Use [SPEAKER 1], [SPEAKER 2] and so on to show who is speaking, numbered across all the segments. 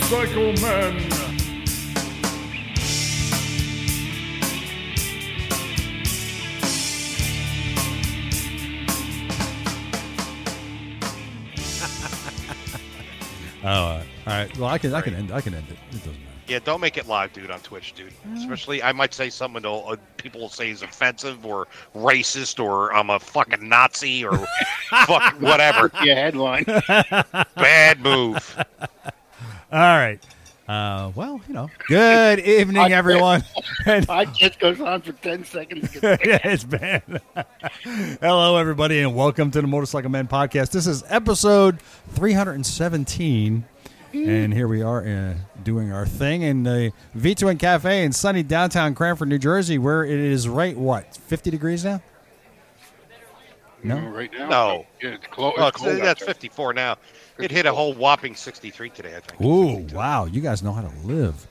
[SPEAKER 1] Psycho Man.
[SPEAKER 2] Oh, all right. Well, I can, I can end, I can end it. It doesn't matter.
[SPEAKER 3] Yeah, don't make it live, dude, on Twitch, dude. Especially, I might say someone will, uh, people will say is offensive or racist or I'm a fucking Nazi or fuck whatever.
[SPEAKER 4] Yeah, headline.
[SPEAKER 3] Bad move.
[SPEAKER 2] All right. Uh, well, you know. Good evening, everyone. And-
[SPEAKER 4] Podcast goes on for 10 seconds.
[SPEAKER 2] yeah, it's bad. Hello, everybody, and welcome to the Motorcycle Man podcast. This is episode 317, and here we are uh, doing our thing in the V2 and Cafe in sunny downtown Cranford, New Jersey, where it is right what 50 degrees now. No?
[SPEAKER 4] Mm, Right now?
[SPEAKER 3] No.
[SPEAKER 4] Yeah, it's clo- it's
[SPEAKER 3] Oh, it's-
[SPEAKER 4] cold out
[SPEAKER 3] that's
[SPEAKER 4] there.
[SPEAKER 3] 54 now. It hit a whole whopping 63 today, I think.
[SPEAKER 2] Ooh, wow! You guys know how to live,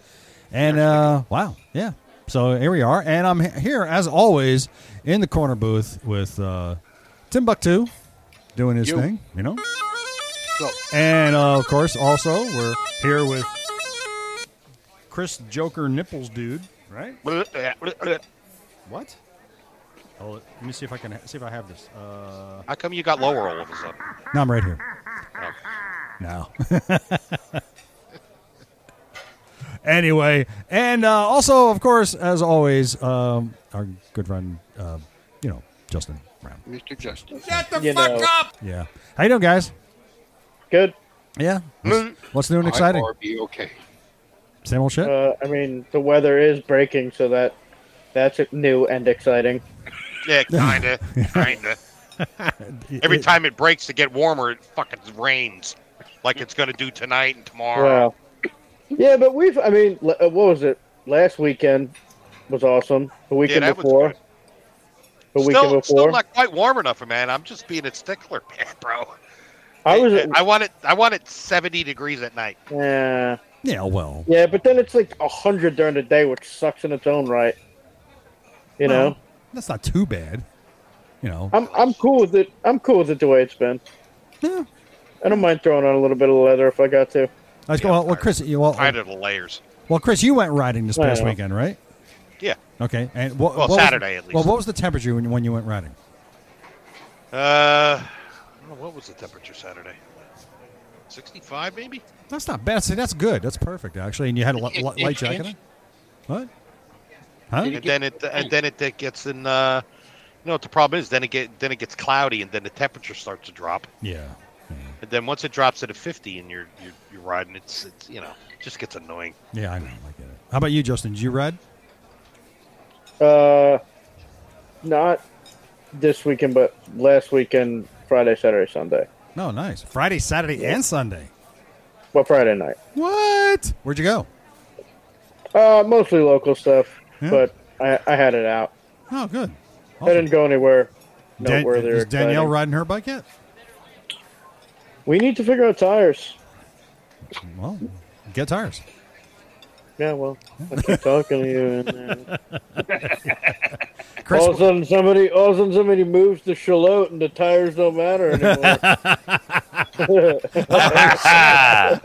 [SPEAKER 2] and uh, wow, yeah. So here we are, and I'm he- here as always in the corner booth with uh, Timbuktu doing his
[SPEAKER 4] You.
[SPEAKER 2] thing, you know.
[SPEAKER 4] So,
[SPEAKER 2] And uh, of course, also we're here with Chris Joker Nipples, dude. Right? What? Oh, let me see if I can see if I have this. Uh,
[SPEAKER 3] How come you got lower all of a sudden?
[SPEAKER 2] no, I'm right here.
[SPEAKER 3] Oh.
[SPEAKER 2] No. anyway, and uh, also, of course, as always, um, our good friend, uh, you know, Justin Brown.
[SPEAKER 4] Mr. Justin.
[SPEAKER 5] you know.
[SPEAKER 2] Yeah. How you doing, guys?
[SPEAKER 5] Good.
[SPEAKER 2] Yeah. What's, what's new and exciting?
[SPEAKER 4] IRB, okay.
[SPEAKER 2] Same old shit.
[SPEAKER 5] Uh, I mean, the weather is breaking, so that that's new and exciting.
[SPEAKER 3] Yeah, kinda, kinda. Every
[SPEAKER 2] It-
[SPEAKER 3] time it breaks to get warmer, it fucking rains, like it's gonna do tonight and tomorrow.
[SPEAKER 5] Wow. Yeah, but we've. I mean, l- uh, what was it? Last weekend was awesome. The weekend
[SPEAKER 3] that was
[SPEAKER 5] before.
[SPEAKER 3] good.
[SPEAKER 5] The weekend
[SPEAKER 3] still,
[SPEAKER 5] before.
[SPEAKER 3] still not quite warm enough, man. I'm just being a stickler, man, bro.
[SPEAKER 5] I was.
[SPEAKER 3] I want it. I want it 70 degrees at night.
[SPEAKER 5] yeah.
[SPEAKER 2] yeah. Well.
[SPEAKER 5] Yeah, but then it's like hundred during the day, which sucks in its own right. You
[SPEAKER 2] well,
[SPEAKER 5] know,
[SPEAKER 2] That's not too bad. You know.
[SPEAKER 5] I'm I'm cool with it. I'm cool with it the way it's been.
[SPEAKER 2] Yeah.
[SPEAKER 5] I don't mind throwing on a little bit of leather if I got to.
[SPEAKER 2] Let's go.
[SPEAKER 3] Yeah,
[SPEAKER 2] Well, well, Chris. You, well,
[SPEAKER 3] Tired of the layers.
[SPEAKER 2] well, Chris, you went riding this
[SPEAKER 5] Yeah.
[SPEAKER 2] past weekend, right?
[SPEAKER 3] Yeah.
[SPEAKER 2] Okay. And what,
[SPEAKER 3] Well,
[SPEAKER 2] what was-
[SPEAKER 3] Saturday, at least.
[SPEAKER 2] Well, what was the temperature when, you- when you went riding?
[SPEAKER 3] Uh, I don't know, what was the temperature Saturday? 65 maybe.
[SPEAKER 2] That's not bad. See, that's good. That's perfect, actually. And you had a li- li- light jacket on? What? Huh?
[SPEAKER 3] And then it and then it, it gets in. Uh, you know what the problem is? Then it get then it gets cloudy, and then the temperature starts to drop.
[SPEAKER 2] Yeah.
[SPEAKER 3] And then once it drops to the 50, and you're you're, you're riding, it's it's you know just gets annoying.
[SPEAKER 2] Yeah, I know. I get it. How about you, Justin? Did you ride?
[SPEAKER 5] Uh, not this weekend, but last weekend, Friday, Saturday, Sunday.
[SPEAKER 2] No, nice. Friday, Saturday, and Sunday.
[SPEAKER 5] Well, Friday night.
[SPEAKER 2] What? Where'd you go?
[SPEAKER 5] Uh, mostly local stuff,
[SPEAKER 2] Yeah.
[SPEAKER 5] but I, I had it out.
[SPEAKER 2] Oh, good.
[SPEAKER 5] I didn't go anywhere
[SPEAKER 2] Dan-
[SPEAKER 5] noteworthy. or
[SPEAKER 2] is Danielle
[SPEAKER 5] exciting.
[SPEAKER 2] riding her bike yet?
[SPEAKER 5] We need to figure out tires.
[SPEAKER 2] Well, get tires.
[SPEAKER 5] Yeah, well, I keep talking to you, and uh,
[SPEAKER 2] Chris,
[SPEAKER 5] all of a sudden somebody, all of a sudden somebody moves the shallot, and the tires don't matter anymore.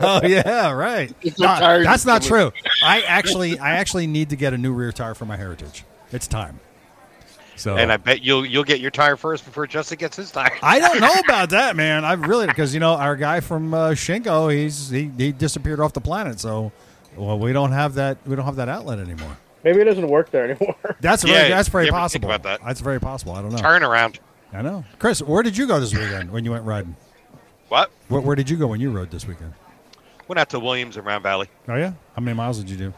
[SPEAKER 2] oh yeah, right.
[SPEAKER 4] It's not tires.
[SPEAKER 2] that's not true. I actually, I actually need to get a new rear tire for my Heritage. It's time. So
[SPEAKER 3] And I bet you'll you'll get your tire first before Justin gets his tire.
[SPEAKER 2] I don't know about that, man. I really because you know our guy from uh, Shinko, he's he, he disappeared off the planet, so well we don't have that we don't have that outlet anymore.
[SPEAKER 5] Maybe it doesn't work there anymore.
[SPEAKER 2] That's very
[SPEAKER 3] Yeah,
[SPEAKER 2] that's very
[SPEAKER 3] you ever think
[SPEAKER 2] possible.
[SPEAKER 3] about that?
[SPEAKER 2] That's very possible. I don't know.
[SPEAKER 3] Turnaround.
[SPEAKER 2] I know, Chris. Where did you go this weekend when you went riding?
[SPEAKER 3] What?
[SPEAKER 2] Where, where did you go when you rode this weekend?
[SPEAKER 3] Went out to Williams and Round Valley.
[SPEAKER 2] Oh yeah, how many miles did you do?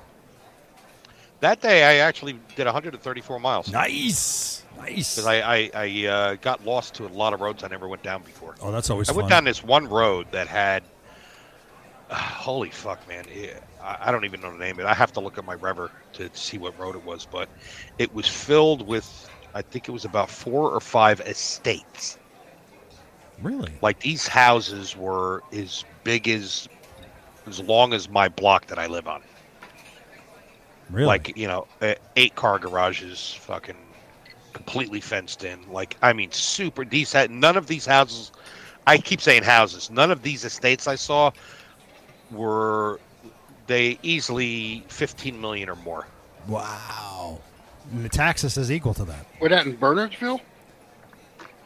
[SPEAKER 3] That day, I actually did 134 miles because
[SPEAKER 2] Nice, nice.
[SPEAKER 3] I I, I uh, got lost to a lot of roads I never went down before.
[SPEAKER 2] oh, that's always
[SPEAKER 3] I went
[SPEAKER 2] fun.
[SPEAKER 3] down this one road that had. uh, holy fuck, man! It- I, I don't even know the name of it. I have to look at my rever to see what road it was, but it was filled with. I think it was about four or five estates.
[SPEAKER 2] really?
[SPEAKER 3] Like these houses were as big as, as long as my block that I live on.
[SPEAKER 2] Really?
[SPEAKER 3] Like you know, uh, eight car garages, fucking completely fenced in. Like I mean, super. These had none of these houses. I keep saying houses. None of these estates I saw were they easily 15 million or more.
[SPEAKER 2] Wow. And the taxes is equal to that.
[SPEAKER 4] We're that in Bernardsville?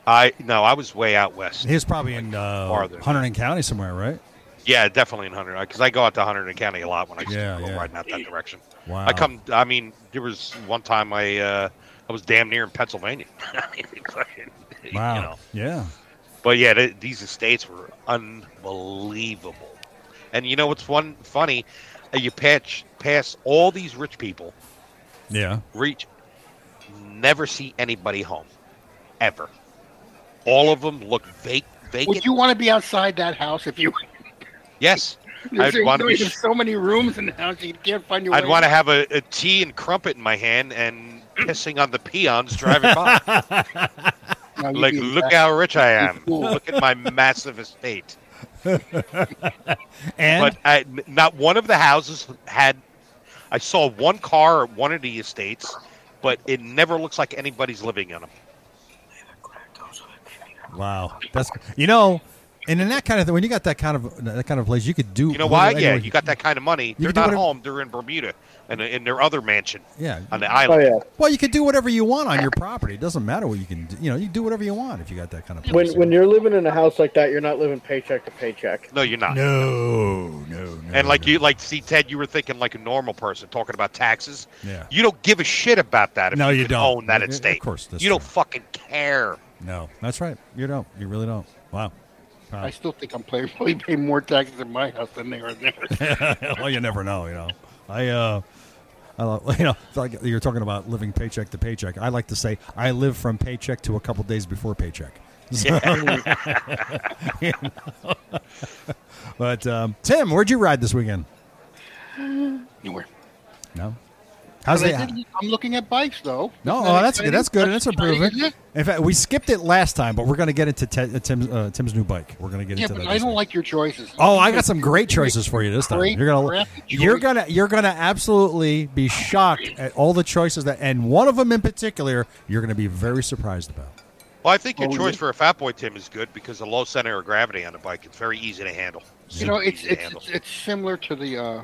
[SPEAKER 3] I no, I was way out west.
[SPEAKER 2] He was probably in uh,
[SPEAKER 3] farther.
[SPEAKER 2] Hunterdon County somewhere, right?
[SPEAKER 3] Yeah, definitely in Hunter because I go out to Hunter County a lot when I
[SPEAKER 2] Yeah,
[SPEAKER 3] go
[SPEAKER 2] yeah.
[SPEAKER 3] riding out that direction.
[SPEAKER 2] Wow.
[SPEAKER 3] I come. I mean, there was one time I uh, I was damn near in Pennsylvania. I mean, fucking,
[SPEAKER 2] Wow.
[SPEAKER 3] You know.
[SPEAKER 2] Yeah.
[SPEAKER 3] But yeah, th- these estates were unbelievable. And you know what's one funny? Uh, You patch pass all these rich people,
[SPEAKER 2] Yeah.
[SPEAKER 3] reach, never see anybody home, ever. All of them look vac- vacant.
[SPEAKER 4] Would you want to be outside that house if you?
[SPEAKER 3] yes, I'd
[SPEAKER 4] There's
[SPEAKER 3] want to be.
[SPEAKER 4] there's so many rooms in the house you can't find your
[SPEAKER 3] I'd
[SPEAKER 4] way.
[SPEAKER 3] want to have a, a tea and crumpet in my hand and pissing on the peons driving by.
[SPEAKER 4] No, you'd
[SPEAKER 3] like,
[SPEAKER 4] be in
[SPEAKER 3] look
[SPEAKER 4] back.
[SPEAKER 3] how rich I am.
[SPEAKER 4] Cool.
[SPEAKER 3] Look at my massive estate.
[SPEAKER 2] And
[SPEAKER 3] But I, n- not one of the houses had. I saw one car at one of the estates, but it never looks like anybody's living in them.
[SPEAKER 2] wow, that's you know, and in that kind of thing, when you got that kind of that kind of place, you could do.
[SPEAKER 3] You know why?
[SPEAKER 2] whatever-
[SPEAKER 3] Yeah,
[SPEAKER 2] anyway,
[SPEAKER 3] you got that kind of money.
[SPEAKER 2] You
[SPEAKER 3] They're
[SPEAKER 2] can do
[SPEAKER 3] not
[SPEAKER 2] whatever-
[SPEAKER 3] home. They're in Bermuda and in their other mansion
[SPEAKER 2] Yeah.
[SPEAKER 3] on the
[SPEAKER 5] Oh
[SPEAKER 3] island.
[SPEAKER 5] yeah.
[SPEAKER 2] Well, you could do whatever you want on your property. It doesn't matter what you can. do. You know, you do whatever you want if you got that kind of.
[SPEAKER 5] When
[SPEAKER 2] place.
[SPEAKER 5] when you're living in a house like that, you're not living paycheck to paycheck.
[SPEAKER 3] No, you're not.
[SPEAKER 2] no, no, no,
[SPEAKER 3] and like
[SPEAKER 2] no.
[SPEAKER 3] you, like see Ted, you were thinking like a normal person talking about taxes.
[SPEAKER 2] Yeah.
[SPEAKER 3] You don't give a shit about that. If
[SPEAKER 2] No, you
[SPEAKER 3] can
[SPEAKER 2] don't.
[SPEAKER 3] own that
[SPEAKER 2] Of- of
[SPEAKER 3] estate.
[SPEAKER 2] course, that's
[SPEAKER 3] you don't
[SPEAKER 2] true.
[SPEAKER 3] fucking care.
[SPEAKER 2] No, that's right. You don't. You really don't. Wow.
[SPEAKER 4] I still think I'm paying probably pay more taxes in my house than they are there.
[SPEAKER 2] well, you never know. You know, I. uh I love, you know, it's like you're talking about living paycheck to paycheck. I like to say I live from paycheck to a couple days before paycheck. You know? but um, Tim, where'd you ride this weekend?
[SPEAKER 4] Anywhere.
[SPEAKER 2] No. How's
[SPEAKER 4] But
[SPEAKER 2] it?
[SPEAKER 4] I did- I'm looking at bikes though.
[SPEAKER 2] No,
[SPEAKER 4] Isn't
[SPEAKER 2] oh,
[SPEAKER 4] that
[SPEAKER 2] that's good.
[SPEAKER 4] exciting?
[SPEAKER 2] That's good. That's
[SPEAKER 4] exciting,
[SPEAKER 2] improving.
[SPEAKER 4] isn't it?
[SPEAKER 2] In fact, we skipped it last time, but we're going to get into Te- uh, Tim's uh, Tim's new bike. We're going to get
[SPEAKER 4] Yeah,
[SPEAKER 2] into
[SPEAKER 4] but
[SPEAKER 2] that.
[SPEAKER 4] I
[SPEAKER 2] this
[SPEAKER 4] don't
[SPEAKER 2] week.
[SPEAKER 4] like your choices.
[SPEAKER 2] Oh, I got some great choices for you this time.
[SPEAKER 4] Great
[SPEAKER 2] You're gonna
[SPEAKER 4] graphic
[SPEAKER 2] you're
[SPEAKER 4] choice.
[SPEAKER 2] gonna you're gonna absolutely be shocked at all the choices that, and one of them in particular, you're gonna be very surprised about.
[SPEAKER 3] Well, I think your
[SPEAKER 4] Oh, is
[SPEAKER 3] choice
[SPEAKER 4] it?
[SPEAKER 3] for a fat boy Tim is good because the low center of gravity on the bike it's very easy to handle.
[SPEAKER 4] You know,
[SPEAKER 3] Super
[SPEAKER 4] it's
[SPEAKER 3] easy to
[SPEAKER 4] it's,
[SPEAKER 3] handle.
[SPEAKER 4] it's it's similar to the uh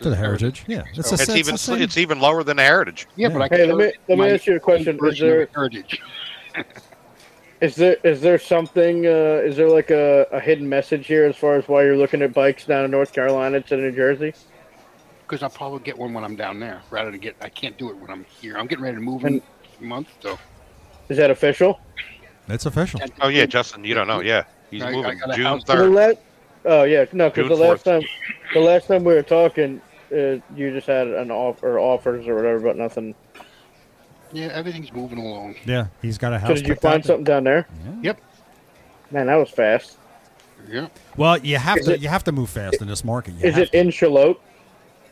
[SPEAKER 2] To the heritage, yeah, it's, the
[SPEAKER 3] It's
[SPEAKER 2] sa-
[SPEAKER 3] even
[SPEAKER 2] the same.
[SPEAKER 3] it's even lower than the heritage.
[SPEAKER 4] Yeah, but I
[SPEAKER 5] Hey, let me-
[SPEAKER 4] carried
[SPEAKER 5] let me
[SPEAKER 4] my
[SPEAKER 5] ask you a question. Is
[SPEAKER 4] version of
[SPEAKER 5] there-
[SPEAKER 4] heritage?
[SPEAKER 5] Is there is there something? Uh, is there like a, a hidden message here as far as why you're looking at bikes down in North Carolina to New Jersey?
[SPEAKER 4] Because I'll probably get one when I'm down there, rather than get. I can't do it when I'm here. I'm getting ready to move
[SPEAKER 5] And-
[SPEAKER 4] in a few months, so
[SPEAKER 5] Is that official?
[SPEAKER 2] it's official.
[SPEAKER 3] Oh yeah, Justin, you don't know. Yeah, he's
[SPEAKER 4] I- I
[SPEAKER 3] moving
[SPEAKER 4] got a
[SPEAKER 3] June
[SPEAKER 4] house-
[SPEAKER 5] The
[SPEAKER 3] third.
[SPEAKER 5] la- oh yeah, no,
[SPEAKER 3] June
[SPEAKER 5] because the last
[SPEAKER 3] 4th.
[SPEAKER 5] time, the last time we were talking, uh, you just had an offer, offers or whatever, but nothing.
[SPEAKER 4] yeah, everything's moving along.
[SPEAKER 2] Yeah, he's got a house.
[SPEAKER 5] So did you
[SPEAKER 2] picked out
[SPEAKER 5] find
[SPEAKER 2] that-
[SPEAKER 5] something down there?
[SPEAKER 4] Yep.
[SPEAKER 5] Man, that was fast.
[SPEAKER 4] Yeah,
[SPEAKER 2] Well, you have
[SPEAKER 5] Is
[SPEAKER 2] to
[SPEAKER 5] it-
[SPEAKER 2] you have to move fast in this market. You
[SPEAKER 5] Is
[SPEAKER 2] have
[SPEAKER 5] it in Shalote?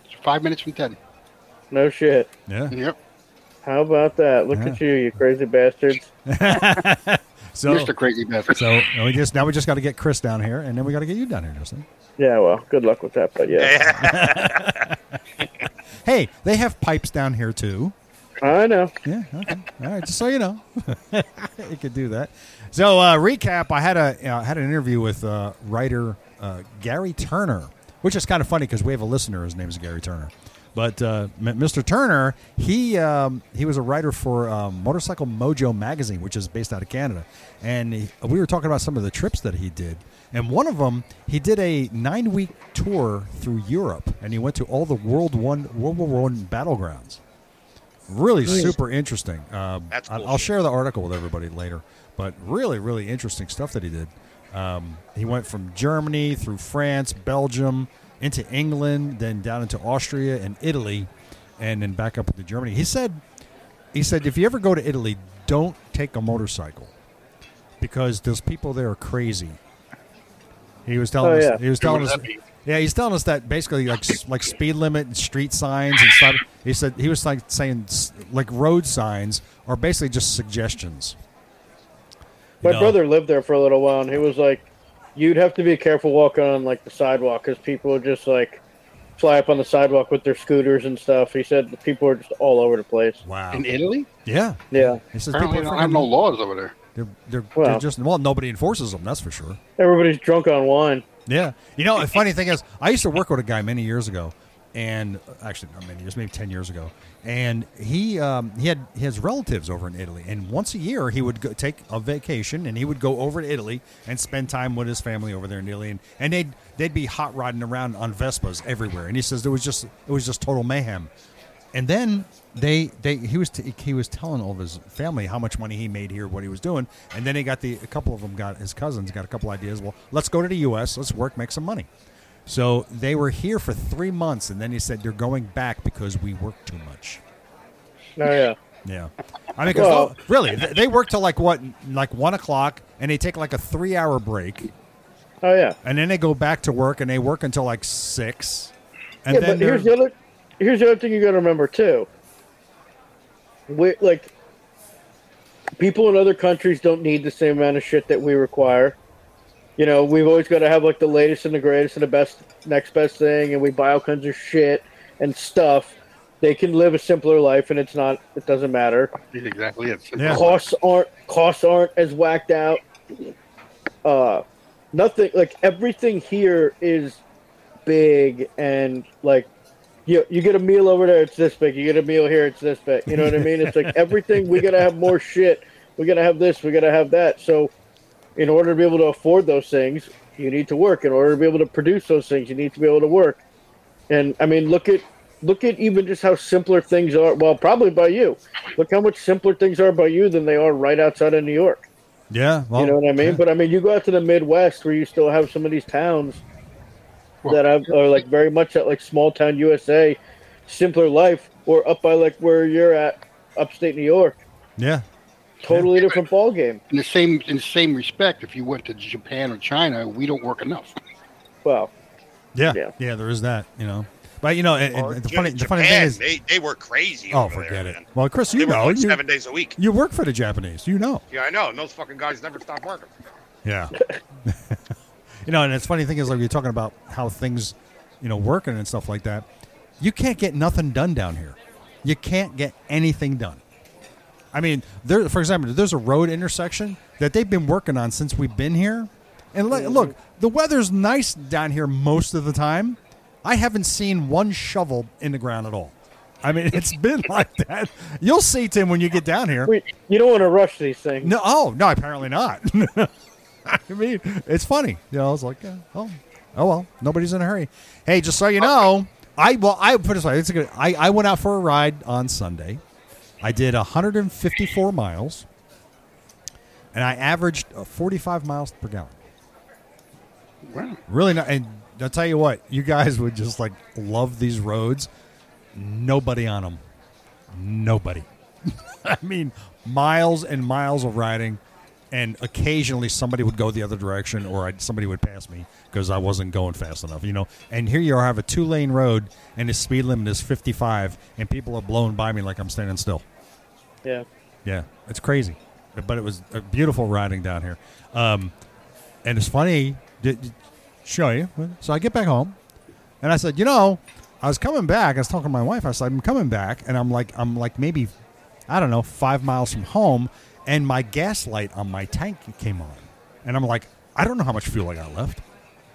[SPEAKER 4] it's five minutes from ten.
[SPEAKER 5] No shit.
[SPEAKER 2] to. Yeah.
[SPEAKER 4] Yep.
[SPEAKER 5] How about that? Look at you, you crazy bastards.
[SPEAKER 2] So
[SPEAKER 4] Mr. Crazy Bastard.
[SPEAKER 2] so now we just now we just got to get Chris down here, and then we got to get you down here, Justin.
[SPEAKER 5] Yeah, well, good luck with that. But yeah,
[SPEAKER 2] Hey, they have pipes down here too.
[SPEAKER 5] I know.
[SPEAKER 2] Yeah. Okay. All right. Just so you know, you could do that. So uh, recap. I had a uh, had an interview with uh, writer uh, Gary Turner, which is kind of funny because we have a listener. His name is Gary Turner. But uh, M- Mr. Turner, he um, he was a writer for um, Motorcycle Mojo magazine, which is based out of Canada, and he- we were talking about some of the trips that he did. And one of them, he did a nine week tour through Europe, and he went to all the World One World War One battlegrounds really super interesting. Um,
[SPEAKER 3] That's
[SPEAKER 2] I- I'll
[SPEAKER 3] bullshit.
[SPEAKER 2] share the article with everybody later, but really, really interesting stuff that he did. Um, he went from Germany through France, Belgium, into England, then down into Austria and Italy, and then back up to Germany. He said, he said, if you ever go to Italy, don't take a motorcycle because those people there are crazy. He was telling
[SPEAKER 5] Oh,
[SPEAKER 2] us.
[SPEAKER 5] yeah.
[SPEAKER 2] He was telling
[SPEAKER 4] What
[SPEAKER 2] us.
[SPEAKER 4] does that mean?
[SPEAKER 2] Yeah, he's telling us that basically, like s- like speed limit and street signs and stuff. He said he was like saying s- like road signs are basically just suggestions.
[SPEAKER 5] My
[SPEAKER 2] No.
[SPEAKER 5] brother lived there for a little while, and he was like, "You'd have to be careful walking on like the sidewalk because people would just like fly up on the sidewalk with their scooters and stuff." He said the people are just all over the place.
[SPEAKER 2] Wow.
[SPEAKER 4] In Italy,
[SPEAKER 2] yeah.
[SPEAKER 5] Yeah,
[SPEAKER 2] He says people
[SPEAKER 4] apparently,
[SPEAKER 2] are
[SPEAKER 4] they don't have no
[SPEAKER 2] freaking-
[SPEAKER 4] laws over there.
[SPEAKER 2] they're, they're, they're
[SPEAKER 5] Well.
[SPEAKER 2] just well nobody enforces them. That's for sure.
[SPEAKER 5] everybody's drunk on wine.
[SPEAKER 2] Yeah. You know, the funny thing is, I used to work with a guy many years ago, and actually not many years, maybe ten years ago. And he um, he had his relatives over in Italy, and once a year he would go, take a vacation, and he would go over to Italy and spend time with his family over there in Italy, and, and they'd they'd be hot rodding around on Vespas everywhere. And he says there was just it was just total mayhem. And then they they he was t- he was telling all of his family how much money he made here, what he was doing, and then he got the a couple of them got his cousins got a couple ideas. Well, let's go to the U.S. Let's work, make some money. So they were here for three months, and then he said they're going back because we work too much.
[SPEAKER 5] Oh yeah.
[SPEAKER 2] Yeah, I mean, 'cause
[SPEAKER 5] Well-
[SPEAKER 2] the- really, th- they work till like what, like one o'clock, and they take like a three-hour break,
[SPEAKER 5] Oh yeah.
[SPEAKER 2] and then they go back to work, and they work until like six. And
[SPEAKER 5] yeah,
[SPEAKER 2] then
[SPEAKER 5] but here's the
[SPEAKER 2] they're-
[SPEAKER 5] other here's the other thing you got to remember too. We like people in other countries don't need the same amount of shit that we require. You know, we've always got to have like the latest and the greatest and the best, next best thing, and we buy all kinds of shit and stuff. They can live a simpler life, and it's not. It doesn't matter.
[SPEAKER 4] That's exactly it.
[SPEAKER 2] Yeah.
[SPEAKER 5] Costs aren't costs aren't as whacked out. Uh, nothing like everything here is big and like you you get a meal over there, it's this big. You get a meal here, it's this big. You know what I mean? It's like everything we gotta have more shit. We gotta have this. We gotta have that. So, in order to be able to afford those things, you need to work. In order to be able to produce those things, you need to be able to work. And I mean, look at look at even just how simpler things are. Well, probably by you. Look how much simpler things are by you than they are right outside of New York.
[SPEAKER 2] yeah, well,
[SPEAKER 5] you know what I mean?
[SPEAKER 2] yeah.
[SPEAKER 5] But I mean, you go out to the Midwest where you still have some of these towns
[SPEAKER 4] Well-
[SPEAKER 5] that have, are like very much at like small town USA, simpler life, or up by like where you're at, upstate New York.
[SPEAKER 2] yeah,
[SPEAKER 5] Totally different ball game.
[SPEAKER 4] In the same in the same respect, if you went to Japan or China, we don't work enough.
[SPEAKER 5] Wow.
[SPEAKER 2] yeah, yeah,
[SPEAKER 5] Yeah.
[SPEAKER 2] there is that, you know. But you know, and, and the
[SPEAKER 3] Or
[SPEAKER 2] funny the funny thing
[SPEAKER 3] Japan,
[SPEAKER 2] is,
[SPEAKER 3] they, they were crazy.
[SPEAKER 2] oh,
[SPEAKER 3] over there,
[SPEAKER 2] forget it.
[SPEAKER 3] man.
[SPEAKER 2] Well, Chris,
[SPEAKER 3] They
[SPEAKER 2] you
[SPEAKER 3] work
[SPEAKER 2] know,
[SPEAKER 3] like
[SPEAKER 2] you,
[SPEAKER 3] seven days a week.
[SPEAKER 2] you work for the Japanese, you know.
[SPEAKER 3] Yeah, I know. And those fucking guys never stop working.
[SPEAKER 2] Yeah. you know, and it's funny thing is like you're talking about how things, you know, working and stuff like that. You can't get nothing done down here. You can't get anything done. I mean, there for example, there's a road intersection that they've been working on since we've been here. And like, look, the weather's nice down here most of the time. I haven't seen one shovel in the ground at all. I mean, it's been like that. You'll see Tim when you get down here.
[SPEAKER 5] We, you don't want to rush these things.
[SPEAKER 2] No, oh no, apparently not. I mean, it's funny. You know, I was like, yeah, oh, oh well, nobody's in a hurry. Hey, just so you know, I well, I put it this way. It's a good, I I went out for a ride on Sunday. I did 154 miles, and I averaged uh, 45 miles per gallon.
[SPEAKER 4] Wow.
[SPEAKER 2] Really not. And I'll tell you what, you guys would just like love these roads. Nobody on them. Nobody. I mean, miles and miles of riding, and occasionally somebody would go the other direction, or I'd, somebody would pass me because I wasn't going fast enough, you know. And here you are, I have a two lane road, and the speed limit is 55, and people are blowing by me like I'm standing still.
[SPEAKER 5] Yeah.
[SPEAKER 2] Yeah, it's crazy, but it was a beautiful riding down here. Um, and it's funny. Did, did- show you. So I get back home, and I said, you know, I was coming back. I was talking to my wife. I said, I'm coming back, and I'm like, I'm like maybe, I don't know, five miles from home, and my gas light on my tank came on, and I'm like, I don't know how much fuel I got left.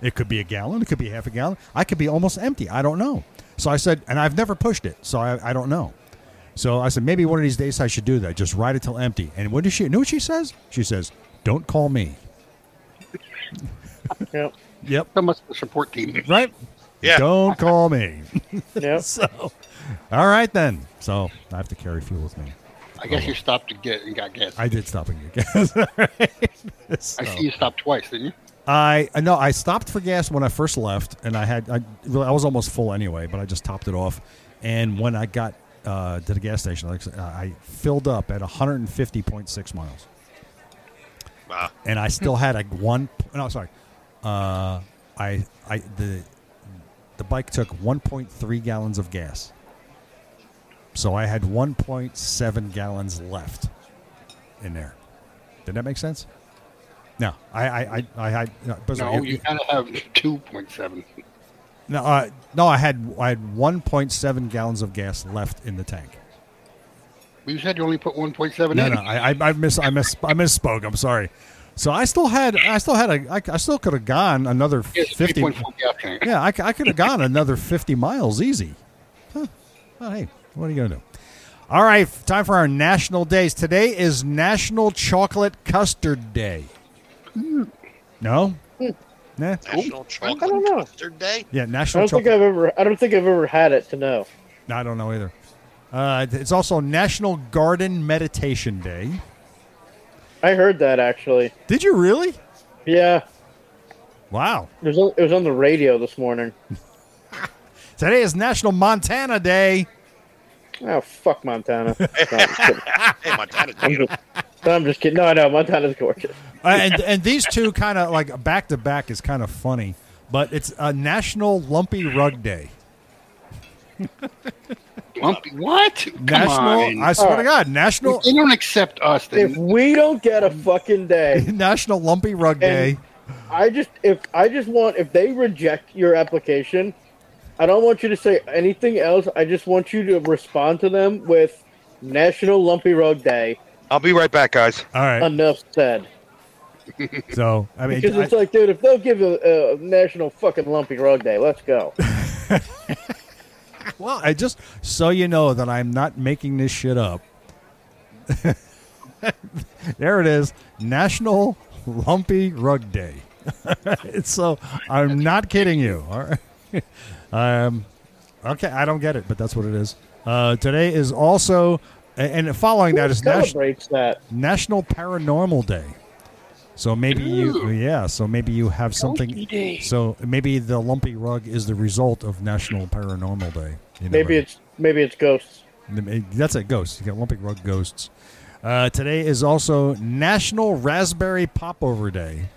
[SPEAKER 2] It could be a gallon. It could be half a gallon. I could be almost empty. I don't know. So I said, and I've never pushed it, so I, I don't know. So I said, maybe one of these days I should do that. Just ride it till empty. And what does she? You know what she says? She says, "Don't call me."
[SPEAKER 5] Yep.
[SPEAKER 2] Yep.
[SPEAKER 4] That must be a support team.
[SPEAKER 2] Right.
[SPEAKER 3] Yeah.
[SPEAKER 2] Don't call me.
[SPEAKER 5] Yep.
[SPEAKER 2] so, all right then. So I have to carry fuel with me.
[SPEAKER 4] I guess you stopped to get and got gas. I,
[SPEAKER 2] I did stop and get gas. All right. So,
[SPEAKER 4] see you stopped twice, didn't you?
[SPEAKER 2] I I know I stopped for gas when I first left, and I had I really I was almost full anyway, but I just topped it off. And when I got uh, to the gas station, like I said, I filled up at 150.6 miles.
[SPEAKER 3] Wow.
[SPEAKER 2] and I still had a one. No, sorry. Uh, I I the the bike took 1.3 gallons of gas, so I had 1.7 gallons left in there. Did that make sense? No, I I I, I had no, but-
[SPEAKER 4] No, you gotta have two point seven.
[SPEAKER 2] no, uh, no, I had I had 1.7 gallons of gas left in the tank.
[SPEAKER 4] You said you only put one point seven
[SPEAKER 2] No,
[SPEAKER 4] in.
[SPEAKER 2] no, I, I, I miss, I miss, I misspoke. I'm sorry. So I still had, I still had a, I, I still could have gone another
[SPEAKER 4] It's
[SPEAKER 2] fifty.
[SPEAKER 4] 3.4 gas tank.
[SPEAKER 2] Yeah, I, could have gone another 50 miles easy. Huh. Well, hey, what are you going to do? All right, time for our national days. Today is National Chocolate Custard Day. No? Nah.
[SPEAKER 3] National Chocolate
[SPEAKER 5] don't know.
[SPEAKER 3] Custard Day.
[SPEAKER 2] Yeah,
[SPEAKER 5] I
[SPEAKER 2] National
[SPEAKER 5] don't think
[SPEAKER 2] Chocolate.
[SPEAKER 5] I've ever. I don't think I've ever had it to know.
[SPEAKER 2] No, I don't know either. Uh, it's also National Garden Meditation Day.
[SPEAKER 5] I heard that actually.
[SPEAKER 2] Did you really?
[SPEAKER 5] Yeah,
[SPEAKER 2] Wow.
[SPEAKER 5] it was on, it was on the radio this morning.
[SPEAKER 2] Today is National Montana Day.
[SPEAKER 5] Oh fuck Montana. No, I'm, just kidding.
[SPEAKER 3] Hey, Montana,
[SPEAKER 5] I'm just, no, I'm just kidding. No, no, Montana's gorgeous.
[SPEAKER 2] Uh, and and these two kind of like back to back is kind of funny, but it's a National Lumpy Rug Day.
[SPEAKER 4] Lumpy. What? Come
[SPEAKER 2] National,
[SPEAKER 4] on.
[SPEAKER 2] I swear to
[SPEAKER 5] Alright.
[SPEAKER 2] God, National
[SPEAKER 4] If they don't accept us. They,
[SPEAKER 5] If we don't get a fucking day,
[SPEAKER 2] National Lumpy Rug Day.
[SPEAKER 5] I just if I just want if they reject your application, I don't want you to say anything else. I just want you to respond to them with National Lumpy Rug Day.
[SPEAKER 3] I'll be right back, guys.
[SPEAKER 2] All right,
[SPEAKER 5] Enough said.
[SPEAKER 2] so I mean,
[SPEAKER 5] Because it's
[SPEAKER 2] I-
[SPEAKER 5] like, dude, if they'll give a, a National fucking Lumpy Rug Day, let's go.
[SPEAKER 2] well, I just so you know that I'm not making this shit up. there it is, National Lumpy Rug Day. so I'm not kidding you. All right. Um, okay, I don't get it, but that's what it is. Uh, today is also, and and following that
[SPEAKER 5] Who
[SPEAKER 2] is National.
[SPEAKER 5] celebrates that.
[SPEAKER 2] National Paranormal Day. So maybe you,
[SPEAKER 4] Ooh.
[SPEAKER 2] yeah. So maybe you have something.
[SPEAKER 4] Lumpy Day.
[SPEAKER 2] So maybe the lumpy rug is the result of National Paranormal Day. You
[SPEAKER 5] Maybe it's maybe it's ghosts.
[SPEAKER 2] it's eh, that's a ghost. You got lumpy rug ghosts. Uh, today is also National Raspberry Popover Day,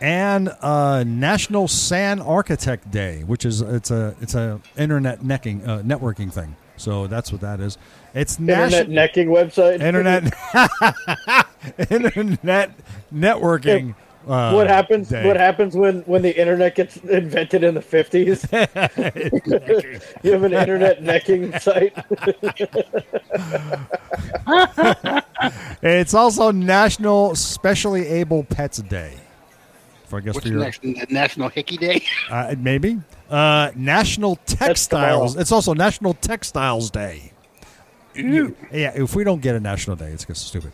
[SPEAKER 2] and uh, National San Architect Day, which is it's a it's a internet necking uh, networking thing. So that's what that is. It's
[SPEAKER 5] Internet
[SPEAKER 2] national.
[SPEAKER 5] necking website.
[SPEAKER 2] Internet, internet networking. Uh,
[SPEAKER 5] What happens?
[SPEAKER 2] day.
[SPEAKER 5] What happens when when the internet gets invented in the fifties? you have an internet necking site.
[SPEAKER 2] It's also National Specially Able Pets Day. For I guess
[SPEAKER 4] what's
[SPEAKER 2] for your
[SPEAKER 4] next? The National Hickey Day?
[SPEAKER 2] Uh, maybe uh, National Textiles.
[SPEAKER 5] tomorrow.
[SPEAKER 2] It's also National Textiles Day. Yeah, if we don't get a national day, it's just stupid.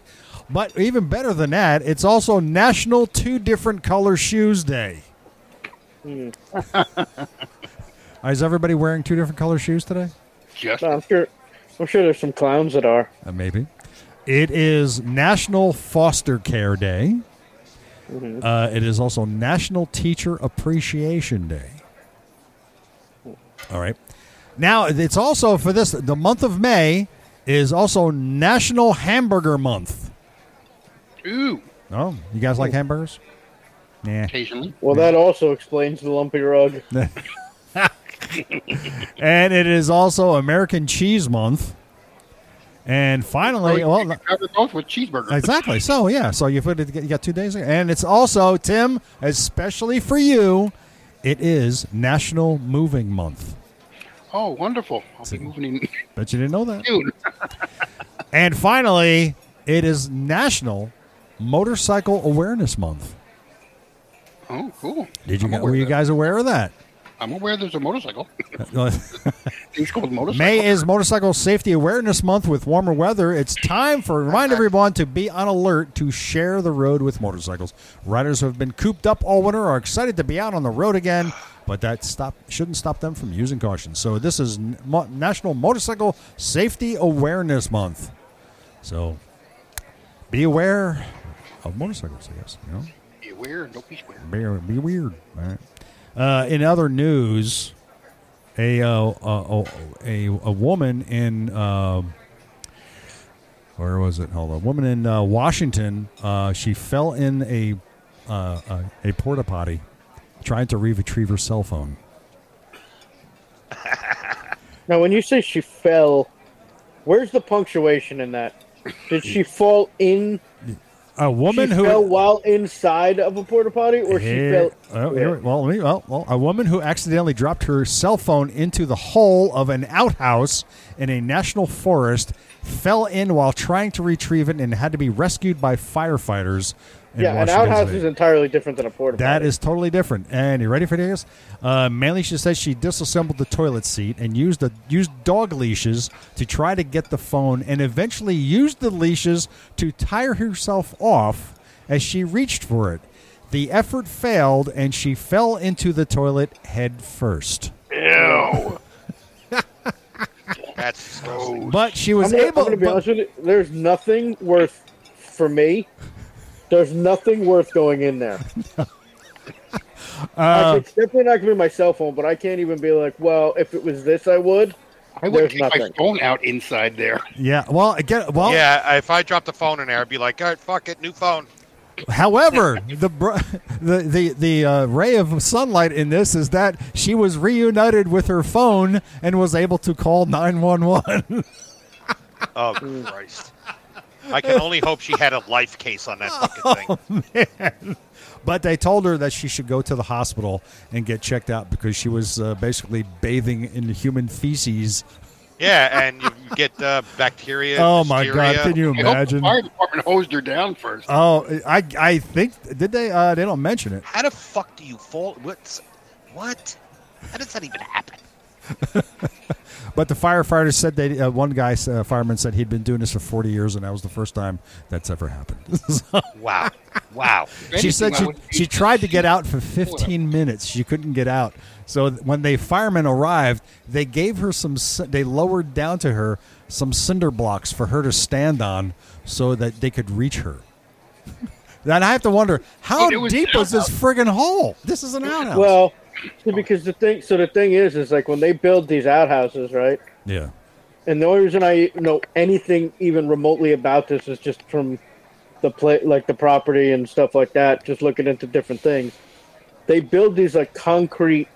[SPEAKER 2] But even better than that, it's also National Two Different Color Shoes Day.
[SPEAKER 5] Hmm.
[SPEAKER 2] Is everybody wearing two different color shoes today?
[SPEAKER 4] Just
[SPEAKER 5] No, I'm sure. I'm sure there's some clowns that are.
[SPEAKER 2] Uh, maybe. It is National Foster Care Day. Uh, it is also National Teacher Appreciation Day. All right. Now, it's also for this, the month of May is also National Hamburger Month.
[SPEAKER 4] ooh.
[SPEAKER 2] Oh, you guys like hamburgers? Yeah.
[SPEAKER 4] Occasionally.
[SPEAKER 5] Well, that also explains the lumpy rug.
[SPEAKER 2] And it is also American Cheese Month. And finally,
[SPEAKER 4] Well,
[SPEAKER 2] well,
[SPEAKER 4] you can cover both with cheeseburger.
[SPEAKER 2] Exactly. So yeah. So you put it. You got two days, and it's also Tim, especially for you. It is National Moving Month.
[SPEAKER 4] Oh, wonderful. I'll be moving in
[SPEAKER 2] Bet you didn't know that.
[SPEAKER 4] soon.
[SPEAKER 2] And finally, it is National Motorcycle Awareness Month.
[SPEAKER 4] Oh, cool.
[SPEAKER 2] Did you?
[SPEAKER 4] I'm
[SPEAKER 2] gu-
[SPEAKER 4] aware
[SPEAKER 2] Were you
[SPEAKER 4] of
[SPEAKER 2] guys aware of that?
[SPEAKER 4] that. I'm aware there's a motorcycle. Things called motorcycle.
[SPEAKER 2] May is Motorcycle Safety Awareness Month. With warmer weather, it's time for remind everyone to be on alert to share the road with motorcycles. Riders who have been cooped up all winter are excited to be out on the road again, but that stop shouldn't stop them from using caution. So this is N- Mo- National Motorcycle Safety Awareness Month. So be aware of motorcycles, I guess. You know
[SPEAKER 4] Be aware and don't be square.
[SPEAKER 2] be, be weird. All right. Uh, in other news, a uh, a, a, a woman in uh, where was it? Hold on, a woman in uh, Washington. Uh, she fell in a uh, a, a porta potty trying to re- retrieve her cell phone.
[SPEAKER 5] Now, when you say she fell, where's the punctuation in that? Did she fall in
[SPEAKER 2] a woman
[SPEAKER 5] she
[SPEAKER 2] who
[SPEAKER 5] fell while inside of a porta potty, or she
[SPEAKER 2] Here-
[SPEAKER 5] fell.
[SPEAKER 2] oh, here- well, let me- well, well, a woman who accidentally dropped her cell phone into the hole of an outhouse in a national forest fell in while trying to retrieve it and had to be rescued by firefighters. In
[SPEAKER 5] yeah, an
[SPEAKER 2] Washington
[SPEAKER 5] outhouse
[SPEAKER 2] State.
[SPEAKER 5] is entirely different than a porta potty.
[SPEAKER 2] That is totally different. And you ready for this? Uh, Manley, she says she disassembled the toilet seat and used the used dog leashes to try to get the phone, and eventually used the leashes to tire herself off as she reached for it. The effort failed, and she fell into the toilet head first.
[SPEAKER 3] That's disgusting.
[SPEAKER 2] But she was
[SPEAKER 5] I'm gonna,
[SPEAKER 2] able.
[SPEAKER 5] I'm gonna be
[SPEAKER 2] but-
[SPEAKER 5] honest with you. There's nothing worth for me. There's nothing worth going in there. I, it's definitely not gonna be my cell phone, but I can't even be like, well, if it was this, I would.
[SPEAKER 4] I would
[SPEAKER 5] There's
[SPEAKER 4] take my
[SPEAKER 5] nothing.
[SPEAKER 4] phone out inside there.
[SPEAKER 2] yeah. Well, again. Well.
[SPEAKER 3] Yeah, if I dropped the phone in there, I'd be like, all right, fuck it, new phone.
[SPEAKER 2] However, the br- the the the uh, ray of sunlight in this is that she was reunited with her phone and was able to call nine one one.
[SPEAKER 3] Oh,
[SPEAKER 2] Mm.
[SPEAKER 3] Christ. I can only hope she had a life case on that fucking thing.
[SPEAKER 2] But they told her that she should go to the hospital and get checked out because she was uh, basically bathing in human feces.
[SPEAKER 3] Yeah, and you get uh, bacteria.
[SPEAKER 2] Oh my God!
[SPEAKER 3] listeria.
[SPEAKER 2] Can you
[SPEAKER 4] I hope the
[SPEAKER 2] imagine?
[SPEAKER 4] fire department hosed her down first.
[SPEAKER 2] Oh, I I think did they? Uh, they don't mention it.
[SPEAKER 3] How the fuck do you fall? What's what? How does that even happen?
[SPEAKER 2] But the firefighters said they. Uh, one guy, uh, fireman, said he'd been doing this for forty years, and that was the first time that's ever happened.
[SPEAKER 3] Wow, wow.
[SPEAKER 2] she said she,
[SPEAKER 4] Anything I would
[SPEAKER 2] she
[SPEAKER 4] do-
[SPEAKER 2] tried to get out for 15 minutes. She couldn't get out. So th- when the firemen arrived, they gave her some. c- They lowered down to her some cinder blocks for her to stand on, so that they could reach her. Then I have to wonder how
[SPEAKER 4] But it was
[SPEAKER 2] deep
[SPEAKER 4] an
[SPEAKER 2] was this friggin' hole? This is an outhouse.
[SPEAKER 5] Well, see, because the thing. So the thing is, is like when they build these outhouses, right?
[SPEAKER 2] yeah.
[SPEAKER 5] And the only reason I know anything even remotely about this is just from the play, like the property and stuff like that. Just looking into different things. They build these like concrete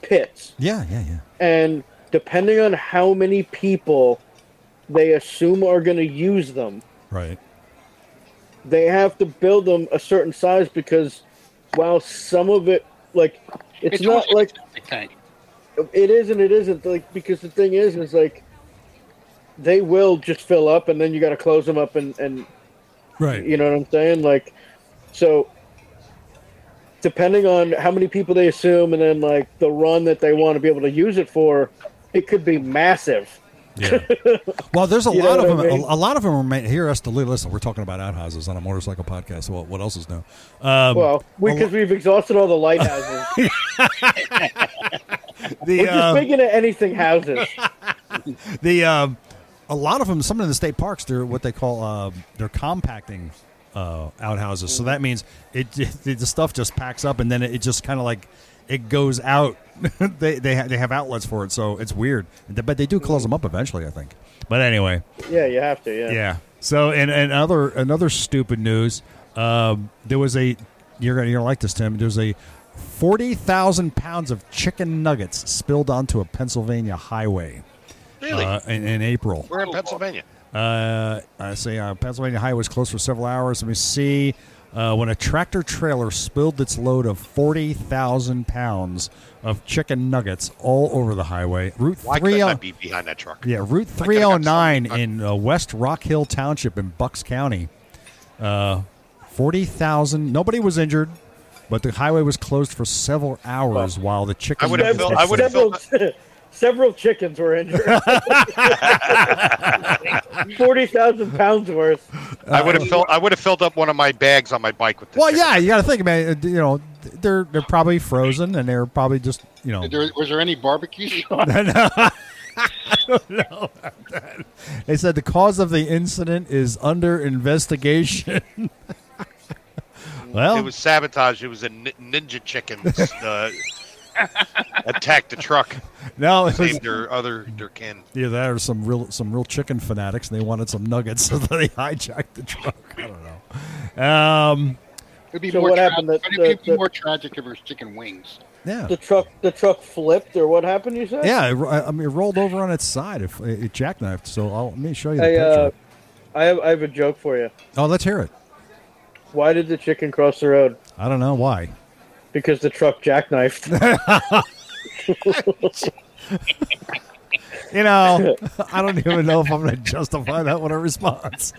[SPEAKER 5] pits.
[SPEAKER 2] Yeah, yeah, yeah.
[SPEAKER 5] and depending on how many people they assume are going to use them,
[SPEAKER 2] Right.
[SPEAKER 5] they have to build them a certain size because while some of it, like, it's, not
[SPEAKER 4] almost
[SPEAKER 5] like
[SPEAKER 4] a septic tank.
[SPEAKER 5] it is and it isn't, like, because the thing is, is like they will just fill up and then you got to close them up and, and
[SPEAKER 2] Right.
[SPEAKER 5] you know what I'm saying? Like, so depending on how many people they assume and then like the run that they want to be able to use it for, it could be massive.
[SPEAKER 2] Yeah. well, there's a
[SPEAKER 5] You know
[SPEAKER 2] lot of
[SPEAKER 5] what
[SPEAKER 2] them.
[SPEAKER 5] I mean?
[SPEAKER 2] A, a lot of them are made, here. Us to listen. We're talking about outhouses on a motorcycle podcast. Well, what else is new? Um,
[SPEAKER 5] Well,
[SPEAKER 2] a
[SPEAKER 5] because
[SPEAKER 2] lo-
[SPEAKER 5] we've exhausted all the lighthouses.
[SPEAKER 2] the,
[SPEAKER 5] We're just
[SPEAKER 2] um,
[SPEAKER 5] making it anything houses.
[SPEAKER 2] the um, a lot of them, some of the state parks, they're what they call uh, they're compacting uh, outhouses. So that means it, it the stuff just packs up and then it, it just kind of like it goes out. they they ha- they have outlets for it, so it's weird. But they do close them up eventually, I think. But anyway,
[SPEAKER 5] Yeah, you have to. Yeah.
[SPEAKER 2] yeah. So and and other another stupid news. Um, there was a you're gonna you're gonna like this, Tim. There was a forty thousand pounds of chicken nuggets spilled onto a Pennsylvania highway
[SPEAKER 3] Really?
[SPEAKER 2] uh, in, in April.
[SPEAKER 3] We're in Pennsylvania.
[SPEAKER 2] Uh, I say uh, Pennsylvania Highway was closed for several hours. Let me see. Uh, when a tractor trailer spilled its load of 40,000 pounds of chicken nuggets all over the highway, Route
[SPEAKER 3] Why
[SPEAKER 2] 30
[SPEAKER 3] couldn't I be behind that truck?
[SPEAKER 2] yeah, Route
[SPEAKER 3] I could've got
[SPEAKER 2] 309
[SPEAKER 3] something.
[SPEAKER 2] in uh, West Rock Hill Township in Bucks County. Uh, 40,000. Nobody was injured, but the highway was closed for several hours while the chicken
[SPEAKER 3] I would've
[SPEAKER 2] nuggets
[SPEAKER 5] Several,
[SPEAKER 3] filled-
[SPEAKER 2] were
[SPEAKER 3] I would've
[SPEAKER 2] filled.
[SPEAKER 5] several, several chickens were injured. Forty thousand pounds worth.
[SPEAKER 3] I would have filled. I would have filled up one of my bags on my bike with. This
[SPEAKER 2] Uh, Well,
[SPEAKER 3] shit.
[SPEAKER 2] yeah, you got to think about it. You know, they're they're probably frozen, and they're probably just you know.
[SPEAKER 4] Did there- was there any barbecue sauce?
[SPEAKER 2] They said the cause of the incident is under investigation. well,
[SPEAKER 3] It was sabotage. It was a nin- ninja chicken uh, attacked the truck.
[SPEAKER 2] no, it was
[SPEAKER 3] Saved their other their can.
[SPEAKER 2] yeah, there are some real some real chicken fanatics, and they wanted some nuggets, so they hijacked the truck. I don't know. Um,
[SPEAKER 4] It'd be
[SPEAKER 5] So
[SPEAKER 4] more
[SPEAKER 5] what
[SPEAKER 4] tra-
[SPEAKER 5] happened? The-
[SPEAKER 4] but it'd
[SPEAKER 5] the-
[SPEAKER 4] be
[SPEAKER 5] the-
[SPEAKER 4] more tragic if it was chicken wings.
[SPEAKER 2] yeah,
[SPEAKER 5] The truck, the truck flipped, or what happened? You said?
[SPEAKER 2] yeah. It, ro- I mean, it rolled over on its side. If it jackknifed, so I'll, let me show you the
[SPEAKER 5] I,
[SPEAKER 2] picture.
[SPEAKER 5] uh, I have, I have a joke for you.
[SPEAKER 2] oh, let's hear it.
[SPEAKER 5] Why did the chicken cross the road?
[SPEAKER 2] I don't know why.
[SPEAKER 5] Because the truck jackknifed.
[SPEAKER 2] You know, I don't even know if I'm going to justify that with a response.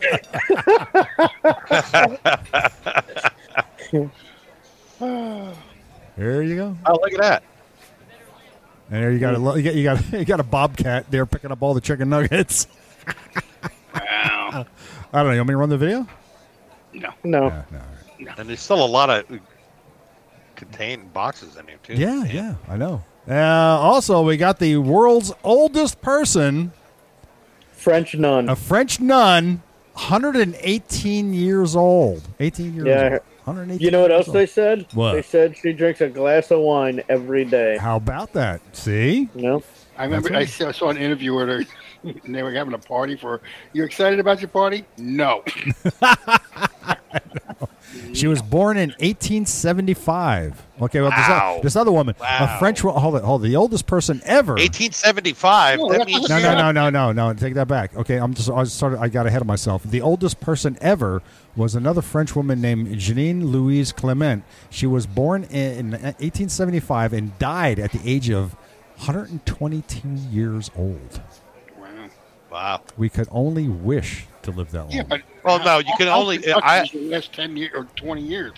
[SPEAKER 2] there you go.
[SPEAKER 3] Oh, look at that.
[SPEAKER 2] And there you got a lo- you got you got, you got a bobcat there picking up all the chicken nuggets.
[SPEAKER 4] Wow.
[SPEAKER 2] I don't know. You want me to run the video?
[SPEAKER 4] No.
[SPEAKER 5] no.
[SPEAKER 2] Yeah, no, all right.
[SPEAKER 3] And there's still a lot of uh, contained boxes in here too.
[SPEAKER 2] yeah, yeah, I know. Uh, also, we got the world's oldest person,
[SPEAKER 5] French nun.
[SPEAKER 2] a French nun, 118 years old. 18 years
[SPEAKER 5] Yeah.
[SPEAKER 2] old. 118
[SPEAKER 5] You know what
[SPEAKER 2] years
[SPEAKER 5] else they
[SPEAKER 2] old.
[SPEAKER 5] said?
[SPEAKER 2] What?
[SPEAKER 5] They said she drinks a glass of wine every day.
[SPEAKER 2] How about that? See?
[SPEAKER 5] You know?
[SPEAKER 4] I remember
[SPEAKER 2] That's
[SPEAKER 4] I saw, saw an interview with her, and they were having a party for. You excited about your party? No.
[SPEAKER 2] She was born in 1875. Okay, well, this,
[SPEAKER 3] Wow.
[SPEAKER 2] o- this other woman, a
[SPEAKER 3] Wow.
[SPEAKER 2] French wo- hold it, hold it, the oldest person ever.
[SPEAKER 3] 1875.
[SPEAKER 4] No,
[SPEAKER 3] that
[SPEAKER 4] that's-
[SPEAKER 3] means
[SPEAKER 2] No, no, no, no, no, no. Take that back. Okay, I'm just I started. I got ahead of myself. The oldest person ever was another French woman named Jeanine Louise Clement. She was born in 1875 and died at the age of 122 years old.
[SPEAKER 4] Wow.
[SPEAKER 3] Wow.
[SPEAKER 2] We could only wish to live that long.
[SPEAKER 4] Yeah, but
[SPEAKER 3] Well, no, you can
[SPEAKER 4] how
[SPEAKER 3] only-
[SPEAKER 4] much
[SPEAKER 3] I-
[SPEAKER 4] is the last ten years or twenty years.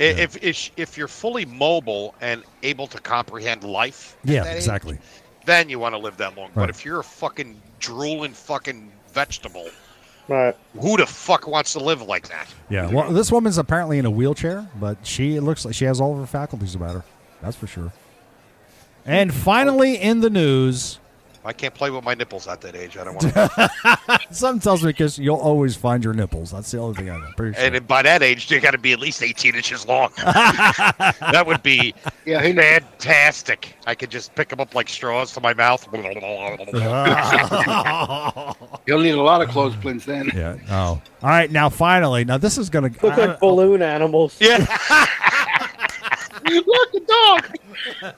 [SPEAKER 3] I- If, if if you're fully mobile and able to comprehend life, at
[SPEAKER 2] Yeah,
[SPEAKER 3] that age,
[SPEAKER 2] exactly.
[SPEAKER 3] then you want to live that long.
[SPEAKER 2] Right.
[SPEAKER 3] But if you're a fucking drooling fucking vegetable,
[SPEAKER 5] Right.
[SPEAKER 3] who the fuck wants to live like that?
[SPEAKER 2] Yeah. Well, this woman's apparently in a wheelchair, but she it looks like she has all of her faculties about her. That's for sure. And finally, in the news,
[SPEAKER 3] I can't play with my nipples at that age. I don't want. to.
[SPEAKER 2] something tells me because you'll always find your nipples. That's the only thing I know. Pretty sure.
[SPEAKER 3] and then by that age, they got to be at least 18 inches long. that would be
[SPEAKER 4] Yeah, he
[SPEAKER 3] fantastic. I could just pick them up like straws to my mouth.
[SPEAKER 2] Uh-huh.
[SPEAKER 4] You'll need a lot of clothespins then.
[SPEAKER 2] Yeah. Oh. All right. Now, finally, now this is gonna.
[SPEAKER 5] Look like balloon animals.
[SPEAKER 3] yeah,
[SPEAKER 4] Look, the dog.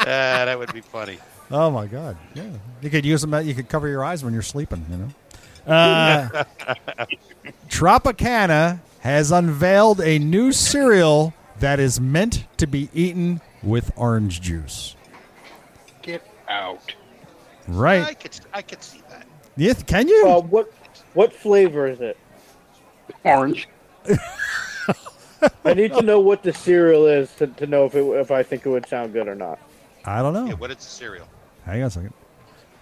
[SPEAKER 3] Uh, that would be funny.
[SPEAKER 2] oh my God. Yeah. You could use them. You could cover your eyes when you're sleeping. You know. Uh, Tropicana has unveiled a new cereal that is meant to be eaten with orange juice.
[SPEAKER 4] Get out.
[SPEAKER 3] I
[SPEAKER 2] Right.
[SPEAKER 3] could, I could see that.
[SPEAKER 2] Yeah, Can you?
[SPEAKER 5] Uh, what what flavor is it?
[SPEAKER 4] Orange.
[SPEAKER 5] I need to know what the cereal is to, to know if it, if I think it would sound good or not.
[SPEAKER 2] I don't know.
[SPEAKER 3] Yeah, what it's a cereal.
[SPEAKER 2] Hang on a second.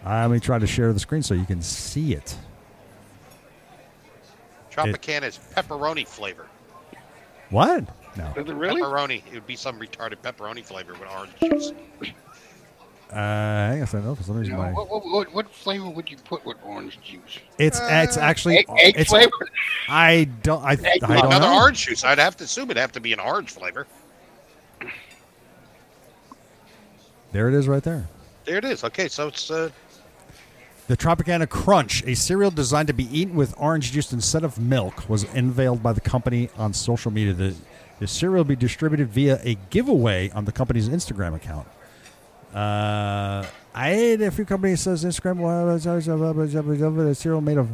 [SPEAKER 2] Uh, let me try to share the screen so you can see it.
[SPEAKER 3] Tropicana is pepperoni flavor.
[SPEAKER 2] What? No.
[SPEAKER 4] Is it really?
[SPEAKER 3] Pepperoni. It would be some retarded pepperoni flavor with orange juice.
[SPEAKER 2] Uh, hang on a second. Oh, for some reason,
[SPEAKER 4] No,
[SPEAKER 2] my-
[SPEAKER 4] what, what, what, what flavor would you put with orange juice?
[SPEAKER 2] it's it's actually
[SPEAKER 4] Uh, Egg, egg
[SPEAKER 2] it's,
[SPEAKER 4] flavor?
[SPEAKER 2] I don't. I, I
[SPEAKER 4] Egg
[SPEAKER 2] don't
[SPEAKER 4] flavor.
[SPEAKER 2] know.
[SPEAKER 3] Another orange juice. I'd have to assume it'd have to be an orange flavor.
[SPEAKER 2] There it is, right there.
[SPEAKER 3] There it is. Okay, so it's uh,
[SPEAKER 2] The Tropicana Crunch, a cereal designed to be eaten with orange juice instead of milk, was unveiled by the company on social media. The, the cereal will be distributed via a giveaway on the company's Instagram account. Uh, I ate a few companies says Instagram the cereal made of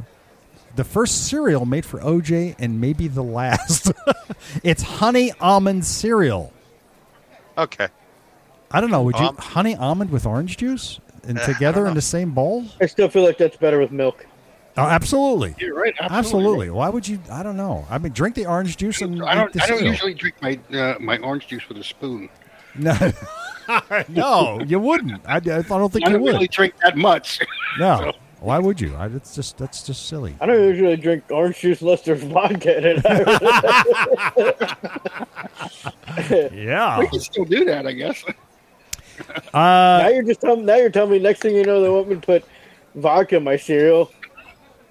[SPEAKER 2] the first cereal made for OJ and maybe the last. it's honey almond cereal.
[SPEAKER 3] okay.
[SPEAKER 2] I don't know. Would you
[SPEAKER 3] Um,
[SPEAKER 2] honey almond with orange juice and
[SPEAKER 3] Uh, I
[SPEAKER 2] together
[SPEAKER 3] don't
[SPEAKER 2] in
[SPEAKER 3] know.
[SPEAKER 2] the same bowl?
[SPEAKER 5] I still feel like that's better with milk.
[SPEAKER 2] Oh, absolutely.
[SPEAKER 4] You're right.
[SPEAKER 2] Absolutely. Why would you? I don't know. I mean, drink the orange juice and
[SPEAKER 4] I
[SPEAKER 2] eat
[SPEAKER 4] don't.
[SPEAKER 2] the
[SPEAKER 4] I don't
[SPEAKER 2] cereal.
[SPEAKER 4] usually drink my uh, my orange juice with a spoon.
[SPEAKER 2] No, no, you wouldn't. I, I don't think
[SPEAKER 4] I
[SPEAKER 2] you
[SPEAKER 4] don't
[SPEAKER 2] would.
[SPEAKER 4] really drink that much.
[SPEAKER 2] no. Why would you? I, it's just that's just silly.
[SPEAKER 5] I don't usually drink orange juice unless there's vodka in it.
[SPEAKER 4] we
[SPEAKER 2] Yeah.
[SPEAKER 4] can still do that, I guess.
[SPEAKER 2] Uh,
[SPEAKER 5] now you're just telling now you're telling me next thing you know they want me to put vodka in my cereal.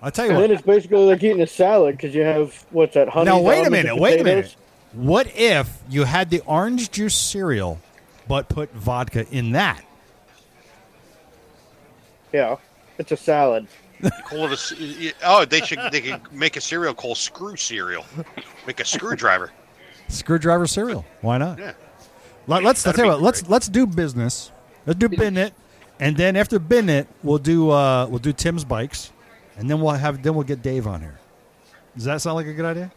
[SPEAKER 2] I'll tell you
[SPEAKER 5] And then
[SPEAKER 2] what.
[SPEAKER 5] it's basically like eating a salad because you have what's that honey?
[SPEAKER 2] Now wait a
[SPEAKER 5] almonds,
[SPEAKER 2] minute.
[SPEAKER 5] and
[SPEAKER 2] Wait a minute.
[SPEAKER 5] potatoes?
[SPEAKER 2] What if you had the orange juice cereal, but put vodka in that?
[SPEAKER 5] Yeah, it's a salad.
[SPEAKER 3] Call it a c- oh, they should they could make a cereal called Screw Cereal. Make a screwdriver.
[SPEAKER 2] Screwdriver cereal. Why not?
[SPEAKER 3] Yeah.
[SPEAKER 2] Let, us I'll
[SPEAKER 3] That'd
[SPEAKER 2] tell you
[SPEAKER 3] be
[SPEAKER 2] what. Let's
[SPEAKER 3] great.
[SPEAKER 2] let's do business. Let's do Bennett, and then after Bennett, we'll do uh, we'll do Tim's bikes, and then we'll have then we'll get Dave on here. Does that sound like a good idea?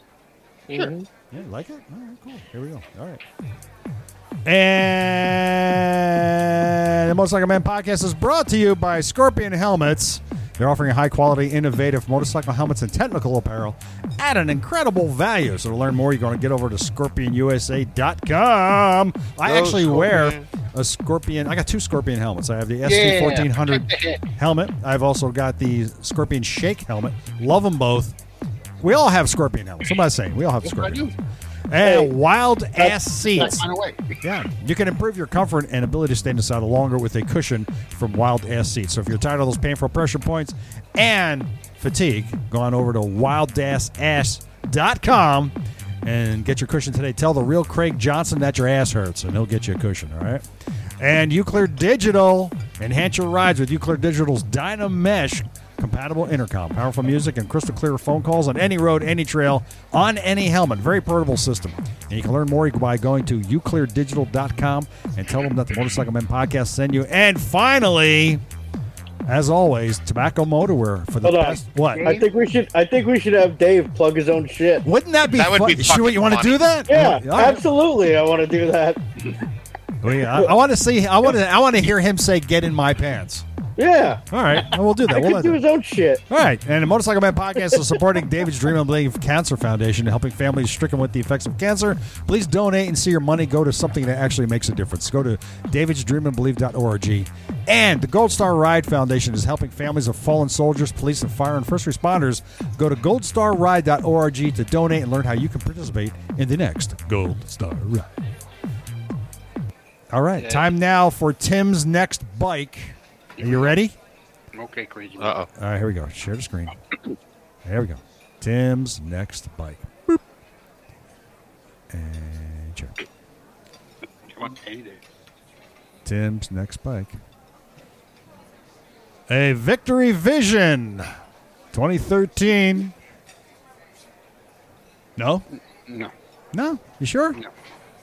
[SPEAKER 5] Mhm.
[SPEAKER 2] Yeah, like it? All right, cool. Here we go. All right. And the Motorcycle Man podcast is brought to you by Scorpion Helmets. They're offering high quality, innovative motorcycle helmets and technical apparel at an incredible value. So to learn more, you're going to get over to scorpionusa.com. I
[SPEAKER 3] Go
[SPEAKER 2] actually wear
[SPEAKER 3] Scorpion.
[SPEAKER 2] a Scorpion. I got two Scorpion helmets. I have the
[SPEAKER 4] Yeah.
[SPEAKER 2] ST1400 helmet. I've also got the Scorpion Shake helmet. Love them both. We all have Scorpion helmets. I'm not saying we all have
[SPEAKER 4] Yes, I
[SPEAKER 2] Scorpion.
[SPEAKER 4] do.
[SPEAKER 2] helmets. And wild ass
[SPEAKER 4] Gotta
[SPEAKER 2] seats.
[SPEAKER 4] find a way.
[SPEAKER 2] Yeah, you can improve your comfort and ability to stay in the saddle longer with a cushion from Wild Ass Seats. So if you're tired of those painful pressure points and fatigue, go on over to wildass.com and get your cushion today. Tell the real Craig Johnson that your ass hurts, and he'll get you a cushion, all right? And Uclear Digital, enhance your rides with Uclear Digital's Dynamesh compatible intercom, powerful music, and crystal clear phone calls on any road, any trail, on any helmet. Very portable system. And you can learn more by going to ucleardigital.com and tell them that the Motorcycle Men podcast sent you. And finally, as always, Tobacco Motorwear for the
[SPEAKER 5] Hold on.
[SPEAKER 2] best. What?
[SPEAKER 5] I think we should. I think we should have Dave plug his own shit.
[SPEAKER 2] Wouldn't that be
[SPEAKER 3] That would
[SPEAKER 2] fun?
[SPEAKER 3] be
[SPEAKER 2] Sure,
[SPEAKER 3] fucking
[SPEAKER 2] you want to
[SPEAKER 3] funny.
[SPEAKER 2] do that?
[SPEAKER 5] Yeah,
[SPEAKER 2] All right.
[SPEAKER 5] absolutely. I want to do that.
[SPEAKER 2] We- I, want to see. I want to. I want to hear him say, "Get in my pants."
[SPEAKER 5] Yeah,
[SPEAKER 2] All right, we'll do that.
[SPEAKER 5] I
[SPEAKER 2] We'll
[SPEAKER 5] could
[SPEAKER 2] let-
[SPEAKER 5] do his own shit.
[SPEAKER 2] All right, and the Motorcycle Man podcast is supporting David's Dream and Believe Cancer Foundation, helping families stricken with the effects of cancer. Please donate and see your money go to something that actually makes a difference. Go to davidsdreamandbelieve.org. And the Gold Star Ride Foundation is helping families of fallen soldiers, police, and fire and first responders. Go to goldstarride.org to donate and learn how you can participate in the next Gold Star Ride. All right, time now for Tim's next bike. Are you ready?
[SPEAKER 4] Okay, crazy.
[SPEAKER 3] Uh oh.
[SPEAKER 2] All right, here we go. Share the screen. There we go. Tim's next bike. Boop. And share.
[SPEAKER 4] Come on, any day.
[SPEAKER 2] Tim's next bike. A Victory Vision 2013. No?
[SPEAKER 4] No,
[SPEAKER 2] No? You sure?
[SPEAKER 4] no.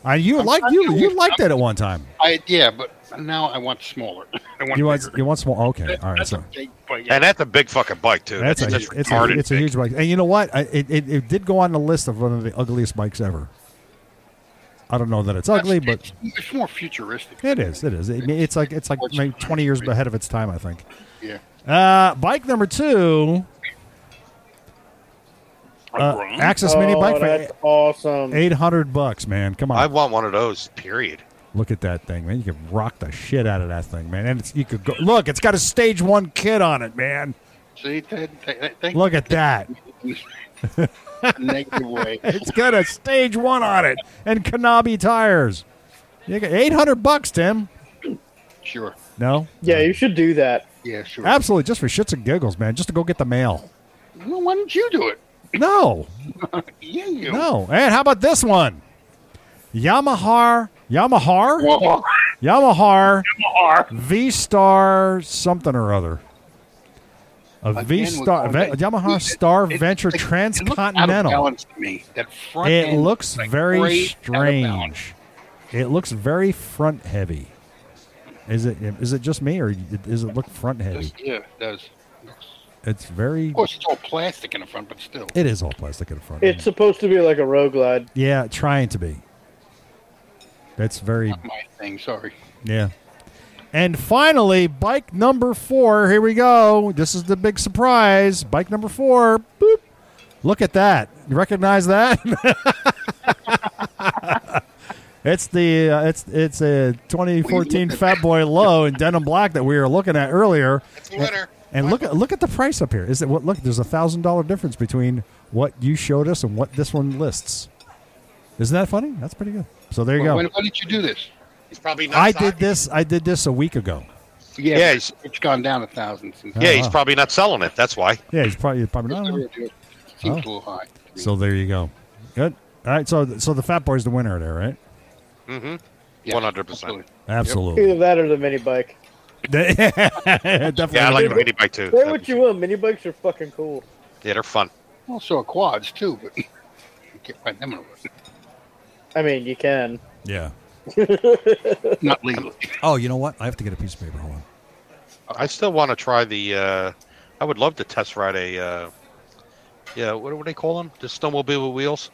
[SPEAKER 2] Uh, you like
[SPEAKER 4] trying
[SPEAKER 2] you
[SPEAKER 4] to-
[SPEAKER 2] you liked it at one time.
[SPEAKER 4] I yeah, but now I want smaller. I want
[SPEAKER 2] You want
[SPEAKER 4] bigger.
[SPEAKER 2] you want small okay.
[SPEAKER 4] That-
[SPEAKER 2] All right,
[SPEAKER 4] that's
[SPEAKER 2] so
[SPEAKER 4] a big bike.
[SPEAKER 3] And that's a big fucking bike too.
[SPEAKER 2] that's a,
[SPEAKER 3] just
[SPEAKER 2] it's, a,
[SPEAKER 3] retarded
[SPEAKER 2] it's a
[SPEAKER 3] big.
[SPEAKER 2] huge bike. And you know what? I, it, it, it did go on the list of one of the ugliest bikes ever. I don't know that it's ugly, but
[SPEAKER 4] it's, it's more futuristic.
[SPEAKER 2] It is. It is. It, it's like it's like maybe twenty years ahead of its time, I think.
[SPEAKER 4] Yeah,
[SPEAKER 2] Uh, bike number two, uh,
[SPEAKER 4] Wrong.
[SPEAKER 2] Axis Mini
[SPEAKER 5] Oh,
[SPEAKER 2] bike
[SPEAKER 5] that's
[SPEAKER 2] for
[SPEAKER 5] awesome.
[SPEAKER 2] eight hundred bucks, man. Come on,
[SPEAKER 3] I want one of those. Period.
[SPEAKER 2] look at that thing, man. You can rock the shit out of that thing, man. And it's, you could go look. It's got a stage one kit on it, man.
[SPEAKER 4] See, that, that, that, that,
[SPEAKER 2] Look at that.
[SPEAKER 4] negative way.
[SPEAKER 2] It's got a stage one on it and Kanabi tires. You got eight hundred bucks, Tim.
[SPEAKER 4] Sure.
[SPEAKER 2] No,
[SPEAKER 5] Yeah, you should do that.
[SPEAKER 4] Yeah, sure.
[SPEAKER 2] absolutely, just for shits and giggles, man. Just to go get the mail.
[SPEAKER 4] well, why don't you do it?
[SPEAKER 2] No,
[SPEAKER 4] Yeah, you.
[SPEAKER 2] no. And how about this one? Yamaha, Yamaha.
[SPEAKER 4] Well,
[SPEAKER 2] Yamaha
[SPEAKER 4] are.
[SPEAKER 2] V Star something or other. A
[SPEAKER 4] Again,
[SPEAKER 2] V
[SPEAKER 4] we're
[SPEAKER 2] Star
[SPEAKER 4] going
[SPEAKER 2] Ve-
[SPEAKER 4] back.
[SPEAKER 2] Yamaha Star
[SPEAKER 4] It-
[SPEAKER 2] Venture
[SPEAKER 4] it- it looks Out of
[SPEAKER 2] Transcontinental.
[SPEAKER 4] balance to me. That front
[SPEAKER 2] It
[SPEAKER 4] end
[SPEAKER 2] looks
[SPEAKER 4] like
[SPEAKER 2] very
[SPEAKER 4] way out of balance.
[SPEAKER 2] strange. It looks very front heavy. Is it is it just me or does it look front heavy?
[SPEAKER 4] Just- yeah, it does.
[SPEAKER 2] It's very
[SPEAKER 4] Of course, it's all plastic in the front, but still.
[SPEAKER 2] it is all plastic in the front.
[SPEAKER 5] It's supposed to be like a road glide.
[SPEAKER 2] yeah, trying to be. That's very
[SPEAKER 4] Not my thing, sorry.
[SPEAKER 2] Yeah. And finally, bike number four. Here we go. This is the big surprise. Bike number four. Boop. Look at that. You recognize that? it's the uh, it's it's a 2014 Fat Boy Low in denim black that we were looking at earlier.
[SPEAKER 3] It's a winner.
[SPEAKER 2] And look at look at the price up here. Is it what? Look, there's a thousand dollar difference between what you showed us and what this one lists. Isn't that funny? That's pretty good. So there you
[SPEAKER 4] Well,
[SPEAKER 2] go.
[SPEAKER 4] when, when did you do this?
[SPEAKER 3] It's probably not.
[SPEAKER 2] I
[SPEAKER 3] selling-
[SPEAKER 2] did this. I did this a week ago.
[SPEAKER 4] Yeah,
[SPEAKER 3] Yeah,
[SPEAKER 4] it's,
[SPEAKER 3] he's-
[SPEAKER 4] it's gone down a thousand since.
[SPEAKER 3] Yeah, he's
[SPEAKER 2] wow.
[SPEAKER 3] probably not selling it. That's why.
[SPEAKER 2] Yeah, he's probably probably
[SPEAKER 4] Seems
[SPEAKER 2] not.
[SPEAKER 4] a
[SPEAKER 2] on. Oh.
[SPEAKER 4] little high. to me.
[SPEAKER 2] So there you go. Good. All right. So so the fat boy's the winner there, right?
[SPEAKER 4] Yeah,
[SPEAKER 3] 100%.
[SPEAKER 4] absolutely.
[SPEAKER 5] Either
[SPEAKER 2] Absolutely.
[SPEAKER 5] that or the mini bike.
[SPEAKER 2] Definitely.
[SPEAKER 3] Yeah, I like
[SPEAKER 5] They-
[SPEAKER 3] the mini bike too.
[SPEAKER 5] Say what you will, mini bikes are fucking cool.
[SPEAKER 3] Yeah, they're fun.
[SPEAKER 4] Also, quads too, but you can't find them in a road.
[SPEAKER 5] I mean, you can.
[SPEAKER 2] Yeah.
[SPEAKER 4] Not legally.
[SPEAKER 2] Oh, you know what? I have to get a piece of paper. Hold on.
[SPEAKER 3] I still want to try the. Uh, I would love to test ride a. Uh, yeah, what do they call them? The snowmobile with wheels.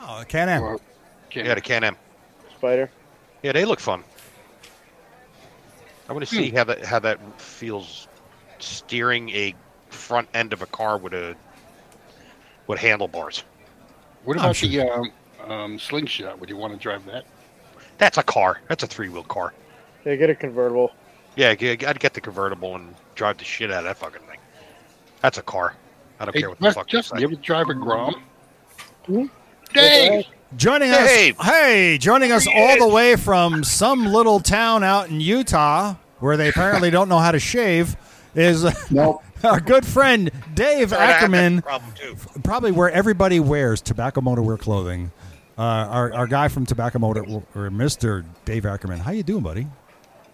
[SPEAKER 2] Oh, Can Am.
[SPEAKER 4] Or- can't-
[SPEAKER 3] Yeah, the Can Am.
[SPEAKER 5] Spider.
[SPEAKER 3] Yeah, they look fun. I want to see
[SPEAKER 4] Hmm.
[SPEAKER 3] how that how that feels steering a front end of a car with a with handlebars.
[SPEAKER 4] What
[SPEAKER 2] I'm
[SPEAKER 4] about
[SPEAKER 2] sure.
[SPEAKER 4] the um, um, slingshot? Would you want to drive that?
[SPEAKER 3] That's a car. That's a three wheel car.
[SPEAKER 5] Yeah, get a convertible.
[SPEAKER 3] Yeah, I'd I'd get the convertible and drive the shit out of that fucking thing. That's a car. I don't
[SPEAKER 4] Hey,
[SPEAKER 3] care what the
[SPEAKER 4] Just-
[SPEAKER 3] fuck. you
[SPEAKER 4] Justin,
[SPEAKER 3] say.
[SPEAKER 4] you ever drive a Grom? Hmm?
[SPEAKER 5] Mhm.
[SPEAKER 4] Dang!
[SPEAKER 2] Joining
[SPEAKER 3] Hey!
[SPEAKER 2] us, hey, joining us all the way from some little town out in Utah where they apparently don't know how to shave is
[SPEAKER 4] Nope.
[SPEAKER 2] our good friend Dave
[SPEAKER 3] Sorry, I had that
[SPEAKER 2] Ackerman.
[SPEAKER 3] Problem too.
[SPEAKER 2] probably where everybody wears Tobacco Motor wear clothing. Uh, our, our guy from Tobacco Motor, or Mr. Dave Ackerman. How you doing, buddy?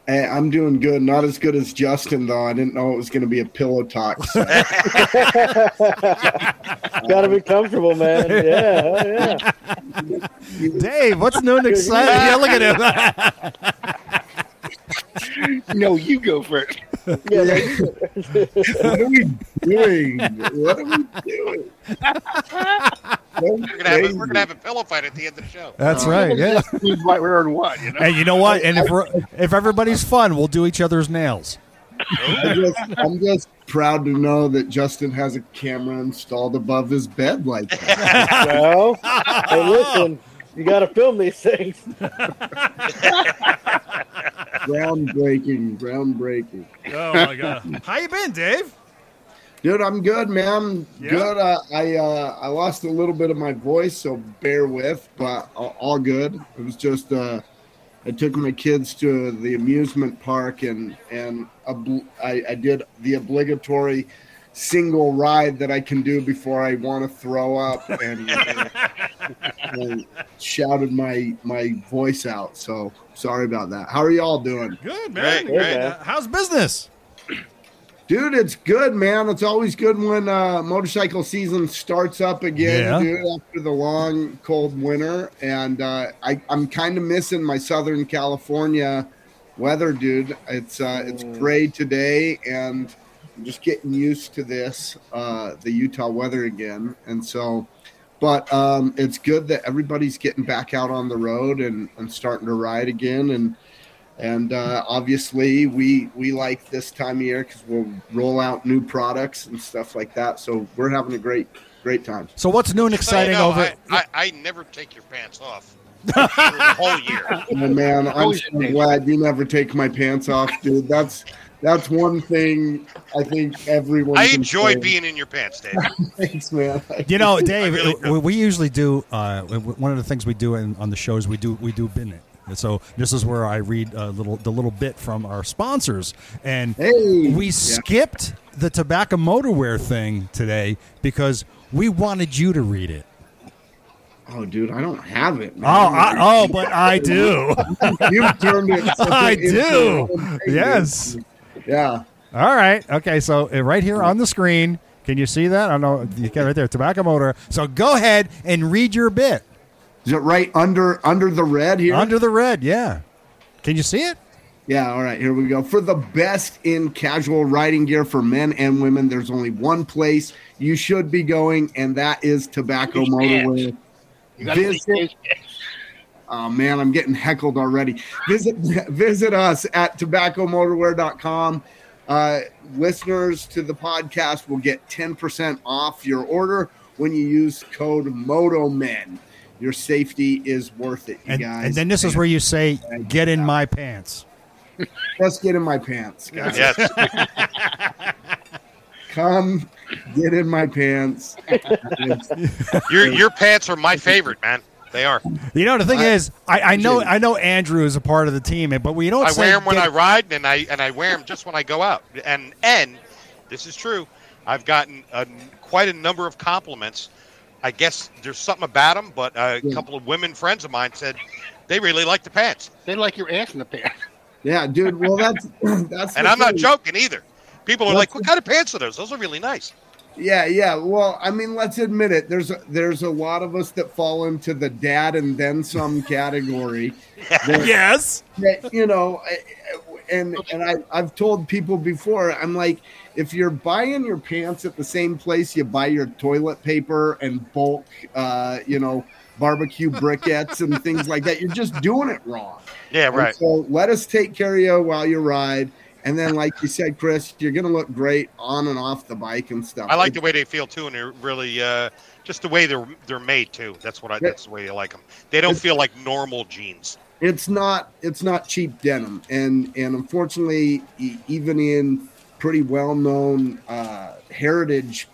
[SPEAKER 1] Hey, Eh, I'm doing good. Not as good as Justin though. I didn't know it was going to be a pillow talk. So
[SPEAKER 5] Gotta be comfortable, man. Yeah, oh, yeah.
[SPEAKER 2] Dave, what's new and exciting? yeah, look at him.
[SPEAKER 4] No, you go for it.
[SPEAKER 5] Yeah, like,
[SPEAKER 1] what are we doing? What are we doing?
[SPEAKER 3] We're gonna, have a, we're gonna have a pillow fight at the end of the show.
[SPEAKER 2] That's right. Yeah.
[SPEAKER 4] Who's right where and what, you know?
[SPEAKER 2] And you know what? And if we're, if everybody's fun, we'll do each other's nails.
[SPEAKER 1] I'm, just, I'm just proud to know that Justin has a camera installed above his bed like that.
[SPEAKER 5] well, hey, listen, you gotta film these things.
[SPEAKER 1] groundbreaking, groundbreaking.
[SPEAKER 2] Oh my god. How you been, Dave?
[SPEAKER 1] Dude, I'm good, man.
[SPEAKER 2] Yeah.
[SPEAKER 1] Good. Uh, I uh, I lost a little bit of my voice, so bear with, but a- all good. It was just uh, I took my kids to the amusement park and and obl- I, I did the obligatory single ride that I can do before I want to throw up and, uh, and shouted my my voice out. So sorry about that. How are y'all doing?
[SPEAKER 2] Good
[SPEAKER 3] man. Great,
[SPEAKER 5] great.
[SPEAKER 2] Uh, How's business?
[SPEAKER 1] Dude, it's good, man. It's always good when uh, motorcycle season starts up again,
[SPEAKER 2] Yeah.
[SPEAKER 1] dude, after the long, cold winter. And uh, I, I'm kind of missing my Southern California weather, dude. It's uh, it's gray today, and I'm just getting used to this, uh, the Utah weather again. And so, but um, it's good that everybody's getting back out on the road and, and starting to ride again. And and uh, obviously we we like this time of year because we'll roll out new products and stuff like that so we're having a great great time
[SPEAKER 2] So what's new and exciting
[SPEAKER 3] No, no,
[SPEAKER 2] over?
[SPEAKER 3] I, I, I never take your pants off through the whole year.
[SPEAKER 1] oh, man i'm
[SPEAKER 4] Oh,
[SPEAKER 1] so
[SPEAKER 4] yeah.
[SPEAKER 1] glad you never take my pants off dude that's that's one thing i think everyone
[SPEAKER 3] I
[SPEAKER 1] can
[SPEAKER 3] enjoy
[SPEAKER 1] say.
[SPEAKER 3] being in your pants, Dave.
[SPEAKER 1] thanks man
[SPEAKER 2] You know, Dave,
[SPEAKER 3] really
[SPEAKER 2] we, we usually do. Uh, w- w- one of the things we do in, on the show is we do we do bin it. And so this is where I read a little the little bit from our sponsors, and
[SPEAKER 1] Hey.
[SPEAKER 2] we
[SPEAKER 1] Yeah.
[SPEAKER 2] skipped the tobacco motorwear thing today because we wanted you to read it.
[SPEAKER 1] oh dude i don't have it
[SPEAKER 2] Oh,
[SPEAKER 1] man.
[SPEAKER 2] I, oh, but I do.
[SPEAKER 1] You've turned it
[SPEAKER 2] I
[SPEAKER 1] into
[SPEAKER 2] do.
[SPEAKER 1] your own thing, dude.
[SPEAKER 2] Yes.
[SPEAKER 1] yeah
[SPEAKER 2] All right. Okay. So uh, right here on the screen, can you see that? I don't know. You can right there. Tobacco motor. So go ahead and read your bit
[SPEAKER 1] is it right under under the red here
[SPEAKER 2] under the red. Yeah. Can you see it?
[SPEAKER 1] Yeah, all right, here we go. For the best in casual riding gear for men and women, there's only one place you should be going, and that is Tobacco Motorwear.
[SPEAKER 4] You gotta
[SPEAKER 1] Visit-
[SPEAKER 4] leave
[SPEAKER 1] Oh man, I'm getting heckled already. Visit visit us at tobaccomotorwear.com. Uh, listeners to the podcast will get 10% off your order when you use code MOTOMEN. Your safety is worth it, you
[SPEAKER 2] and,
[SPEAKER 1] guys.
[SPEAKER 2] and then this is where you say, "Get in my pants."
[SPEAKER 1] let's get in my pants, guys.
[SPEAKER 3] Yes.
[SPEAKER 1] Come get in my pants.
[SPEAKER 3] Your your pants are my favorite, man. They are.
[SPEAKER 2] You know, the thing
[SPEAKER 1] I-
[SPEAKER 2] is, I, I know,
[SPEAKER 1] Dude.
[SPEAKER 2] I know Andrew is a part of the team, but we don't.
[SPEAKER 3] I
[SPEAKER 2] say
[SPEAKER 3] wear them when
[SPEAKER 2] get-
[SPEAKER 3] I ride, and I and I wear them just when I go out. And and this is true. I've gotten a, quite a number of compliments. I guess there's something about them, but a
[SPEAKER 1] Yeah.
[SPEAKER 3] couple of women friends of mine said they really like the pants,
[SPEAKER 4] They like your ass in the pants.
[SPEAKER 1] Yeah, dude. Well, that's that's.
[SPEAKER 3] and
[SPEAKER 1] the
[SPEAKER 3] I'm not
[SPEAKER 1] thing.
[SPEAKER 3] joking either. People are
[SPEAKER 1] What's
[SPEAKER 3] like, "What kind of pants are those? Those are really nice."
[SPEAKER 1] Yeah, yeah. Well, I mean, let's admit it. There's a, there's a lot of us that fall into the dad and then some category. that-
[SPEAKER 2] Yes.
[SPEAKER 1] that, you know, I- and and I I've told people before. I'm like, if you're buying your pants at the same place you buy your toilet paper and bulk, uh, you know, barbecue briquettes and things like that. You're just doing it wrong.
[SPEAKER 3] Yeah,
[SPEAKER 1] And
[SPEAKER 3] right.
[SPEAKER 1] so let us take care of you while you ride. And then, like you said, Chris, you're going to look great on and off the bike and stuff.
[SPEAKER 3] I like the way they feel too, and they're really uh, just the way they're they're made too. That's what I.
[SPEAKER 1] Yeah.
[SPEAKER 3] That's the way I like them. They don't
[SPEAKER 1] It's-
[SPEAKER 3] feel like normal jeans.
[SPEAKER 1] it's not it's not cheap denim, and and unfortunately, e- even in pretty well known uh, heritage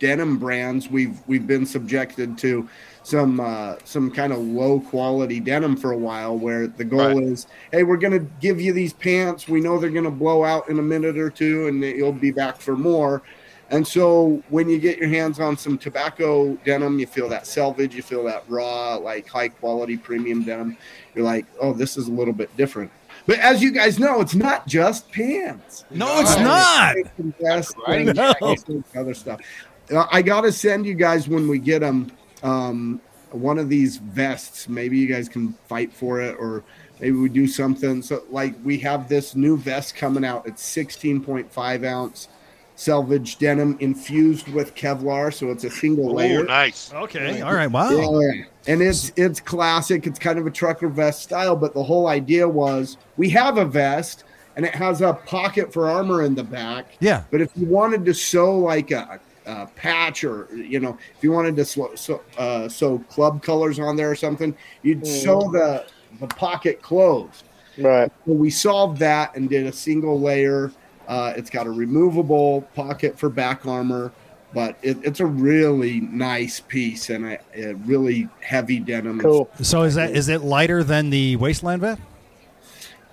[SPEAKER 1] denim brands, we've we've been subjected to some uh, some kind of low quality denim for a while, where the goal
[SPEAKER 3] Right.
[SPEAKER 1] is, hey, we're going to give you these pants. We know they're going to blow out in a minute or two, and that you'll be back for more. And so when you get your hands on some tobacco denim, you feel that selvage, you feel that raw, like high quality premium denim. You're like, oh, this is a little bit different. But as you guys know, it's not just pants.
[SPEAKER 2] No, it's
[SPEAKER 4] Oh.
[SPEAKER 2] not.
[SPEAKER 1] Yes,
[SPEAKER 4] Right?
[SPEAKER 1] and
[SPEAKER 2] No.
[SPEAKER 1] all sorts of other stuff. Uh, I gotta send you guys when we get them um, one of these vests. Maybe you guys can fight for it, or maybe we do something. So, like, we have this new vest coming out. It's sixteen point five ounce selvage denim infused with Kevlar, so it's a single
[SPEAKER 3] Ooh,
[SPEAKER 1] layer.
[SPEAKER 3] nice.
[SPEAKER 2] Okay. All right. Wow.
[SPEAKER 1] Yeah. And it's it's classic. It's kind of a trucker vest style, but the whole idea was we have a vest and it has a pocket for armor in the back.
[SPEAKER 2] Yeah.
[SPEAKER 1] But if you wanted to sew like a, a patch or you know if you wanted to sew, sew, uh, sew club colors on there or something, you'd sew the the pocket closed.
[SPEAKER 5] Right.
[SPEAKER 1] So we solved that and did a single layer. Uh, it's got a removable pocket for back armor, but it, it's a really nice piece and a, a really heavy denim.
[SPEAKER 5] Cool.
[SPEAKER 2] So is that is it lighter than the wasteland vet?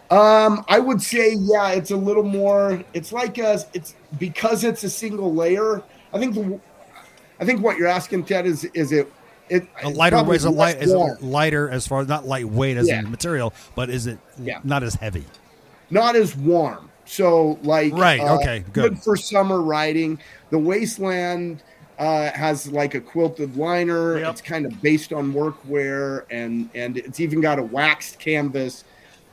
[SPEAKER 1] Um, I would say, yeah, it's a little more. It's like a, it's because it's a single layer. I think the, I think what you're asking, Ted, is is it it
[SPEAKER 2] A lighter
[SPEAKER 1] probably
[SPEAKER 2] is a light
[SPEAKER 1] less
[SPEAKER 2] is
[SPEAKER 1] warm.
[SPEAKER 2] it lighter as far as not lightweight as
[SPEAKER 1] Yeah.
[SPEAKER 2] in material, but is it
[SPEAKER 1] Yeah.
[SPEAKER 2] not as heavy?
[SPEAKER 1] not as warm. So like uh,
[SPEAKER 2] Right, okay, good.
[SPEAKER 1] for summer riding. The wasteland uh, has like a quilted liner.
[SPEAKER 2] Yep.
[SPEAKER 1] It's kind of based on workwear, and and it's even got a waxed canvas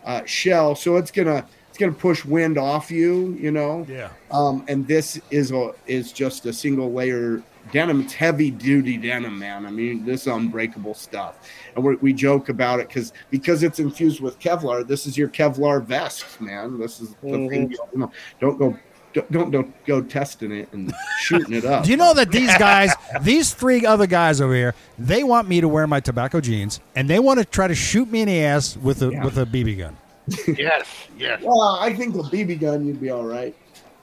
[SPEAKER 1] uh, shell. So it's gonna it's gonna push wind off you. You know.
[SPEAKER 2] Yeah.
[SPEAKER 1] Um, and this is a is just a single layer denim. It's heavy duty denim, man. I mean, this is unbreakable stuff. And we we joke about it because because it's infused with Kevlar. This is your Kevlar vest, man. This is the
[SPEAKER 2] Mm-hmm.
[SPEAKER 1] thing. You don't, know. don't go. Don't, don't don't go testing it and shooting it up.
[SPEAKER 2] Do you know that these guys, these three other guys over here, they want me to wear my tobacco jeans and they want to try to shoot me in the ass with a with a BB gun.
[SPEAKER 4] yes, yes.
[SPEAKER 1] Well, I think a BB gun, you'd be all right.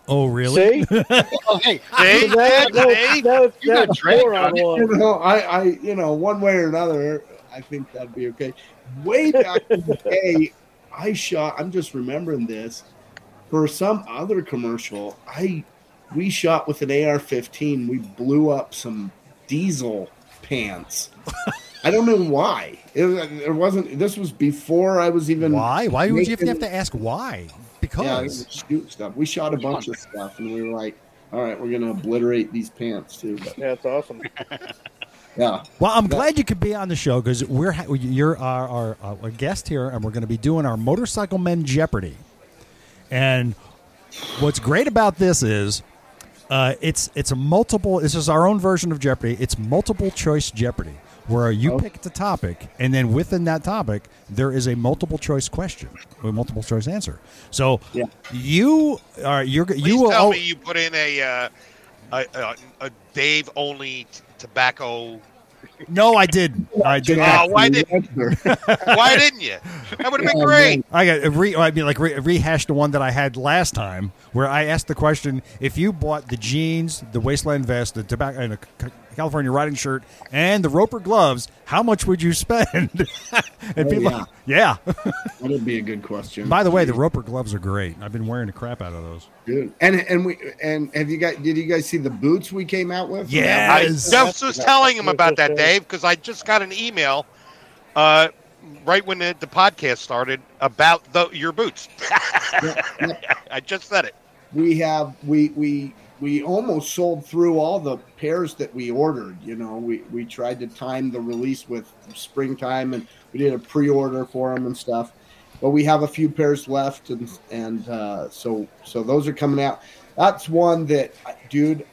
[SPEAKER 2] Oh really?
[SPEAKER 5] See? That-
[SPEAKER 4] Oh, hey,
[SPEAKER 3] Hey, hey,
[SPEAKER 5] that- that- that-
[SPEAKER 4] You got
[SPEAKER 5] that's
[SPEAKER 4] Drake
[SPEAKER 5] four on
[SPEAKER 4] on it.
[SPEAKER 5] one.
[SPEAKER 1] You know, I, I, you know, one way or another, I think that'd be okay. Way back in the day, I shot. I'm just remembering this for some other commercial. I we shot with an AR-15. We blew up some diesel pants. I don't know why. It, it wasn't. This was before I was even.
[SPEAKER 2] Why? Why would you even
[SPEAKER 1] making-
[SPEAKER 2] have to ask why?
[SPEAKER 1] Yeah,
[SPEAKER 2] Because
[SPEAKER 1] shoot stuff. We shot a bunch of stuff, and we were like, "All right, we're gonna obliterate these pants too." But
[SPEAKER 5] Yeah, that's awesome.
[SPEAKER 1] yeah,
[SPEAKER 2] Well, I'm glad you could be on the show because we're ha- you're our, our, our guest here, and we're going to be doing our motorcycle men Jeopardy. And what's great about this is uh, it's it's a multiple. This is our own version of Jeopardy. It's multiple choice Jeopardy, where you pick the topic, and then within that topic, there is a multiple choice question, a multiple choice answer. So
[SPEAKER 1] Yeah.
[SPEAKER 2] you are you're
[SPEAKER 3] Please
[SPEAKER 2] you will
[SPEAKER 3] tell
[SPEAKER 2] al-
[SPEAKER 3] me you put in a uh, a, a, a Dave only t- tobacco.
[SPEAKER 2] no, I did, I Uh, did. not.
[SPEAKER 3] Oh, why did why didn't you? That would have been
[SPEAKER 1] Yeah,
[SPEAKER 3] great.
[SPEAKER 2] I got uh, re, I mean, like re, rehash the one that I had last time, where I asked the question: If you bought the jeans, the waistland vest, the tobacco, and a C- California riding shirt, and the roper gloves, how much would you spend? and
[SPEAKER 1] Oh,
[SPEAKER 2] people, yeah.
[SPEAKER 1] That'd be a good question.
[SPEAKER 2] By the way, the roper gloves are great. I've been wearing the crap out of those.
[SPEAKER 1] Dude. And and we and have you guys did you guys see the boots we came out with?
[SPEAKER 2] Yeah.
[SPEAKER 3] I
[SPEAKER 2] Yes.
[SPEAKER 3] just was telling him about that, Dave, because I just got an email uh, right when the, the podcast started about the, your boots. I just said it.
[SPEAKER 1] We have we we we almost sold through all the pairs that we ordered, you know. We we tried to time the release with springtime and we did a pre-order for them and stuff. But we have a few pairs left and and uh, so so those are coming out. That's one that dude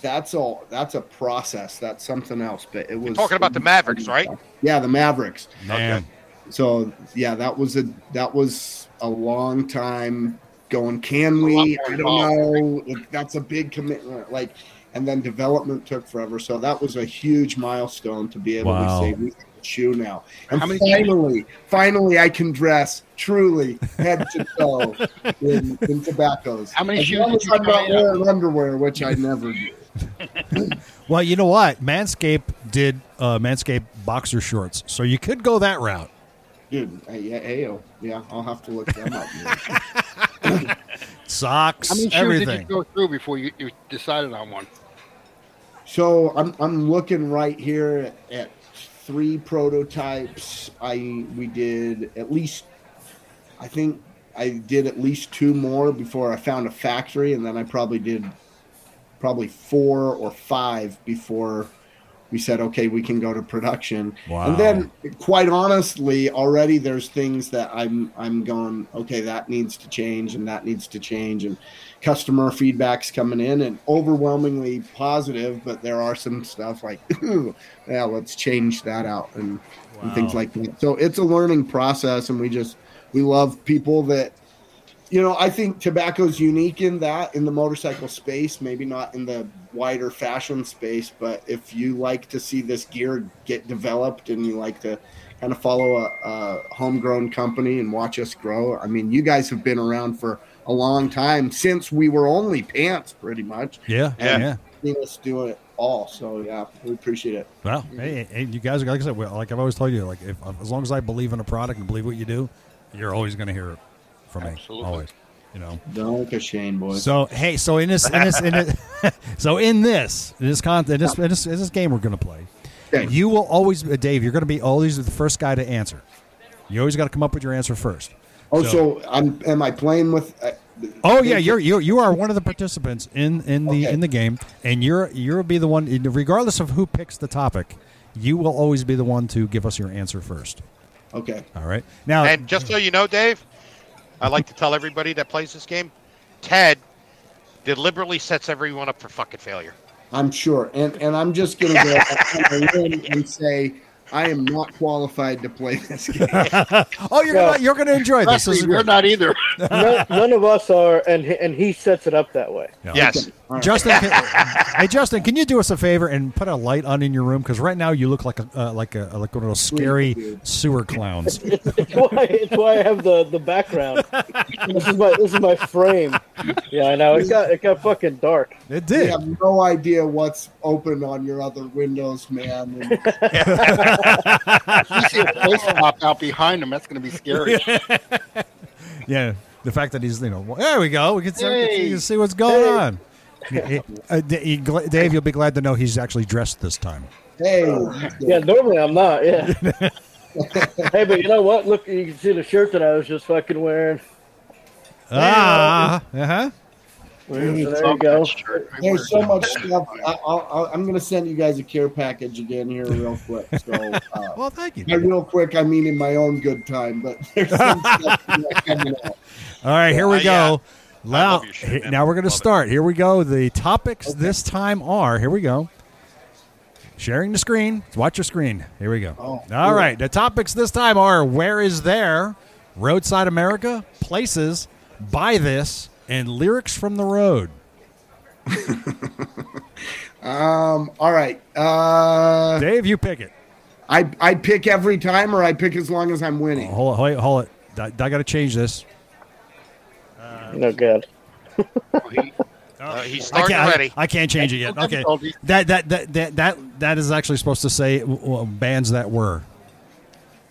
[SPEAKER 1] that's all. That's a process. That's something else. But it was
[SPEAKER 3] talking about the Mavericks, right?
[SPEAKER 1] Yeah, the Mavericks.
[SPEAKER 2] Man,
[SPEAKER 1] So yeah, that was a that was a long time going. Can we? I don't know. Like, that's a big commitment. Like, and then development took forever. So that was a huge milestone to be able
[SPEAKER 2] Wow.
[SPEAKER 1] to say we have a shoe now. And
[SPEAKER 4] How many-
[SPEAKER 1] finally, finally, I can dress truly head to toe in, in tobaccos.
[SPEAKER 4] How many
[SPEAKER 1] As
[SPEAKER 4] shoes
[SPEAKER 1] long
[SPEAKER 4] did
[SPEAKER 1] as
[SPEAKER 4] you
[SPEAKER 1] I'm not
[SPEAKER 4] try out?
[SPEAKER 1] wearing underwear, which I never do.
[SPEAKER 2] Well, you know what? Manscaped did uh, Manscaped boxer shorts, so you could go that route.
[SPEAKER 1] Dude, hey, yeah, ayo. yeah, I'll have to look them up.
[SPEAKER 2] Socks,
[SPEAKER 4] How many shoes did you
[SPEAKER 2] everything.
[SPEAKER 4] go through before you, you decided on one?
[SPEAKER 1] So I'm I'm looking right here at three prototypes. I we did at least I think I did at least two more before I found a factory and then I probably did probably four or five before we said okay we can go to production.
[SPEAKER 2] Wow.
[SPEAKER 1] And then quite honestly already there's things that I'm I'm going okay that needs to change and that needs to change and customer feedback's coming in and overwhelmingly positive, but there are some stuff like, yeah, let's change that out and, and things
[SPEAKER 2] Wow.
[SPEAKER 1] like that. So it's a learning process, and we just we love people that, you know, I think tobacco's unique in that in the motorcycle space, maybe not in the wider fashion space, but if you like to see this gear get developed and you like to kind of follow a, a homegrown company and watch us grow. I mean, you guys have been around for a long time since we were only pants, pretty much.
[SPEAKER 2] Yeah, yeah.
[SPEAKER 3] Yeah.
[SPEAKER 1] Seen us do it all. So yeah, we appreciate it.
[SPEAKER 2] Well, hey, hey, you guys are like I said. well, Like I've always told you, like if, as long as I believe in a product and believe what you do, you're always going to hear it from me.
[SPEAKER 4] Absolutely.
[SPEAKER 2] Always, you know.
[SPEAKER 1] Don't look ashamed, boys.
[SPEAKER 2] So hey, so in this, in this, in this so in this, in this con, in this, in this, in this game we're going to play,
[SPEAKER 1] Okay.
[SPEAKER 2] you will always, Dave. You're going to be always the first guy to answer. You always got to come up with your answer first.
[SPEAKER 1] oh, so I'm am I playing with? Uh,
[SPEAKER 2] Oh yeah, you're you you are one of the participants in in the
[SPEAKER 1] Okay.
[SPEAKER 2] in the game, and you're you'll be the one, regardless of who picks the topic, you will always be the one to give us your answer first.
[SPEAKER 1] okay.
[SPEAKER 2] All right, now
[SPEAKER 3] And just so you know, Dave, I like to tell everybody that plays this game, Ted deliberately sets everyone up for fucking failure.
[SPEAKER 1] I'm sure, and and I'm just gonna go on a limb and say I am not qualified to play this game.
[SPEAKER 2] oh you're
[SPEAKER 5] Well,
[SPEAKER 2] gonna, you're going to enjoy this. this
[SPEAKER 4] Actually,
[SPEAKER 2] is
[SPEAKER 4] we're
[SPEAKER 2] great.
[SPEAKER 4] not either.
[SPEAKER 5] none, none of us are, and he- and he sets it up that way.
[SPEAKER 2] Yeah.
[SPEAKER 3] Yes.
[SPEAKER 1] All right.
[SPEAKER 2] Justin, can, hey Justin, can you do us a favor and put a light on in your room? Because right now you look like a uh, like a like one of those scary
[SPEAKER 1] dude.
[SPEAKER 2] sewer clowns.
[SPEAKER 5] It's why, it's why I have the, the background. This is my this is my frame. Yeah, I know it got it got fucking dark.
[SPEAKER 2] It
[SPEAKER 1] We
[SPEAKER 2] did.
[SPEAKER 1] have no idea what's open on your other windows, man. And-
[SPEAKER 4] You see a face pop out behind him. That's going to be scary.
[SPEAKER 2] Yeah, the fact that he's you know well, there we go. We can see, we can see-
[SPEAKER 4] Hey.
[SPEAKER 2] you can see what's going on. Yeah, uh, D- you gl- Dave, you'll be glad to know he's actually dressed this time.
[SPEAKER 1] Hey,
[SPEAKER 5] Yeah, normally I'm not. Yeah. hey, but you know what? Look, you can see the shirt that I was just fucking wearing.
[SPEAKER 2] Ah, uh huh.
[SPEAKER 5] So there you go.
[SPEAKER 1] There's so much stuff. I, I'll, I'll, I'm going to send you guys a care package again here real quick. So, uh,
[SPEAKER 2] Well, thank you.
[SPEAKER 1] by real quick, I mean in my own good time. But there's some stuff that's coming out.
[SPEAKER 2] All right, here we
[SPEAKER 3] Uh, yeah.
[SPEAKER 2] go. Now,
[SPEAKER 3] love your shit, man.
[SPEAKER 2] now we're going to
[SPEAKER 3] Love it.
[SPEAKER 2] start. Here we go. The topics this time are here we go. Sharing the screen. Watch your screen. Here we go.
[SPEAKER 1] Oh,
[SPEAKER 2] All right.
[SPEAKER 1] cool.
[SPEAKER 2] The topics this time are where is there, roadside America, places, buy this, and lyrics from the road.
[SPEAKER 1] Um, all right. Uh,
[SPEAKER 2] Dave, you pick it.
[SPEAKER 1] I I pick every time, or I pick as long as I'm winning.
[SPEAKER 2] Hold it. Hold it. Hold it. I, got to change this.
[SPEAKER 5] No good.
[SPEAKER 3] Uh, he's
[SPEAKER 2] I
[SPEAKER 3] starting
[SPEAKER 2] can't,
[SPEAKER 3] already.
[SPEAKER 2] I, I can't change it yet.
[SPEAKER 4] No
[SPEAKER 2] Okay.
[SPEAKER 4] difficulty.
[SPEAKER 2] That that that that that, that is actually supposed to say w- w- bands that were.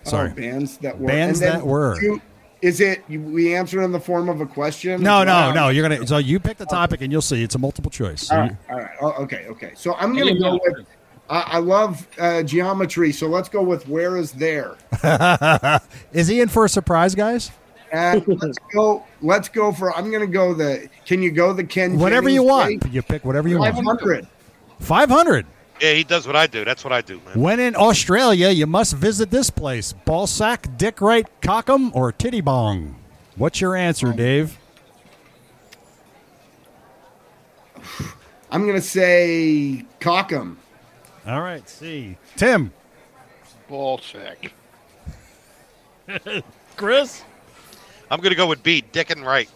[SPEAKER 2] Sorry.
[SPEAKER 1] Oh, bands that were
[SPEAKER 2] Bands
[SPEAKER 1] and then
[SPEAKER 2] that were.
[SPEAKER 1] you- is it you, we answer in the form of a question?
[SPEAKER 2] No, no,
[SPEAKER 1] Wow.
[SPEAKER 2] no. You're gonna. So you pick the topic, and you'll see it's a multiple choice. So
[SPEAKER 1] All
[SPEAKER 2] you-
[SPEAKER 1] right, all right. Oh, okay, okay. So I'm gonna go with. I, I love uh, geometry, so let's go with where is there.
[SPEAKER 2] Is he in for a surprise, guys?
[SPEAKER 1] And let's go. Let's go for. I'm gonna go the. Can you go the Ken?
[SPEAKER 2] Whatever
[SPEAKER 1] Jennings
[SPEAKER 2] you
[SPEAKER 1] way?
[SPEAKER 2] want, you pick whatever you want.
[SPEAKER 1] 500.
[SPEAKER 2] Five hundred.
[SPEAKER 3] Yeah, he does what I do. That's what I do, man.
[SPEAKER 2] When in Australia, you must visit this place: Ballsack, Dick Wright, Cockham, or Titty Bong. What's your answer, Dave?
[SPEAKER 1] I'm going to say Cockham.
[SPEAKER 2] All right, see. Tim.
[SPEAKER 4] Ball sack.
[SPEAKER 2] Chris.
[SPEAKER 3] I'm going to go with B, Dick and Wright.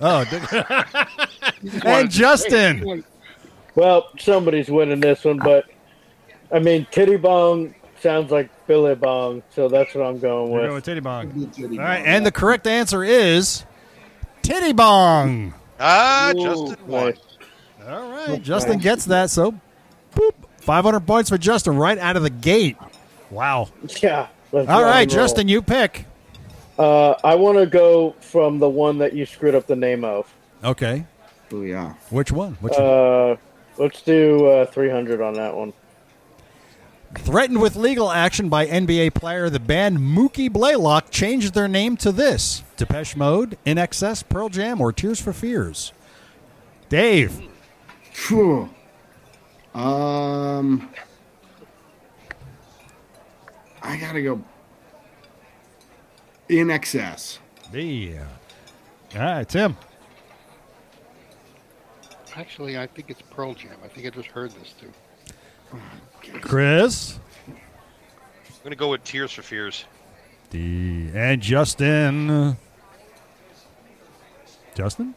[SPEAKER 2] Oh, Dick- and Justin.
[SPEAKER 5] Well, somebody's winning this one, but I mean, Titty Bong sounds like Billy Bong, so that's what I'm going
[SPEAKER 2] We're going with
[SPEAKER 5] with.
[SPEAKER 2] Titty Bong.
[SPEAKER 1] All
[SPEAKER 2] All right, and the correct answer is Titty Bong.
[SPEAKER 3] Ah, Justin won.
[SPEAKER 5] Nice.
[SPEAKER 2] All right, Justin gets that. So, boop, 500 points for Justin right out of the gate. Wow.
[SPEAKER 5] Yeah. let's
[SPEAKER 2] All
[SPEAKER 5] rock
[SPEAKER 2] right,
[SPEAKER 5] and roll.
[SPEAKER 2] Justin, you pick.
[SPEAKER 5] Uh, I want to go from the one that you screwed up the name of.
[SPEAKER 2] Okay.
[SPEAKER 1] Oh, yeah.
[SPEAKER 2] Which one? Which one?
[SPEAKER 5] Uh, let's do uh, 300 on that one.
[SPEAKER 2] Threatened with legal action by NBA player, the band Mookie Blaylock changed their name to this Depeche Mode, In Excess, Pearl Jam, or Tears for Fears. Dave.
[SPEAKER 1] Phew. Um, I gotta go in excess.
[SPEAKER 2] B. All right, Tim.
[SPEAKER 4] Actually, I think it's Pearl Jam. I think I just heard this too.
[SPEAKER 2] Chris.
[SPEAKER 3] I'm going to go with Tears for Fears.
[SPEAKER 2] D. And Justin. Justin?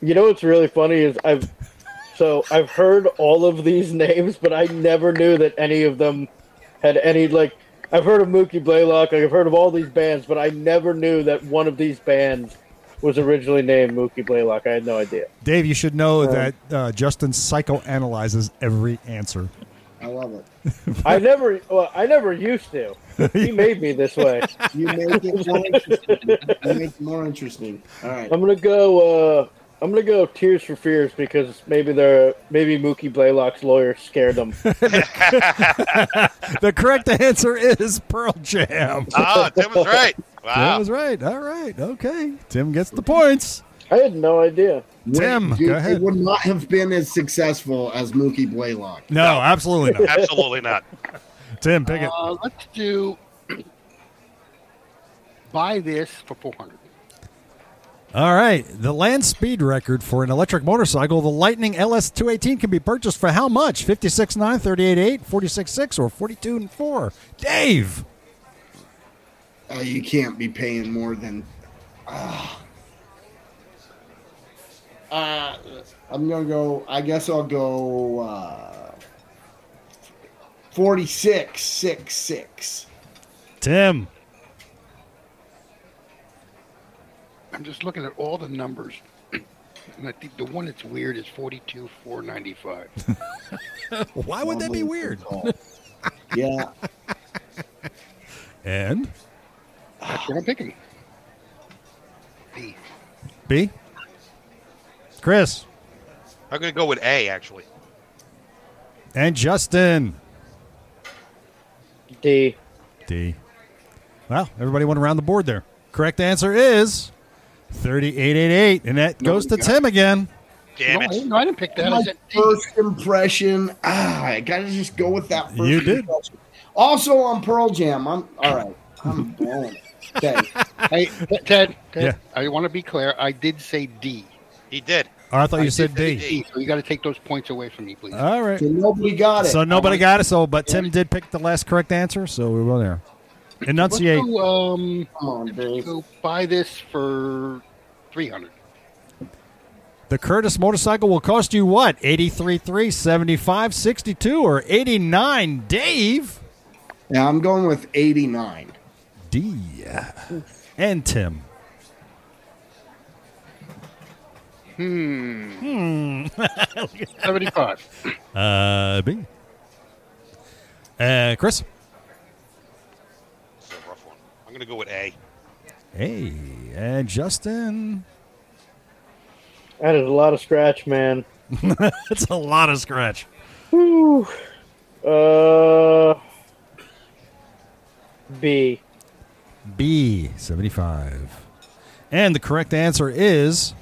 [SPEAKER 5] You know what's really funny is I've so I've heard all of these names, but I never knew that any of them had any like. I've heard of Mookie Blaylock, like I've heard of all these bands, but I never knew that one of these bands was originally named Mookie Blaylock. I had no idea.
[SPEAKER 2] Dave, you should know that uh, Justin psychoanalyzes every answer.
[SPEAKER 1] I love it.
[SPEAKER 5] I never, well, I never used to. He made me this way.
[SPEAKER 1] You make it more interesting. You make it more interesting. All right.
[SPEAKER 5] I'm gonna go. uh I'm gonna go Tears for Fears because maybe they're maybe Mookie Blaylock's lawyer scared them.
[SPEAKER 2] The correct answer is Pearl Jam.
[SPEAKER 3] Ah, Tim was right.
[SPEAKER 2] That
[SPEAKER 3] Wow.
[SPEAKER 2] was right. All right. Okay. Tim gets the points.
[SPEAKER 5] I had no idea.
[SPEAKER 2] Tim,
[SPEAKER 1] Dude,
[SPEAKER 2] go ahead.
[SPEAKER 1] It would not have been as successful as Mookie Blaylock.
[SPEAKER 2] No, absolutely not.
[SPEAKER 3] Absolutely not.
[SPEAKER 2] Tim, pick it.
[SPEAKER 4] Uh, let's do buy this for 400.
[SPEAKER 2] All right. The land speed record for an electric motorcycle, the Lightning LS218, can be purchased for how much? 56.9, 38.8, 46.6, or 42 and 4? Dave.
[SPEAKER 1] Uh, you can't be paying more than. ah. Uh, I'm gonna go. I guess I'll go uh, forty-six, six, six.
[SPEAKER 2] Tim.
[SPEAKER 4] I'm just looking at all the numbers. And I think the one that's weird is 42, 495.
[SPEAKER 2] Why would that be weird?
[SPEAKER 1] yeah,
[SPEAKER 2] And
[SPEAKER 4] That's what I'm picking. B.
[SPEAKER 2] B. Chris.
[SPEAKER 3] I'm going to go with A, actually.
[SPEAKER 2] And Justin.
[SPEAKER 5] D.
[SPEAKER 2] D. Well, everybody went around the board there. Correct answer is 3888. And that goes to
[SPEAKER 4] Nobody got
[SPEAKER 2] Tim again.
[SPEAKER 4] No,
[SPEAKER 3] Damn
[SPEAKER 4] I,
[SPEAKER 3] it.
[SPEAKER 4] didn't- I didn't pick that. I
[SPEAKER 1] my
[SPEAKER 4] said D.
[SPEAKER 1] first impression. Ah, I gotta just go with that. First
[SPEAKER 2] You did.
[SPEAKER 1] impression. Also on Pearl Jam. I'm all right. I'm blown. Okay,
[SPEAKER 4] Hey, Ted, Ted,
[SPEAKER 2] Yeah.
[SPEAKER 4] I want to be clear. I did say D.
[SPEAKER 3] He did.
[SPEAKER 2] Oh, I thought
[SPEAKER 4] I
[SPEAKER 2] you
[SPEAKER 4] did
[SPEAKER 2] said
[SPEAKER 4] say
[SPEAKER 2] D. Uh,
[SPEAKER 4] So you got to take those points away from me, please.
[SPEAKER 2] All right.
[SPEAKER 1] so nobody got it.
[SPEAKER 2] So nobody got it. So, but Tim did pick the last correct answer. So we were there.
[SPEAKER 4] Let's
[SPEAKER 2] Enunciate.
[SPEAKER 4] go, um,
[SPEAKER 1] Come on, Dave.
[SPEAKER 4] go buy this for 300.
[SPEAKER 2] The Curtis motorcycle will cost you what? 83.3, 75, 62, or 89? Dave.
[SPEAKER 1] Yeah, I'm going with 89.
[SPEAKER 2] D. And Tim.
[SPEAKER 4] Hmm. Hmm. 75.
[SPEAKER 2] Uh, B. Uh, Chris.
[SPEAKER 3] It's a rough one. I'm going to go with A.
[SPEAKER 2] Hey. And Justin.
[SPEAKER 5] That is a lot of scratch, man.
[SPEAKER 2] That's a lot of scratch.
[SPEAKER 5] Whew. Uh, B.
[SPEAKER 2] B, 75. And the correct answer is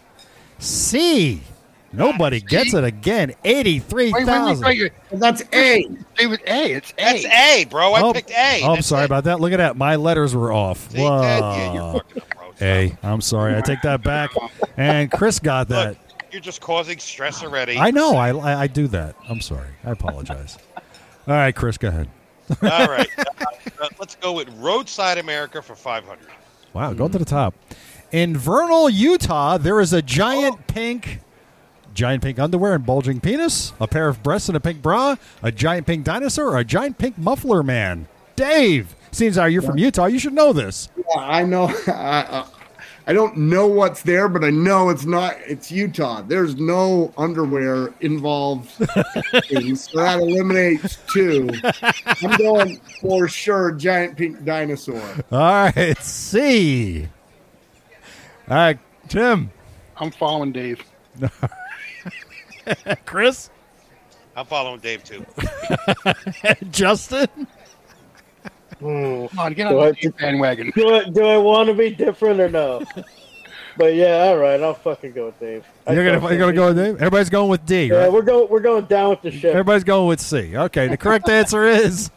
[SPEAKER 2] C. Nobody gets it again.
[SPEAKER 4] Wait, wait, wait,
[SPEAKER 2] 83,000.
[SPEAKER 4] wait.
[SPEAKER 1] And that's A.
[SPEAKER 4] It was A. It's A.
[SPEAKER 3] That's A, bro. I
[SPEAKER 2] Oh,
[SPEAKER 3] picked A.
[SPEAKER 2] oh, I'm
[SPEAKER 3] That's
[SPEAKER 2] sorry
[SPEAKER 3] it.
[SPEAKER 2] about that. Look at that. My letters were off.
[SPEAKER 3] See, Ted? Yeah, you're
[SPEAKER 2] Wow.
[SPEAKER 3] fucking up, bro.
[SPEAKER 2] A. I'm sorry. I take that back. And Chris got that.
[SPEAKER 3] You're just causing stress already.
[SPEAKER 2] I know. I, I, I do that. I'm sorry. I apologize. All right, Chris, go ahead.
[SPEAKER 3] All right. Uh, let's go with Roadside America for 500.
[SPEAKER 2] Wow, go to the top. In Vernal, Utah, there is a giant pink, giant pink underwear and bulging penis, a pair of breasts and a pink bra, a giant pink dinosaur, a giant pink muffler man. Dave, seems how you're from Utah, you should know this.
[SPEAKER 1] Yeah, I know. I, uh, I don't know what's there, but I know it's not. It's Utah. There's no underwear involved, in, so that eliminates two. I'm going for sure. Giant pink dinosaur.
[SPEAKER 2] All right, C. All right, Tim,
[SPEAKER 4] I'm following Dave.
[SPEAKER 2] Chris,
[SPEAKER 3] I'm following Dave too.
[SPEAKER 2] Justin.
[SPEAKER 5] Hmm.
[SPEAKER 4] Come on, get on
[SPEAKER 5] What?
[SPEAKER 4] the Dave bandwagon.
[SPEAKER 5] Do I, do I want to be different or no? but yeah, all right, I'll fucking go with Dave. I
[SPEAKER 2] You're gonna
[SPEAKER 5] fucking-
[SPEAKER 2] you're gonna go with Dave. Everybody's going with D,
[SPEAKER 5] Yeah,
[SPEAKER 2] right?
[SPEAKER 5] we're going. We're going down with the ship.
[SPEAKER 2] Everybody's going with C. Okay, the correct answer is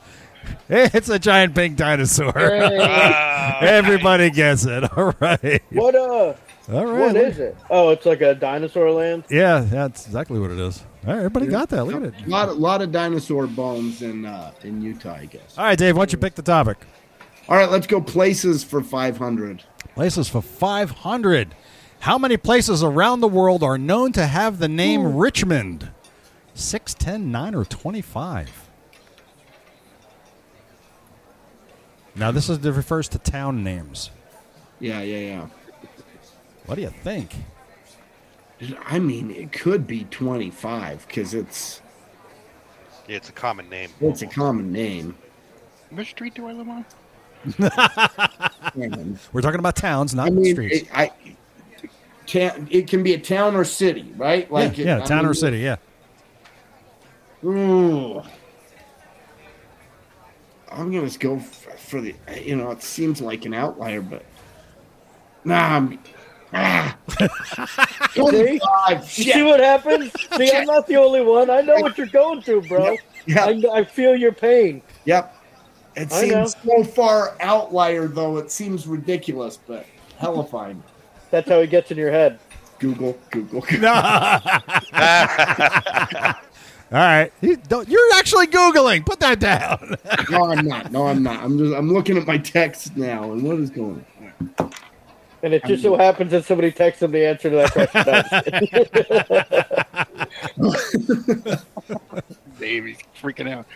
[SPEAKER 2] it's a giant pink dinosaur.
[SPEAKER 3] Wow.
[SPEAKER 2] Everybody gets it. All right.
[SPEAKER 5] What uh?
[SPEAKER 2] All right.
[SPEAKER 5] What is it? Oh, it's like a dinosaur land.
[SPEAKER 2] Yeah, that's exactly what it is. All right, everybody got that. Look at it.
[SPEAKER 1] A lot, a lot of dinosaur bones in uh, in Utah, I guess.
[SPEAKER 2] All right, Dave, why don't you pick the topic?
[SPEAKER 1] All right, let's go places for 500.
[SPEAKER 2] Places for 500. How many places around the world are known to have the name Richmond? 6, 10, 9, or 25? Now, this is, it refers to town names.
[SPEAKER 1] Yeah, yeah, yeah.
[SPEAKER 2] What do you think?
[SPEAKER 1] I mean, it could be 25 because it's
[SPEAKER 3] Yeah, it's a common name.
[SPEAKER 1] it's a common name.
[SPEAKER 4] What street do I live on?
[SPEAKER 1] And,
[SPEAKER 2] We're talking about towns, not
[SPEAKER 1] I mean,
[SPEAKER 2] streets.
[SPEAKER 1] it, I, ta- it can be a town or city, right?
[SPEAKER 2] yeah,
[SPEAKER 1] it-
[SPEAKER 2] yeah,
[SPEAKER 1] I
[SPEAKER 2] town or
[SPEAKER 1] mean,
[SPEAKER 2] city, yeah.
[SPEAKER 1] ooh. I'm gonna just go f- for the. You know, it seems like an outlier, but nah. I'm, ah, 25.
[SPEAKER 5] You
[SPEAKER 1] shit.
[SPEAKER 5] see what happens? See, I'm not the only one. I know what you're going through, bro.
[SPEAKER 1] Yeah.
[SPEAKER 5] I, I feel your pain.
[SPEAKER 1] Yep. It
[SPEAKER 5] I
[SPEAKER 1] seems so far outlier, though. It seems ridiculous, but hell if I know.
[SPEAKER 5] That's how it gets in your head.
[SPEAKER 1] Google, Google. Google.
[SPEAKER 2] All right. You don't, you're actually Googling. Put that down.
[SPEAKER 1] No, I'm not. No, I'm not. I'm just. I'm looking at my text now, and what is going? on?
[SPEAKER 5] And it just so happens that somebody texts them the answer to that question.
[SPEAKER 4] Dave, he's freaking out.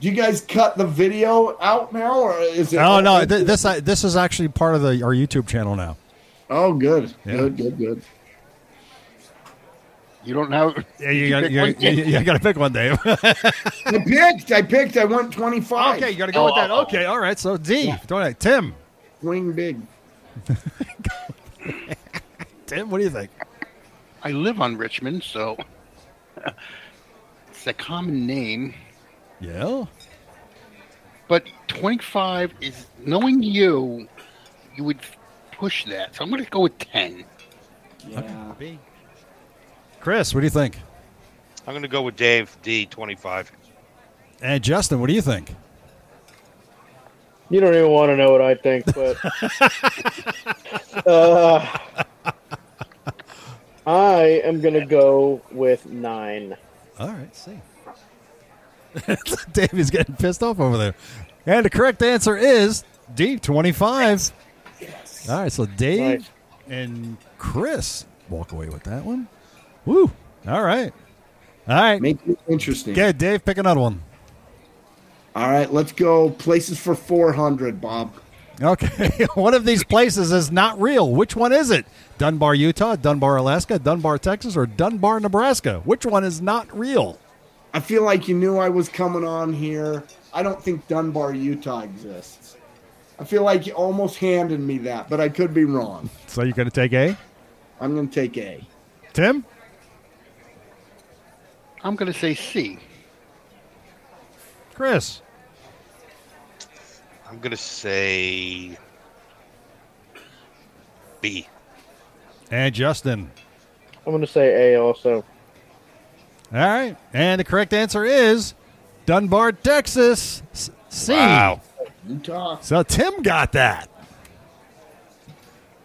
[SPEAKER 1] Do you guys cut the video out now, or is it?
[SPEAKER 2] No, no. Th- this I this is actually part of the our YouTube channel now.
[SPEAKER 1] oh, good,
[SPEAKER 2] Yeah.
[SPEAKER 1] good, good, good.
[SPEAKER 4] You don't know.
[SPEAKER 2] Yeah, you
[SPEAKER 4] gotta- you gotta- you-
[SPEAKER 2] got to pick one, Dave.
[SPEAKER 1] I picked. I picked. I went 25.
[SPEAKER 2] okay, you got to go with that. Okay, all right. So D, Go ahead. Tim,
[SPEAKER 1] swing big.
[SPEAKER 2] Tim, what do you think?
[SPEAKER 4] I live on Richmond, so it's a common name.
[SPEAKER 2] Yeah.
[SPEAKER 4] But 25 is knowing you, you would push that. So I'm going to go with 10.
[SPEAKER 1] Yeah.
[SPEAKER 2] Chris, what do you think?
[SPEAKER 3] I'm going to go with Dave D 25.
[SPEAKER 2] And Justin, what do you think?
[SPEAKER 5] you don't even want to know what I think, but uh, I am gonna go with nine.
[SPEAKER 2] All right, see. Dave is getting pissed off over there. And the correct answer is D twenty five. All right, so Dave
[SPEAKER 5] Right.
[SPEAKER 2] and Chris walk away with that one. Woo! All right, all right.
[SPEAKER 1] Make it interesting.
[SPEAKER 2] Good, Dave. Pick another one.
[SPEAKER 1] All right, let's go places for 400, Bob.
[SPEAKER 2] Okay. one of these places is not real. Which one is it? Dunbar, Utah, Dunbar, Alaska, Dunbar, Texas, or Dunbar, Nebraska? Which one is not real?
[SPEAKER 1] I feel like you knew I was coming on here. I don't think Dunbar, Utah exists. I feel like you almost handed me that, but I could be wrong.
[SPEAKER 2] So you're going to take A?
[SPEAKER 1] I'm going to take A.
[SPEAKER 2] Tim?
[SPEAKER 4] I'm going to say C.
[SPEAKER 2] Chris?
[SPEAKER 3] I'm going to say B.
[SPEAKER 2] And Justin.
[SPEAKER 5] I'm gonna say A also.
[SPEAKER 2] All right. And the correct answer is Dunbar, Texas. S- C.
[SPEAKER 3] Wow.
[SPEAKER 1] Utah.
[SPEAKER 2] So Tim got that.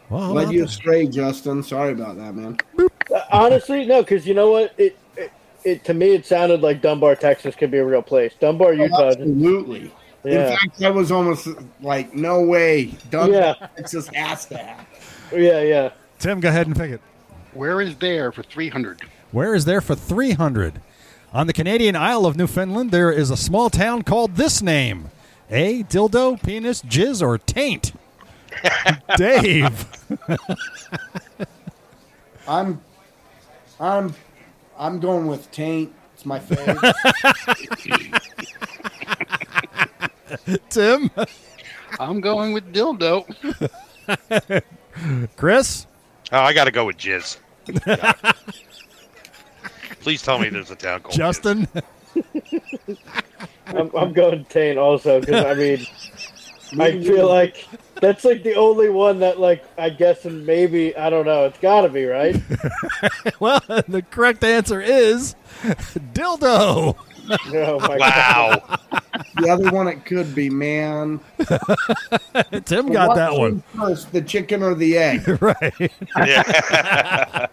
[SPEAKER 2] Well, how
[SPEAKER 1] Led
[SPEAKER 2] about
[SPEAKER 1] you
[SPEAKER 2] that?
[SPEAKER 1] astray, Justin. Sorry about that, man.
[SPEAKER 5] Uh, Honestly, no, because you know what? It, it it to me it sounded like Dunbar, Texas could be a real place. Dunbar, Utah.
[SPEAKER 1] Oh, absolutely.
[SPEAKER 5] yeah,
[SPEAKER 1] In fact, I was almost like, no way. Doug
[SPEAKER 5] Yeah.
[SPEAKER 1] Texas has to happen.
[SPEAKER 5] yeah, yeah.
[SPEAKER 2] Tim, go ahead and pick it.
[SPEAKER 4] Where is there for 300?
[SPEAKER 2] Where is there for 300? On the Canadian Isle of Newfoundland, there is a small town called this name A, dildo, penis, jizz, or taint. Dave.
[SPEAKER 1] I'm, I'm, I'm going with Taint. It's my favorite.
[SPEAKER 2] Tim.
[SPEAKER 4] I'm going with dildo.
[SPEAKER 2] Chris.
[SPEAKER 3] Oh, I got to go with Jizz. Gotta- Please tell me there's a town called Jizz.
[SPEAKER 2] Justin.
[SPEAKER 5] I'm, I'm going Tane also because I mean, I feel like that's like the only one that like I guess and maybe I don't know. It's got to be right.
[SPEAKER 2] Well, the correct answer is dildo.
[SPEAKER 5] Oh my God.
[SPEAKER 3] Wow.
[SPEAKER 1] the other one it could be, man.
[SPEAKER 2] Tim got
[SPEAKER 1] What
[SPEAKER 2] that one.
[SPEAKER 1] came First, the chicken or the egg?
[SPEAKER 2] Right.
[SPEAKER 3] Yeah.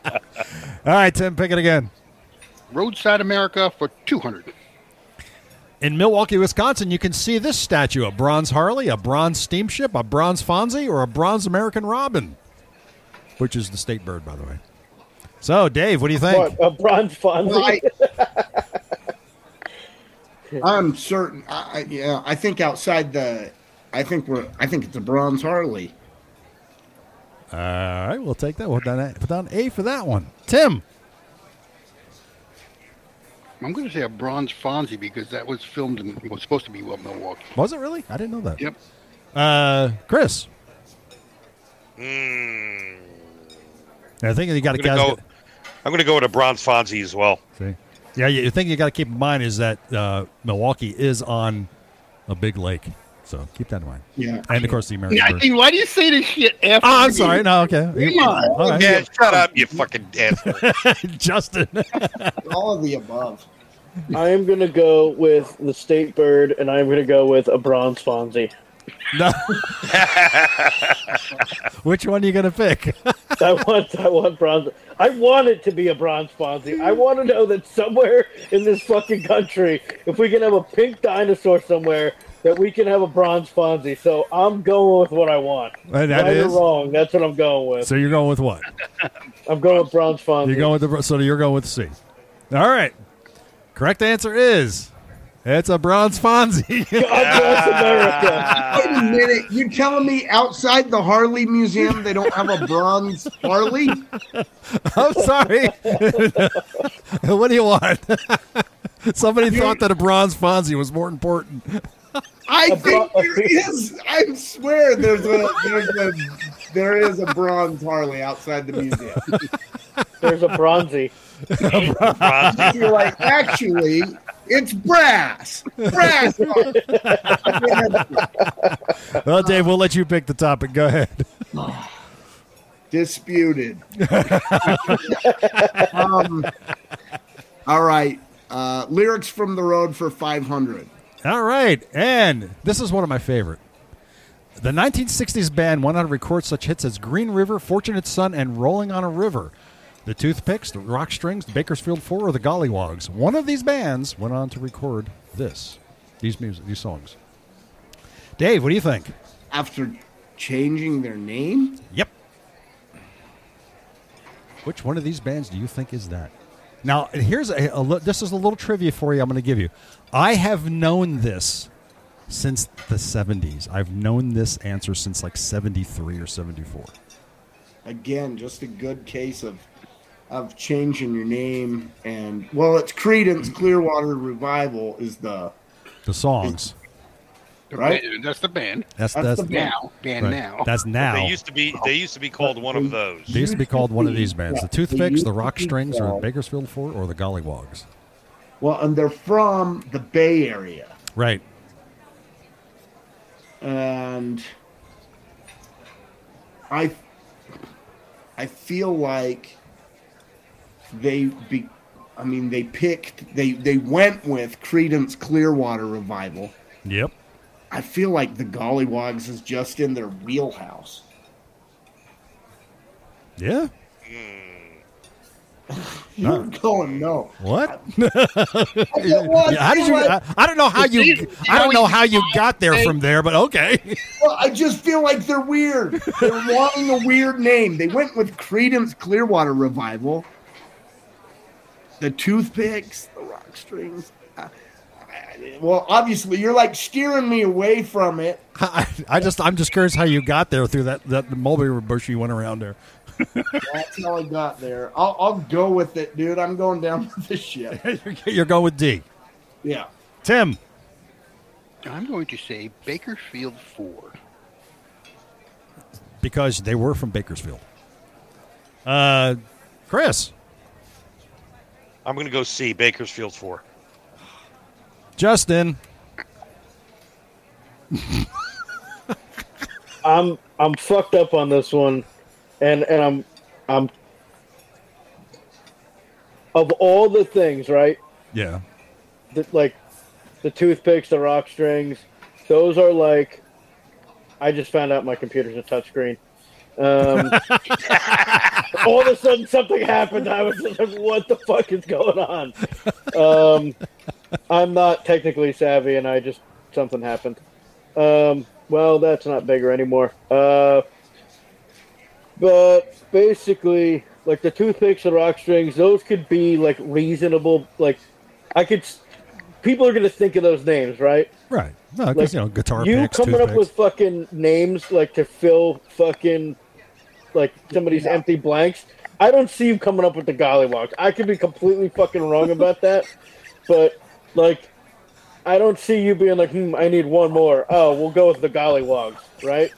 [SPEAKER 2] All right, Tim, pick it again.
[SPEAKER 4] Roadside America for 200.
[SPEAKER 2] In Milwaukee, Wisconsin, you can see this statue a bronze Harley, a bronze steamship, a bronze Fonzie, or a bronze American Robin, which is the state bird, by the way. So, Dave, what do you think?
[SPEAKER 5] What, a bronze Fonzie.
[SPEAKER 1] I, am certain. I, I, yeah, I think outside the. I think we're. I think it's a bronze Harley.
[SPEAKER 2] All right, we'll take that. We'll put down A- put down A for that one. Tim.
[SPEAKER 4] I'm going to say a bronze Fonzie because that was filmed in was supposed to be well, Milwaukee.
[SPEAKER 2] Was it really? I didn't know that.
[SPEAKER 4] Yep.
[SPEAKER 2] Uh, Chris.
[SPEAKER 3] Mm.
[SPEAKER 2] I think you got
[SPEAKER 3] I'm
[SPEAKER 2] to
[SPEAKER 3] gonna go. I'm gonna go with a bronze Fonzie as well.
[SPEAKER 2] See? Yeah, you- the thing you got to keep in mind is that uh, Milwaukee is on a big lake, so keep that in mind.
[SPEAKER 1] Yeah.
[SPEAKER 2] And of course, the American.
[SPEAKER 4] Yeah, I
[SPEAKER 2] bird.
[SPEAKER 4] think, why do you say this shit after?
[SPEAKER 2] Oh, I'm
[SPEAKER 4] me?
[SPEAKER 2] sorry. No, okay. All right.
[SPEAKER 3] Yeah, shut up, you fucking asshole.
[SPEAKER 2] Justin.
[SPEAKER 1] All of the above.
[SPEAKER 5] I am gonna go with the state bird, and I'm gonna go with a bronze Fonzie.
[SPEAKER 2] No. Which one are you going to pick?
[SPEAKER 5] I want, I want bronze. I want it to be a bronze Fonzie. I want to know that somewhere in this fucking country, if we can have a pink dinosaur somewhere, that we can have a bronze Fonzie. So I'm going with what I want.
[SPEAKER 2] And that
[SPEAKER 5] right
[SPEAKER 2] is-
[SPEAKER 5] or wrong, that's what I'm going with.
[SPEAKER 2] So you're going with what?
[SPEAKER 5] I'm going with bronze Fonzie.
[SPEAKER 2] You're going with the so you're going with C. All right. Correct answer is it's a bronze Fonzie.
[SPEAKER 5] God bless America.
[SPEAKER 1] Wait a minute. You telling me outside the Harley Museum they don't have a bronze Harley?
[SPEAKER 2] I'm sorry. what do you want? Somebody thought that a bronze Fonzie was more important.
[SPEAKER 1] I
[SPEAKER 5] A bro-
[SPEAKER 1] think there is. I swear there's a there's a there is a bronze Harley outside the museum.
[SPEAKER 5] There's a bronzy.
[SPEAKER 3] Bronze-
[SPEAKER 1] You're like, actually, it's brass. Brass. Harley.
[SPEAKER 2] Well, Dave, we'll let you pick the topic. Go ahead.
[SPEAKER 1] Disputed. um, all right. Uh, lyrics from the road for 500.
[SPEAKER 2] All right. And this is one of my favorite. The 1960s band went on to record such hits as Green River, Fortunate Son, and Rolling on a River. The Toothpicks, the Rock Strings, the Bakersfield Four, or the Gollywogs. One of these bands went on to record this, these music, these songs. Dave, what do you think?
[SPEAKER 1] After changing their name,
[SPEAKER 2] Yep. Which one of these bands do you think is that? Now, here's a, a li- this is a little trivia for you. I'm going to give you. I have known this since the 70s. I've known this answer since like 73 or 74.
[SPEAKER 1] again, just a good case of of changing your name and well, it's Credence Clearwater Revival is the
[SPEAKER 2] The songs.
[SPEAKER 4] The
[SPEAKER 1] Right.
[SPEAKER 4] band- that's the band.
[SPEAKER 2] That's
[SPEAKER 1] That's
[SPEAKER 2] that's,
[SPEAKER 1] the band
[SPEAKER 4] Now, band
[SPEAKER 2] right.
[SPEAKER 4] now.
[SPEAKER 2] That's now.
[SPEAKER 3] They used to be. They used to be called one of those.
[SPEAKER 2] They used to be called one of these bands: the
[SPEAKER 1] Yeah, they
[SPEAKER 2] Toothpicks,
[SPEAKER 1] used
[SPEAKER 2] the
[SPEAKER 1] to
[SPEAKER 2] Rock
[SPEAKER 1] be
[SPEAKER 2] Strings, or the
[SPEAKER 1] called-
[SPEAKER 2] Bakersfield Four, or the Gollywogs.
[SPEAKER 1] Well, and they're from the Bay Area.
[SPEAKER 2] Right.
[SPEAKER 1] And I I feel like they be I mean they picked they they went with Credence Clearwater Revival.
[SPEAKER 2] Yep.
[SPEAKER 1] I feel like the Gollywogs is just in their wheelhouse.
[SPEAKER 2] Yeah.
[SPEAKER 1] You're going no.
[SPEAKER 2] What?
[SPEAKER 1] I said, well, I
[SPEAKER 2] how did
[SPEAKER 1] feel
[SPEAKER 2] you? uh,
[SPEAKER 1] like-
[SPEAKER 2] I, I don't know how you. I don't know how you got there from there, but okay.
[SPEAKER 1] Well, I just feel like they're weird. They're wanting a weird name. They went with Creedence Clearwater Revival, the Toothpicks, the Rock Strings. Uh, I- well, obviously, you're like steering me away from it.
[SPEAKER 2] I, I just I'm just curious how you got there through that that mulberry bush you went around there.
[SPEAKER 1] That's how I got there. I'll, I'll go with it, dude. I'm going down with this shit.
[SPEAKER 2] You're going with D.
[SPEAKER 1] Yeah.
[SPEAKER 2] Tim.
[SPEAKER 4] I'm going to say Bakerfield 4.
[SPEAKER 2] because they were from Bakersfield. Uh, Chris,
[SPEAKER 3] I'm going to go see Bakersfield 4.
[SPEAKER 2] Justin,
[SPEAKER 5] I'm I'm fucked up on this one, and and I'm I'm of all the things right
[SPEAKER 2] yeah,
[SPEAKER 5] that like the toothpicks, the rock strings, those are like I just found out my computer's a touchscreen. Um, all of a sudden, something happened. I was just like, "What the fuck is going on?" Um, I'm not technically savvy, and I just something happened. Um, well, that's not bigger anymore. Uh, but basically, like the toothpicks, the rock strings, those could be like reasonable. Like I could, s- people are gonna think of those names, right?
[SPEAKER 2] right. No, 'cause,
[SPEAKER 5] Like,
[SPEAKER 2] you know, guitar
[SPEAKER 5] you
[SPEAKER 2] picks,
[SPEAKER 5] coming up
[SPEAKER 2] toothpicks.
[SPEAKER 5] with fucking names like to fill fucking like somebody's empty blanks. I don't see you coming up with the gollywogs. I could be completely fucking wrong about that, but like, I don't see you being like, hmm, I need one more. Oh, we'll go with the gollywogs, right?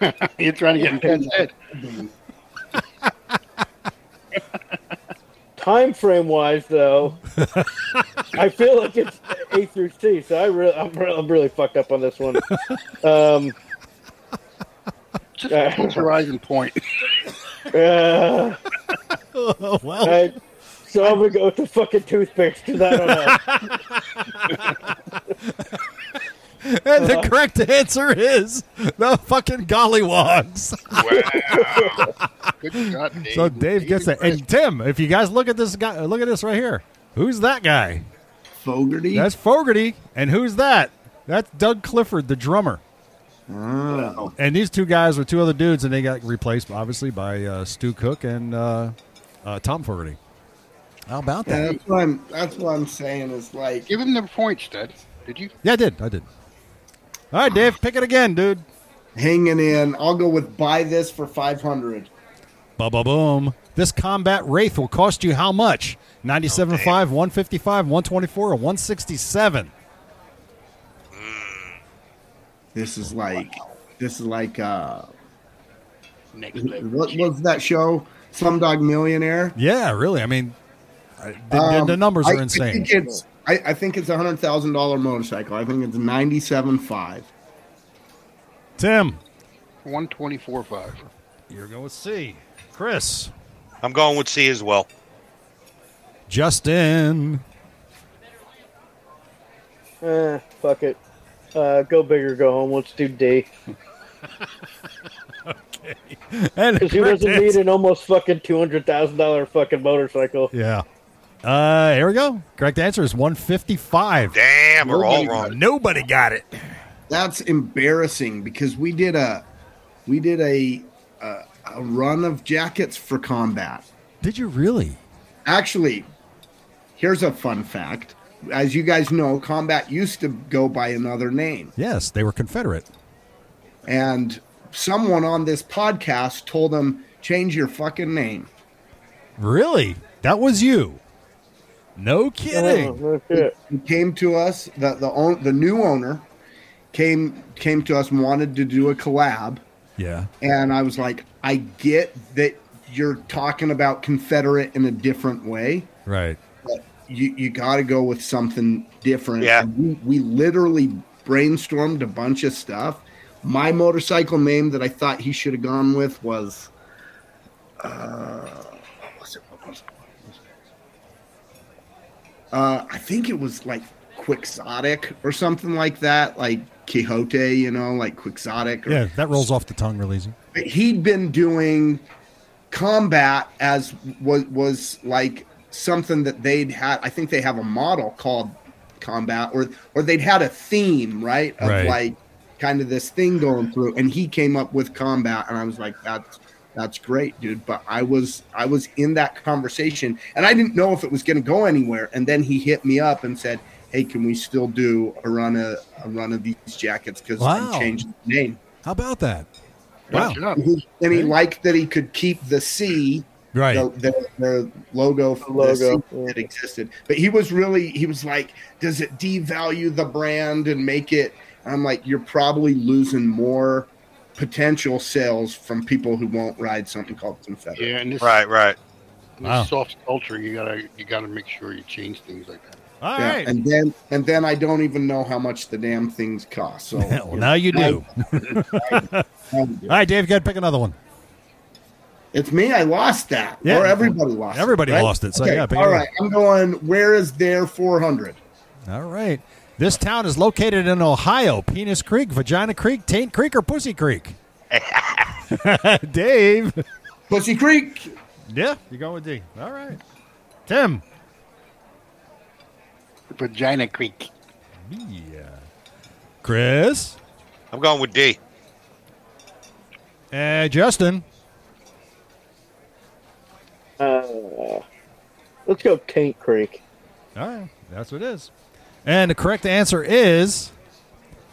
[SPEAKER 4] You're trying to get in Penn's head.
[SPEAKER 5] Time frame wise, though, I feel like it's A through C. So I really, I'm, re- I'm really fucked up on this one. Um,
[SPEAKER 4] Just close your eyes and point.
[SPEAKER 5] uh,
[SPEAKER 2] oh, well,
[SPEAKER 5] I, so I'm gonna go with the fucking toothpicks because I don't know.
[SPEAKER 2] and
[SPEAKER 5] uh,
[SPEAKER 2] the correct answer is the fucking gollywogs.
[SPEAKER 4] Good shot, Dave.
[SPEAKER 2] So Dave gets that. And Tim, if you guys look at this guy, look at this right here. Who's that guy?
[SPEAKER 1] Fogarty.
[SPEAKER 2] That's Fogarty, and who's that? That's Doug Clifford, the drummer.
[SPEAKER 1] Oh.
[SPEAKER 2] And these two guys were two other dudes, and they got replaced, obviously, by uh, Stu Cook and uh, uh, Tom Fogarty. How about
[SPEAKER 1] Yeah,
[SPEAKER 2] that?
[SPEAKER 1] that's what I'm. That's what I'm saying. Is like
[SPEAKER 4] Give him the points, Dad. Did you?
[SPEAKER 2] Yeah, I did. I did. All right, Dave, pick it again, dude.
[SPEAKER 1] hanging in. I'll go with buy this for five hundred.
[SPEAKER 2] Ba ba boom. This combat wraith will cost you how much? 97.5, 155, 124, or 167.
[SPEAKER 1] This is like. This is like. uh
[SPEAKER 4] Next level.
[SPEAKER 1] What was that show? Slumdog Millionaire.
[SPEAKER 2] Yeah, really. I mean, I- the- the,
[SPEAKER 1] Um,
[SPEAKER 2] the numbers
[SPEAKER 1] I-
[SPEAKER 2] are
[SPEAKER 1] I
[SPEAKER 2] insane.
[SPEAKER 1] think it's. I, I think it's a hundred thousand dollar motorcycle. I think it's ninety seven five.
[SPEAKER 2] Tim,
[SPEAKER 4] 124.5.
[SPEAKER 2] you're going with C. Chris,
[SPEAKER 3] I'm going with C as well.
[SPEAKER 2] Justin,
[SPEAKER 5] Eh, fuck it. Uh, go big or go home. Let's do D.
[SPEAKER 2] and the
[SPEAKER 5] Because he
[SPEAKER 2] correct
[SPEAKER 5] doesn't need
[SPEAKER 2] answer-
[SPEAKER 5] an almost fucking two hundred thousand dollar fucking motorcycle.
[SPEAKER 2] Yeah. Uh, here we go. Correct answer is 155.
[SPEAKER 3] Damn, we're all
[SPEAKER 1] Nobody
[SPEAKER 3] wrong.
[SPEAKER 2] Nobody got it.
[SPEAKER 1] That's embarrassing because we did a. We did a. A, a run of jackets for combat.
[SPEAKER 2] Did you really?
[SPEAKER 1] Actually, here's a fun fact. As you guys know, combat used to go by another name.
[SPEAKER 2] Yes, they were Confederate.
[SPEAKER 1] And someone on this podcast told them, change your fucking name.
[SPEAKER 2] Really? That was you. No
[SPEAKER 5] Oh,
[SPEAKER 2] kidding.
[SPEAKER 5] no shit.
[SPEAKER 1] He came to us, the, the, own, the new owner came, came to us and wanted to do a collab.
[SPEAKER 2] Yeah.
[SPEAKER 1] And I was like, I get that you're talking about Confederate in a different way.
[SPEAKER 2] Right.
[SPEAKER 1] but you, you got to go with something different.
[SPEAKER 3] Yeah.
[SPEAKER 1] And We, we literally brainstormed a bunch of stuff. My motorcycle name that I thought he should have gone with was, uh, what was it? What was it? What was it? Uh, I think it was like Quixotic or something like that, like Quixote, you know, like Quixotic. Or,
[SPEAKER 2] Yeah, that rolls off the tongue real easy.
[SPEAKER 1] But he'd been doing combat as was was like something that they'd had. I think they have a model called combat, or or they'd had a theme, right? Of
[SPEAKER 2] Right.
[SPEAKER 1] like kind of this thing going through, and he came up with combat, and I was like, that's that's great, dude. But I was I was in that conversation, and I didn't know if it was going to go anywhere. And then he hit me up and said, "Hey, can we still do a run of a run of these jackets? Because
[SPEAKER 2] Wow.
[SPEAKER 1] I'm changing the name."
[SPEAKER 2] How about that? Wow.
[SPEAKER 4] Good job.
[SPEAKER 1] And he, and he liked that he could keep the C
[SPEAKER 2] Right.
[SPEAKER 1] the, the, the logo,
[SPEAKER 5] The logo,
[SPEAKER 1] the
[SPEAKER 5] yeah.
[SPEAKER 1] that existed. But he was really he was like, does it devalue the brand and make it? And I'm like, you're probably losing more potential sales from people who won't ride something called Confederate.
[SPEAKER 4] Yeah, and this,
[SPEAKER 3] Right, right.
[SPEAKER 4] this
[SPEAKER 2] Wow.
[SPEAKER 4] soft culture, you gotta you gotta make sure you change things like that.
[SPEAKER 2] All
[SPEAKER 1] Yeah,
[SPEAKER 2] right.
[SPEAKER 1] and then and then I don't even know how much the damn things cost. So
[SPEAKER 2] well, now you do. All right, Dave, you got to pick another one.
[SPEAKER 1] It's me. I lost that.
[SPEAKER 2] Yeah.
[SPEAKER 1] Or everybody lost.
[SPEAKER 2] Everybody
[SPEAKER 1] it, right?
[SPEAKER 2] lost it, so
[SPEAKER 1] okay.
[SPEAKER 2] yeah, pick
[SPEAKER 1] All
[SPEAKER 2] it up.
[SPEAKER 1] right. I'm going. Where is their 400?
[SPEAKER 2] All right. This town is located in Ohio. Penis Creek, Vagina Creek, Taint Creek, or Pussy Creek? Dave.
[SPEAKER 1] Pussy Creek.
[SPEAKER 2] Yeah, you're going with D. All right. Tim.
[SPEAKER 4] Vagina Creek.
[SPEAKER 2] Yeah. Chris.
[SPEAKER 3] I'm going with D.
[SPEAKER 2] Uh, Justin.
[SPEAKER 5] Uh, let's go Taint Creek.
[SPEAKER 2] All right. That's what it is. And the correct answer is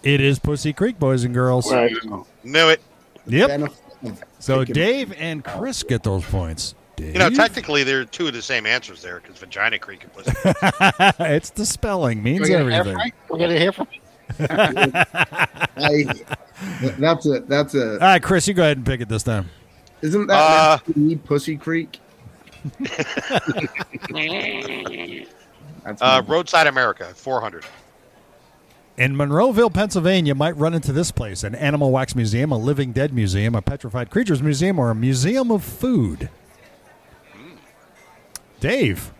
[SPEAKER 2] it is Pussy Creek, boys and girls.
[SPEAKER 5] Right.
[SPEAKER 3] Knew it.
[SPEAKER 2] Yep.
[SPEAKER 1] benefit of
[SPEAKER 2] So
[SPEAKER 1] taking-
[SPEAKER 2] Dave and Chris get those points. Dave?
[SPEAKER 3] You know, technically, there are two of the same answers there because Vagina Creek and Pussy Creek.
[SPEAKER 2] it's the spelling means
[SPEAKER 4] We got a half
[SPEAKER 2] everything.
[SPEAKER 4] right? We got a half right?
[SPEAKER 1] I, that's a that's
[SPEAKER 2] All
[SPEAKER 1] a
[SPEAKER 2] right, Chris, you go ahead and pick it this time.
[SPEAKER 1] isn't that
[SPEAKER 3] Uh,
[SPEAKER 1] next to me, Pussy Creek? that's
[SPEAKER 3] Uh,
[SPEAKER 1] my-
[SPEAKER 3] Roadside America, 400.
[SPEAKER 2] In Monroeville, Pennsylvania, you might run into this place an animal wax museum, a living dead museum, a petrified creatures museum, or a museum of food. Hmm. Dave.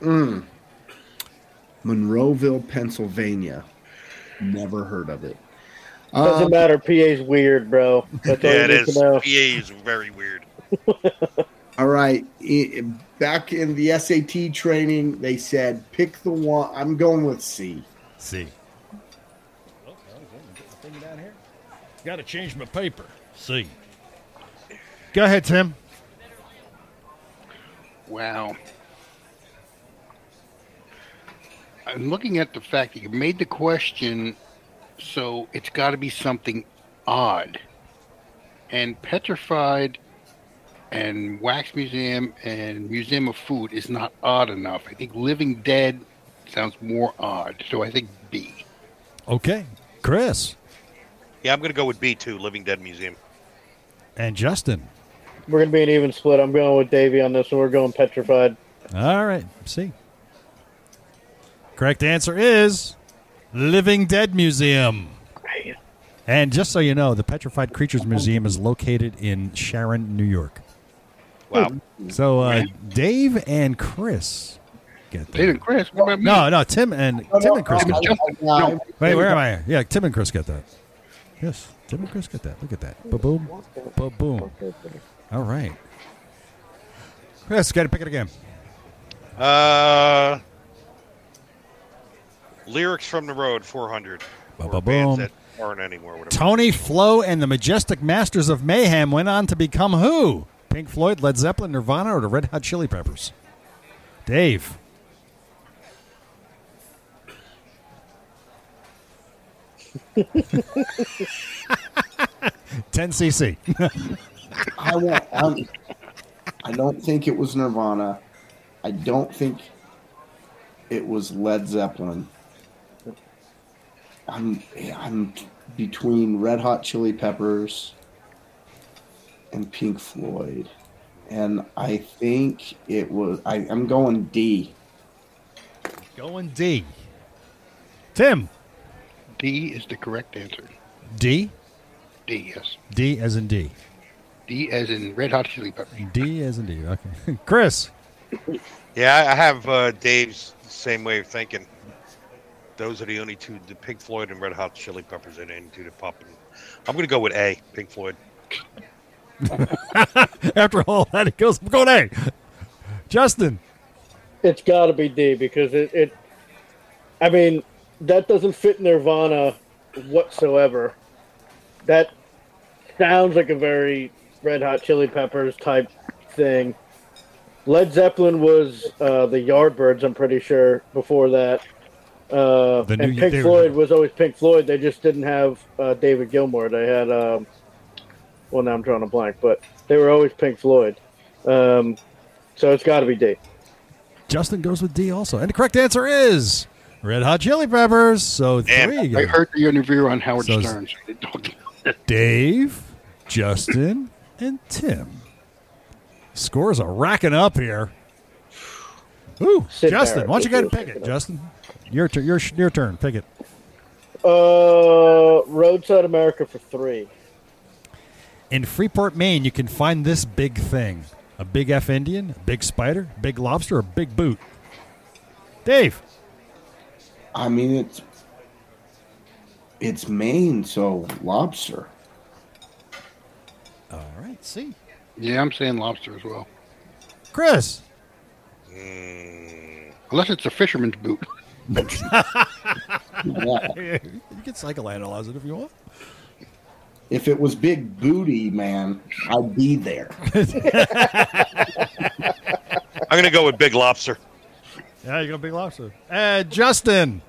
[SPEAKER 1] Monroeville, Pennsylvania. Never heard of it.
[SPEAKER 5] Doesn't matter. PA's weird, bro. That's all
[SPEAKER 3] Uh, Yeah,
[SPEAKER 5] you
[SPEAKER 3] it
[SPEAKER 5] need
[SPEAKER 3] is. PA is
[SPEAKER 5] to know.
[SPEAKER 3] very weird.
[SPEAKER 1] All right, i- i- back in the SAT training, they said pick the one. I'm going with C.
[SPEAKER 2] See. thing down here. Got to change my paper. See. Go ahead, Tim.
[SPEAKER 4] Wow. I'm looking at the fact that you made the question, so it's got to be something odd. And petrified and wax museum and museum of food is not odd enough. I think living dead sounds more odd. So I think B.
[SPEAKER 2] Okay. Chris
[SPEAKER 3] Yeah, I'm going to go with B2, Living Dead Museum.
[SPEAKER 2] and Justin.
[SPEAKER 5] We're gonna be an even split. I'm going with Davey on this one. We're going petrified.
[SPEAKER 2] All right. See. Correct answer is Living Dead Museum. And just so you know, the Petrified Creatures Museum is located in Sharon, New York.
[SPEAKER 3] Wow.
[SPEAKER 2] So uh, Dave and Chris get
[SPEAKER 4] Dave
[SPEAKER 2] that.
[SPEAKER 4] and Chris, what about me?
[SPEAKER 2] No, no, Tim and Tim and Chris
[SPEAKER 1] Oh,
[SPEAKER 2] got that.
[SPEAKER 1] I- I-
[SPEAKER 4] No.
[SPEAKER 2] Wait, where am I? Yeah, Tim and Chris got that. Yes, Tim and Chris got that. Look at that. Ba boom, ba boom. All right. Chris, got to pick it again.
[SPEAKER 3] Uh, lyrics from the Road, 400.
[SPEAKER 2] Ba-
[SPEAKER 3] Or
[SPEAKER 2] ba-
[SPEAKER 3] bands
[SPEAKER 2] boom.
[SPEAKER 3] that aren't anymore. Whatever.
[SPEAKER 2] Tony Flo and the Majestic Masters of Mayhem went on to become who? Pink Floyd, Led Zeppelin, Nirvana, or the Red Hot Chili Peppers? Dave. Ten cc.
[SPEAKER 1] I won't. I'm, I don't think it was Nirvana. I don't think it was Led Zeppelin. I'm I'm between Red Hot Chili Peppers and Pink Floyd, and I think it was. I, I'm going D.
[SPEAKER 2] Going D. Tim.
[SPEAKER 4] D is the correct answer.
[SPEAKER 2] D.
[SPEAKER 4] D, yes.
[SPEAKER 2] D as in D.
[SPEAKER 4] D as in red hot chili pepper.
[SPEAKER 2] D as in D. Okay. Chris.
[SPEAKER 3] Yeah, I I have uh, Dave's same way of thinking. Those are the only two, the Pink Floyd and Red Hot Chili Peppers, are the only two that pop. in. I'm going to go with A, Pink Floyd.
[SPEAKER 2] After all that, it goes, I'm going A. Justin.
[SPEAKER 5] It's got to be D because it, it. I mean, that doesn't fit Nirvana whatsoever. That sounds like a very Red Hot Chili Peppers type thing. Led Zeppelin was uh, the Yardbirds, I'm pretty sure. Before that, uh,
[SPEAKER 2] The
[SPEAKER 5] and
[SPEAKER 2] new-
[SPEAKER 5] Pink
[SPEAKER 2] they were-
[SPEAKER 5] Floyd was always Pink Floyd. They just didn't have uh, David Gilmour. They had, um, well, now I'm drawing a blank, but they were always Pink Floyd. Um, so it's got to be D.
[SPEAKER 2] Justin goes with D also. And the correct answer is Red Hot Chili Peppers. So
[SPEAKER 3] Damn,
[SPEAKER 2] three
[SPEAKER 4] I
[SPEAKER 2] goes.
[SPEAKER 4] heard the interview on Howard
[SPEAKER 2] So-
[SPEAKER 4] Stern. So they talked-
[SPEAKER 2] Dave, Justin, and Tim. Scores are racking up here. Ooh,
[SPEAKER 5] Sit
[SPEAKER 2] Justin,
[SPEAKER 5] there.
[SPEAKER 2] why don't you go ahead and
[SPEAKER 5] Just
[SPEAKER 2] pick it,
[SPEAKER 5] racking up.
[SPEAKER 2] Justin? Your, tur- your, sh- your turn. Pick it.
[SPEAKER 5] Uh, Roadside America for three.
[SPEAKER 2] In Freeport, Maine, you can find this big thing a big F Indian, a big spider, a big lobster, or a big boot. Dave,
[SPEAKER 6] I mean, it's it's Maine, so lobster.
[SPEAKER 2] All right, see.
[SPEAKER 4] yeah, I'm saying lobster as well.
[SPEAKER 2] Chris.
[SPEAKER 3] Mm,
[SPEAKER 4] Unless it's a fisherman's boot.
[SPEAKER 6] Yeah.
[SPEAKER 2] you can psychoanalyze it if you want.
[SPEAKER 6] if it was big booty, man, I'd be there.
[SPEAKER 3] I'm gonna go with Big Lobster.
[SPEAKER 2] Yeah, you got a big lobster. Uh, Justin.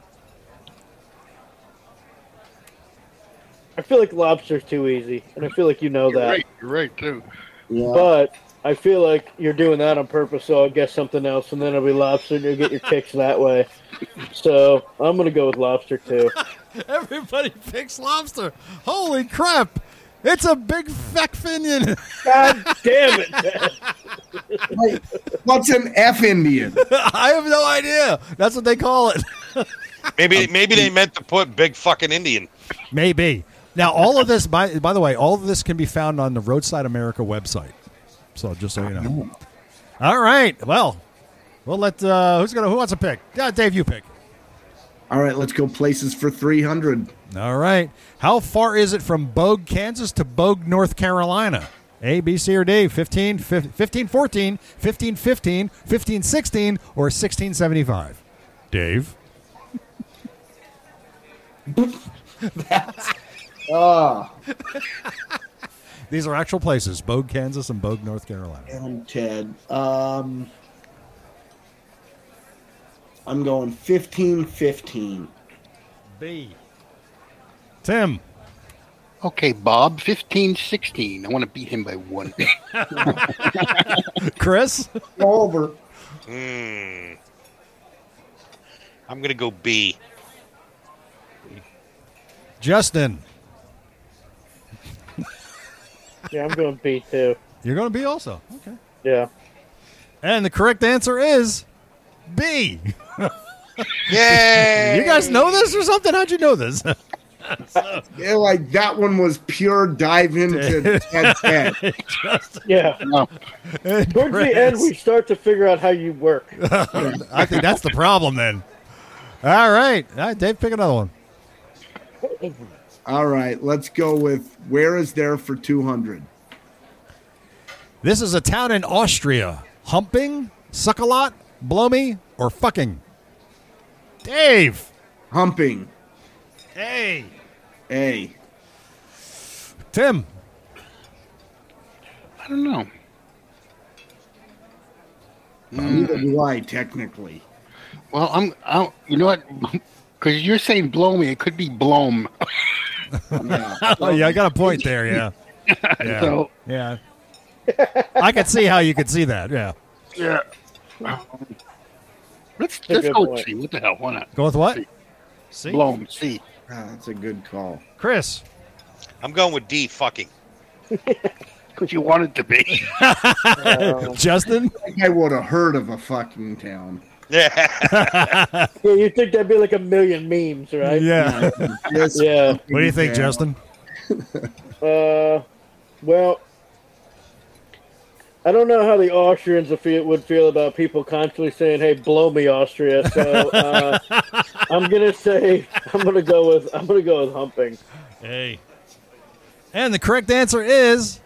[SPEAKER 5] I feel like lobster's too easy, and I feel like you know
[SPEAKER 4] You're
[SPEAKER 5] that.
[SPEAKER 4] right. You're right too.
[SPEAKER 6] Yeah.
[SPEAKER 5] But I feel like you're doing that on purpose, so I'll guess something else, and then it'll be lobster, and you'll get your kicks that way. So I'm gonna go with lobster too.
[SPEAKER 2] Everybody picks lobster. Holy crap. It's a big feck finion.
[SPEAKER 5] God damn it! man.
[SPEAKER 6] Wait, what's an F Indian?
[SPEAKER 2] I have no idea. That's what they call it.
[SPEAKER 3] Maybe maybe they meant to put Big Fucking Indian.
[SPEAKER 2] Maybe. Now, all of this, by, by the way, all of this can be found on the Roadside America website. So just so you know. All right. Well, we'll let, uh, who's going to, who wants to pick? Yeah, Dave, you pick.
[SPEAKER 6] All right, let's go places for 300.
[SPEAKER 2] All right. How far is it from Bogue, Kansas to Bogue, North Carolina? A, B, C, or D? 15, 15, 15 14, 15, 15, 15, 16, or 16, 75? Dave?
[SPEAKER 6] Ah,
[SPEAKER 2] These are actual places Bogue, Kansas, and Bogue, North Carolina.
[SPEAKER 6] and Ted. Um, I'm going 15 15.
[SPEAKER 2] B. Tim.
[SPEAKER 4] Okay, Bob, fifteen, sixteen. I want to beat him by one.
[SPEAKER 2] Chris?
[SPEAKER 6] Over.
[SPEAKER 3] Mm. I'm gonna go B.
[SPEAKER 2] Justin.
[SPEAKER 5] Yeah, I'm going B too.
[SPEAKER 2] You're going to be also. Okay.
[SPEAKER 5] Yeah,
[SPEAKER 2] And the correct answer is B.
[SPEAKER 3] Yay!
[SPEAKER 2] You guys know this or something? How'd you know this?
[SPEAKER 1] Yeah, like that one was pure dive into Ted's head.
[SPEAKER 5] yeah.
[SPEAKER 4] No,
[SPEAKER 5] Towards the end, we start to figure out how you work.
[SPEAKER 2] I think that's the problem then. All right. All right, Dave, pick another one.
[SPEAKER 1] All right, let's go with where is there for 200?
[SPEAKER 2] This is a town in Austria. Humping, suck a lot, blow me, or fucking. Dave.
[SPEAKER 1] Humping.
[SPEAKER 2] Hey.
[SPEAKER 1] A.
[SPEAKER 2] Tim.
[SPEAKER 4] I don't know.
[SPEAKER 1] Neither do I, technically.
[SPEAKER 4] Well, I'm. I, you know what? Because you're saying blow me, it could be blom.
[SPEAKER 6] Yeah.
[SPEAKER 1] Ah,
[SPEAKER 2] Oh yeah, I got a point there. Yeah. Yeah.
[SPEAKER 4] So
[SPEAKER 2] yeah. I could see how you could see that. Yeah.
[SPEAKER 4] yeah. Um, Let's
[SPEAKER 5] a
[SPEAKER 4] let's
[SPEAKER 5] good
[SPEAKER 4] go with
[SPEAKER 5] point.
[SPEAKER 4] C. What the hell? Why not?
[SPEAKER 2] Go with what? See.
[SPEAKER 4] Blom C.
[SPEAKER 6] Ah, that's a good call.
[SPEAKER 2] Chris.
[SPEAKER 3] I'm going with D. Fucking.
[SPEAKER 4] Because you want it to be.
[SPEAKER 2] Uh,
[SPEAKER 5] Um,
[SPEAKER 2] Justin.
[SPEAKER 1] I think I would have heard of a fucking town.
[SPEAKER 3] Yeah.
[SPEAKER 5] yeah, you think that'd be like a million memes, right?
[SPEAKER 2] Yeah.
[SPEAKER 1] This
[SPEAKER 5] Yeah.
[SPEAKER 2] What do you think,
[SPEAKER 1] fucking town.
[SPEAKER 2] Justin?
[SPEAKER 5] Uh, well, I don't know how the Austrians would feel, would feel about people constantly saying, "Hey, blow me, Austria." So uh, I'm gonna say I'm gonna go with I'm gonna go with humping.
[SPEAKER 2] Hey. And the correct answer is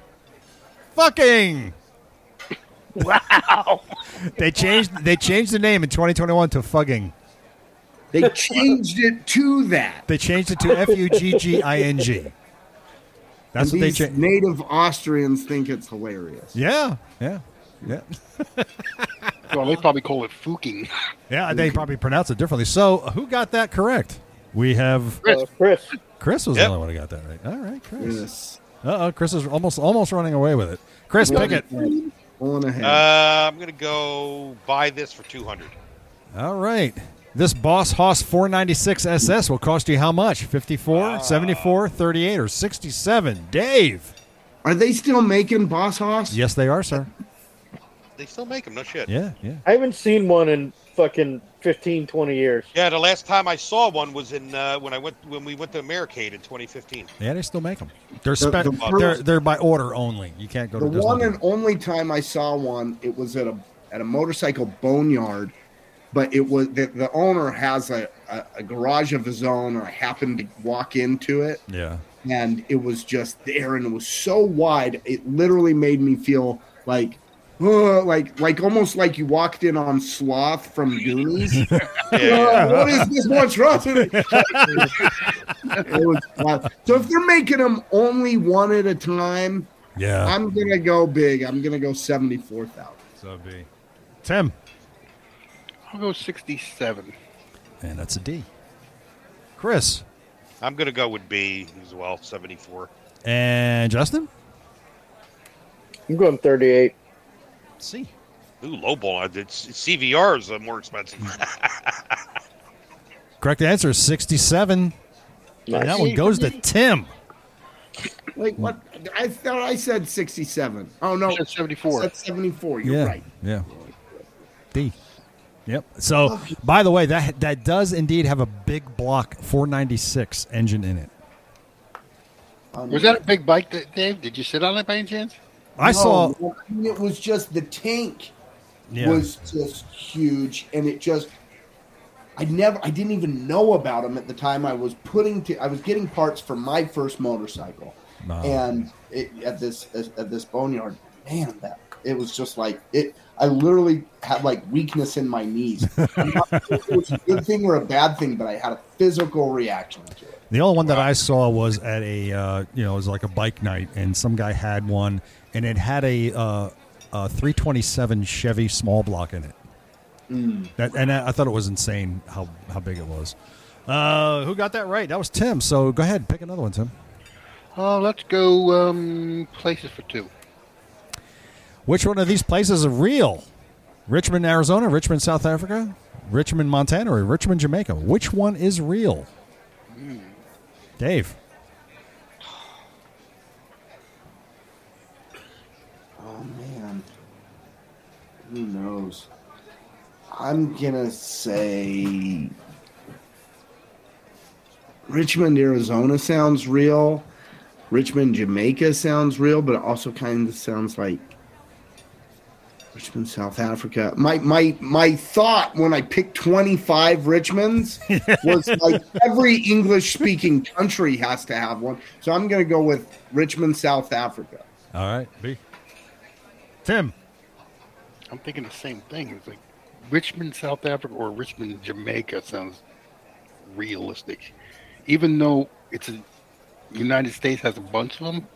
[SPEAKER 2] fucking.
[SPEAKER 4] Wow.
[SPEAKER 2] They changed. They changed the name in 2021 to fugging.
[SPEAKER 6] They changed it to that.
[SPEAKER 2] They changed it to F U G G I N G. That's what
[SPEAKER 1] And
[SPEAKER 2] they
[SPEAKER 1] these
[SPEAKER 2] changed.
[SPEAKER 1] native Austrians think it's hilarious.
[SPEAKER 2] Yeah, yeah, yeah.
[SPEAKER 4] Well, they probably call it fooking.
[SPEAKER 2] Yeah, they probably pronounce it differently. So, who got that correct? We have
[SPEAKER 5] Uh, Chris,
[SPEAKER 2] Chris was
[SPEAKER 3] Yep.
[SPEAKER 2] the only one who got that right. All right, Chris.
[SPEAKER 1] Yes.
[SPEAKER 2] Uh oh, Chris is almost almost running away with it. Chris, pick it.
[SPEAKER 1] Pulling ahead.
[SPEAKER 3] Uh, I'm gonna go buy this for 200.
[SPEAKER 2] All right. This Boss Hoss 496 SS will cost you how much? 54, 74, 38, or 67? Dave.
[SPEAKER 1] Are they still making Boss Hoss?
[SPEAKER 2] Yes, they are, sir.
[SPEAKER 3] They still make them. No shit.
[SPEAKER 2] Yeah, yeah.
[SPEAKER 5] I haven't seen one in fucking 15, 20 years.
[SPEAKER 3] Yeah, the last time I saw one was in uh, when I went when we went to Americade in 2015.
[SPEAKER 2] Yeah, they still make them. They're, spe-
[SPEAKER 1] the
[SPEAKER 2] they're,
[SPEAKER 1] first-
[SPEAKER 2] they're by order only. You can't go to
[SPEAKER 1] The
[SPEAKER 2] there's no-
[SPEAKER 1] one and only time I saw one, it was at a at a motorcycle boneyard, but it was the, the owner has a, a, a garage of his own, or I happened to walk into it,
[SPEAKER 2] Yeah.
[SPEAKER 1] and it was just there, and it was so wide, it literally made me feel like. "Ugh," like, like, almost like you walked in on Sloth from Goonies. "Ugh, what is this monstrosity? It was wild. so if they're making them only one at a time,
[SPEAKER 2] Yeah.
[SPEAKER 1] I'm gonna go big. I'm gonna go seventy-four thousand.
[SPEAKER 2] so be. Tim.
[SPEAKER 4] I'll go 67.
[SPEAKER 2] And that's a D. Chris.
[SPEAKER 3] I'm gonna go with B as well, 74.
[SPEAKER 2] And Justin?
[SPEAKER 5] I'm going 38.
[SPEAKER 2] C.
[SPEAKER 3] Ooh, lowball. It's, CVRs are uh, more expensive.
[SPEAKER 2] Correct answer is 67.
[SPEAKER 5] Nice.
[SPEAKER 2] And that one goes to Tim.
[SPEAKER 1] Wait, what? I thought I said sixty-seven. Oh no,
[SPEAKER 4] I said 74.
[SPEAKER 1] That's seventy-four. You're
[SPEAKER 2] yeah.
[SPEAKER 1] right.
[SPEAKER 2] Yeah. D. Yep. So, by the way, that that does indeed have a big block 496 engine in it.
[SPEAKER 1] Um,
[SPEAKER 4] Was that a big bike, that, Dave? Did you sit on it by any chance?
[SPEAKER 2] I saw.
[SPEAKER 1] Oh.
[SPEAKER 6] It was just the tank
[SPEAKER 2] Yeah.
[SPEAKER 6] was just huge, and it just. I never. I didn't even know about them at the time. I was putting. To, I was getting parts for my first motorcycle,
[SPEAKER 2] Nah.
[SPEAKER 6] and it, at this at, at this boneyard, man, that it was just like it. I literally had like weakness in my knees. I'm not sure if it was a good thing or a bad thing, but I had a physical reaction to it.
[SPEAKER 2] The only one that I saw was at a uh, you know it was like a bike night, and some guy had one, and it had a, uh, a 327 Chevy small block in it.
[SPEAKER 1] Mm.
[SPEAKER 2] That, and I, I thought it was insane how how big it was. Uh, who got that right? That was Tim. So go ahead, pick another one, Tim.
[SPEAKER 4] Oh, let's go um, places for two.
[SPEAKER 2] Which one of these places is real? Richmond, Arizona, Richmond, South Africa, Richmond, Montana, or Richmond, Jamaica? Which one is real? Dave.
[SPEAKER 6] Oh man, who knows? I'm gonna say
[SPEAKER 1] Richmond, Arizona sounds real. Richmond, Jamaica sounds real, but it also kind of sounds like Richmond, South Africa. My my my thought when I picked twenty-five Richmonds was like every English-speaking country has to have one. So I'm gonna go with Richmond, South Africa.
[SPEAKER 2] All right, B. Tim.
[SPEAKER 4] I'm thinking the same thing. It's like Richmond, South Africa, or Richmond, Jamaica sounds realistic, even though it's a United States has a bunch of them.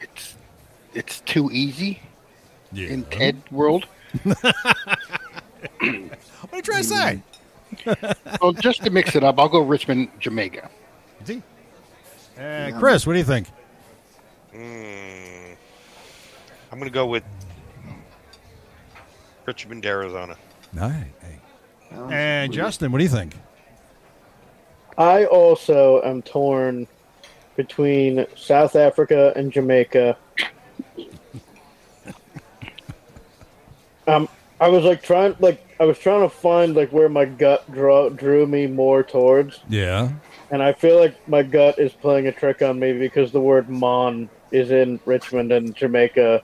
[SPEAKER 4] It's it's too easy
[SPEAKER 2] Yeah.
[SPEAKER 4] in Ted world.
[SPEAKER 2] What are you trying to say?
[SPEAKER 4] well, just to mix it up, I'll go Richmond, Jamaica.
[SPEAKER 2] D. Uh, Chris, what do you think?
[SPEAKER 3] Mm. I'm gonna go with Richmond, Arizona.
[SPEAKER 2] All right. And Justin, what do you think?
[SPEAKER 5] I also am torn between South Africa and Jamaica. um, I was like trying, like I was trying to find like where my gut drew drew me more towards,
[SPEAKER 2] Yeah.
[SPEAKER 5] and I feel like my gut is playing a trick on me because the word "mon" is in Richmond and Jamaica,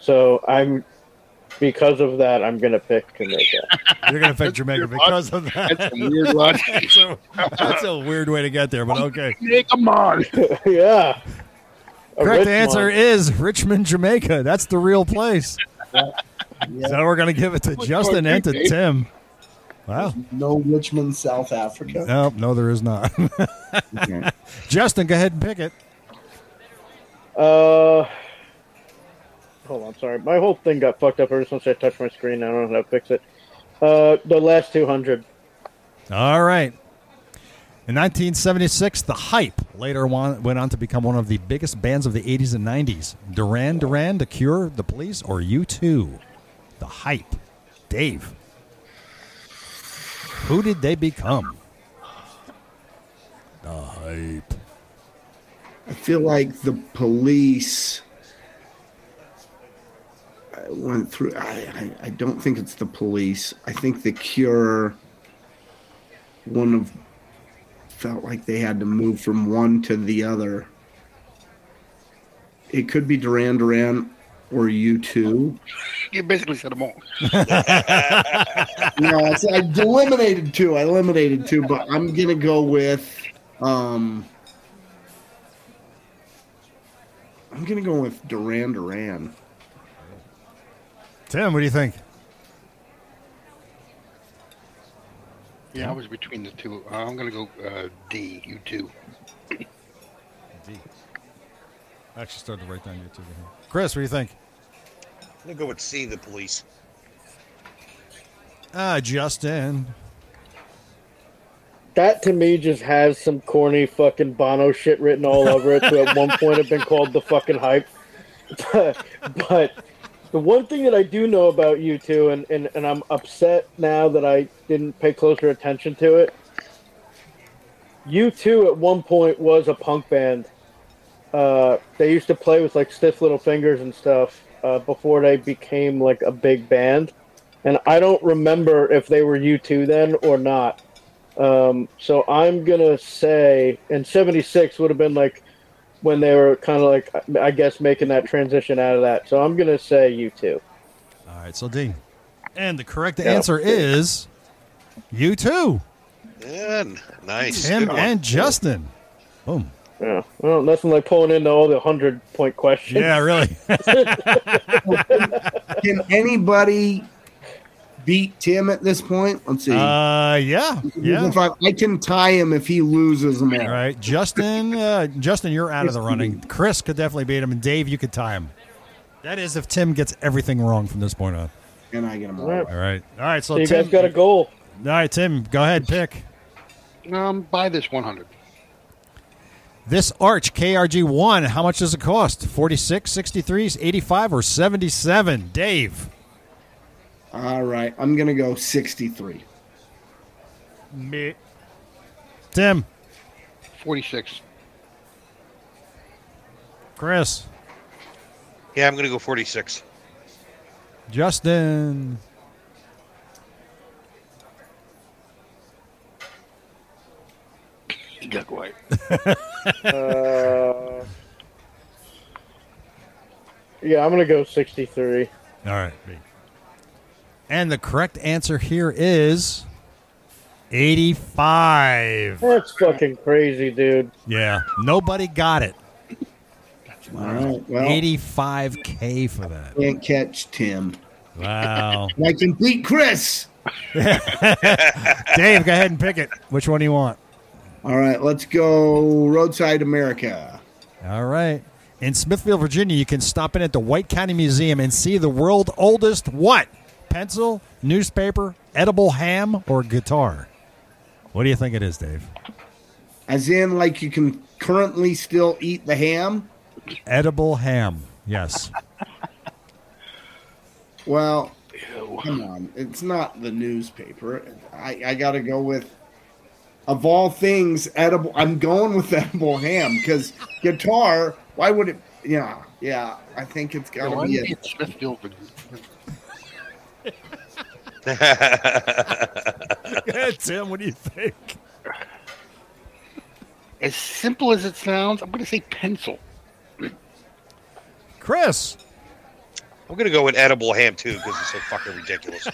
[SPEAKER 5] so I'm because of that I'm gonna pick Jamaica.
[SPEAKER 2] You're going to pick Jamaica because of that.
[SPEAKER 4] That's a weird one.
[SPEAKER 2] That's a, that's a weird way to get there, but okay.
[SPEAKER 4] Jamaica, come on.
[SPEAKER 5] yeah, A
[SPEAKER 2] Correct
[SPEAKER 5] rich
[SPEAKER 2] answer
[SPEAKER 5] one.
[SPEAKER 2] is Richmond, Jamaica. That's the real place.
[SPEAKER 6] Yeah.
[SPEAKER 2] So we're going to give it to
[SPEAKER 4] Which
[SPEAKER 2] Justin
[SPEAKER 4] one,
[SPEAKER 2] and to
[SPEAKER 4] Dave?
[SPEAKER 2] Tim. Wow.
[SPEAKER 6] No Richmond, South Africa.
[SPEAKER 2] No, no, there is not. Justin, go ahead and pick it.
[SPEAKER 5] Uh, hold on, sorry. My whole thing got fucked up ever since I touched my screen. I don't know how to fix it. Uh, the last 200.
[SPEAKER 2] All right. In 1976, The Hype later won, went on to become one of the biggest bands of the 80s and 90s. Duran Duran, The Cure, The Police, or U2? The Hype. Dave. Who did they become? The Hype.
[SPEAKER 1] I feel like the police I went through. I, I, I don't think it's the police. I think the cure. One of felt like they had to move from one to the other. It could be Duran Duran or U two.
[SPEAKER 4] You basically said them all.
[SPEAKER 1] no, I said- I eliminated two. I eliminated two, but I'm gonna go with. Um, I'm gonna go with Duran Duran.
[SPEAKER 2] Tim, what do you think?
[SPEAKER 4] Yeah, I was between the two. Uh, I'm gonna go uh, D. You two.
[SPEAKER 2] I actually started to write down U2. Chris, what do you think?
[SPEAKER 7] I'm gonna go with C, the police.
[SPEAKER 2] Ah, Justin.
[SPEAKER 5] That to me just has some corny fucking Bono shit written all over it. To at one point have been called the fucking hype. but the one thing that I do know about you two, and, and, and I'm upset now that I didn't pay closer attention to it. You two at one point was a punk band. Uh, they used to play with like stiff little fingers and stuff uh, before they became like a big band. And I don't remember if they were you two then or not. Um, so I'm gonna say, and '76 would have been like when they were kind of like, I guess, making that transition out of that. So I'm gonna say you two.
[SPEAKER 2] All right, so D. And the correct
[SPEAKER 5] Yeah.
[SPEAKER 2] answer is U2.
[SPEAKER 3] And nice.
[SPEAKER 2] Tim
[SPEAKER 3] Good one.
[SPEAKER 2] and Justin. Boom.
[SPEAKER 5] Yeah, well, nothing like pulling into all the hundred point questions.
[SPEAKER 2] Yeah, really.
[SPEAKER 1] Can anybody beat Tim at this point? Let's see.
[SPEAKER 2] Uh, yeah, yeah.
[SPEAKER 1] If I, I can tie him if he loses a
[SPEAKER 2] All
[SPEAKER 1] man.
[SPEAKER 2] right, Justin. Uh, Justin, you're out of the running. Chris could definitely beat him, and Dave, you could tie him. That is if Tim gets everything wrong from this point on.
[SPEAKER 1] And I get him
[SPEAKER 5] All
[SPEAKER 1] all. Right.
[SPEAKER 5] right.
[SPEAKER 2] All right, all right. So
[SPEAKER 5] So you
[SPEAKER 2] Tim,
[SPEAKER 5] guys got a goal.
[SPEAKER 2] all right, Tim, go ahead, pick.
[SPEAKER 4] Um, buy this 100.
[SPEAKER 2] This arch KRG one. How much does it cost? 46, 63, 85, or seventy seven? Dave.
[SPEAKER 1] all right. I'm gonna go 63.
[SPEAKER 2] Me. Tim.
[SPEAKER 4] 46.
[SPEAKER 2] Chris.
[SPEAKER 3] Yeah, I'm gonna go 46.
[SPEAKER 2] Justin.
[SPEAKER 4] He got quiet.
[SPEAKER 5] Uh, yeah, I'm gonna go 63.
[SPEAKER 2] All right. And the correct answer here is 85.
[SPEAKER 5] That's fucking crazy, dude.
[SPEAKER 2] Yeah. Nobody got it.
[SPEAKER 1] All right. Well,
[SPEAKER 2] 85K for that.
[SPEAKER 1] can't catch Tim.
[SPEAKER 2] Wow.
[SPEAKER 1] And I can beat Chris.
[SPEAKER 2] Dave, go ahead and pick it. Which one do you want?
[SPEAKER 1] All right. Let's go roadside America.
[SPEAKER 2] All right. In Smithfield, Virginia, you can stop in at the White County Museum and see the world's oldest what? Pencil, newspaper, edible ham, or guitar? What do you think it is, Dave?
[SPEAKER 1] As in, like you can currently still eat the ham.
[SPEAKER 2] Edible ham. Yes.
[SPEAKER 1] Well, come on, it's not the newspaper. I, I got to go with, of all things, edible. I'm going with edible ham because guitar. Why would it? Yeah, yeah. I think it's got
[SPEAKER 4] Why do
[SPEAKER 1] to be
[SPEAKER 4] you
[SPEAKER 1] it.
[SPEAKER 4] think Smithfield would-
[SPEAKER 2] Tim, what do you think?
[SPEAKER 4] As simple as it sounds, I'm gonna say pencil.
[SPEAKER 2] Chris.
[SPEAKER 3] I'm gonna go with edible ham too because it's so fucking ridiculous.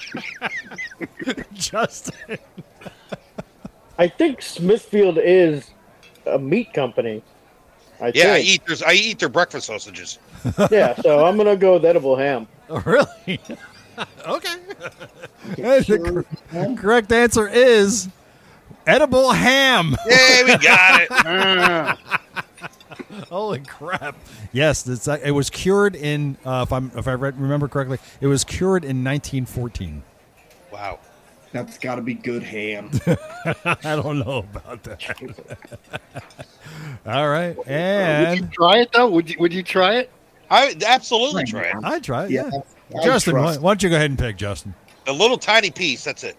[SPEAKER 2] Justin.
[SPEAKER 5] I think Smithfield is a meat company. I
[SPEAKER 8] Yeah, I
[SPEAKER 5] think.
[SPEAKER 8] eat their I eat their breakfast sausages.
[SPEAKER 5] yeah, so I'm gonna go with edible ham.
[SPEAKER 2] Oh, really? okay.
[SPEAKER 1] Okay,
[SPEAKER 2] The
[SPEAKER 1] sure, man.
[SPEAKER 2] Correct answer is edible ham.
[SPEAKER 8] Yay, we got it.
[SPEAKER 4] Ah,
[SPEAKER 2] Holy crap! Yes, it's, uh, it was cured in uh, if I'm if I read, remember correctly, it was cured in 1914.
[SPEAKER 8] Wow.
[SPEAKER 1] That's got to be good ham.
[SPEAKER 2] I don't know about that. All right,
[SPEAKER 4] Uh, would you
[SPEAKER 2] and
[SPEAKER 4] try it though? Would you Would you try it?
[SPEAKER 8] I would absolutely try it.
[SPEAKER 2] I try. it,
[SPEAKER 1] Yeah,
[SPEAKER 2] Yeah,
[SPEAKER 1] I
[SPEAKER 2] Justin, why,
[SPEAKER 1] trust.
[SPEAKER 2] why don't you go ahead and pick Justin?
[SPEAKER 8] A little tiny piece, that's it.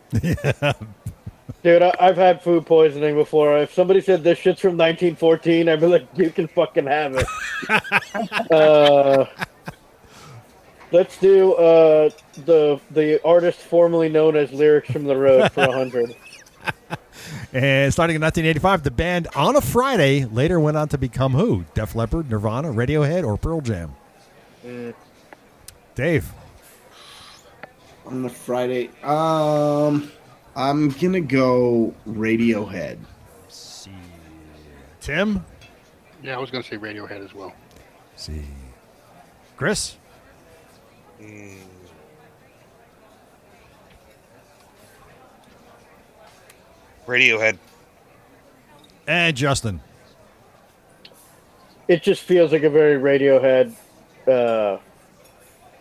[SPEAKER 5] Dude, I, I've had food poisoning before. If somebody said this shit's from 1914, I'd be like, you can fucking have it. uh, let's do uh, the the artist formerly known as Lyrics from the Road for 100.
[SPEAKER 2] And starting in 1985, the band On a Friday later went on to become who? Def Leppard, Nirvana, Radiohead, or Pearl Jam?
[SPEAKER 1] Uh,
[SPEAKER 2] Dave,
[SPEAKER 1] on the Friday. Um, I'm gonna go Radiohead.
[SPEAKER 2] Tim,
[SPEAKER 4] Yeah, I was gonna say Radiohead as well.
[SPEAKER 2] see, Chris.
[SPEAKER 8] Radiohead.
[SPEAKER 2] And Justin.
[SPEAKER 5] It just feels like a very Radiohead. Uh,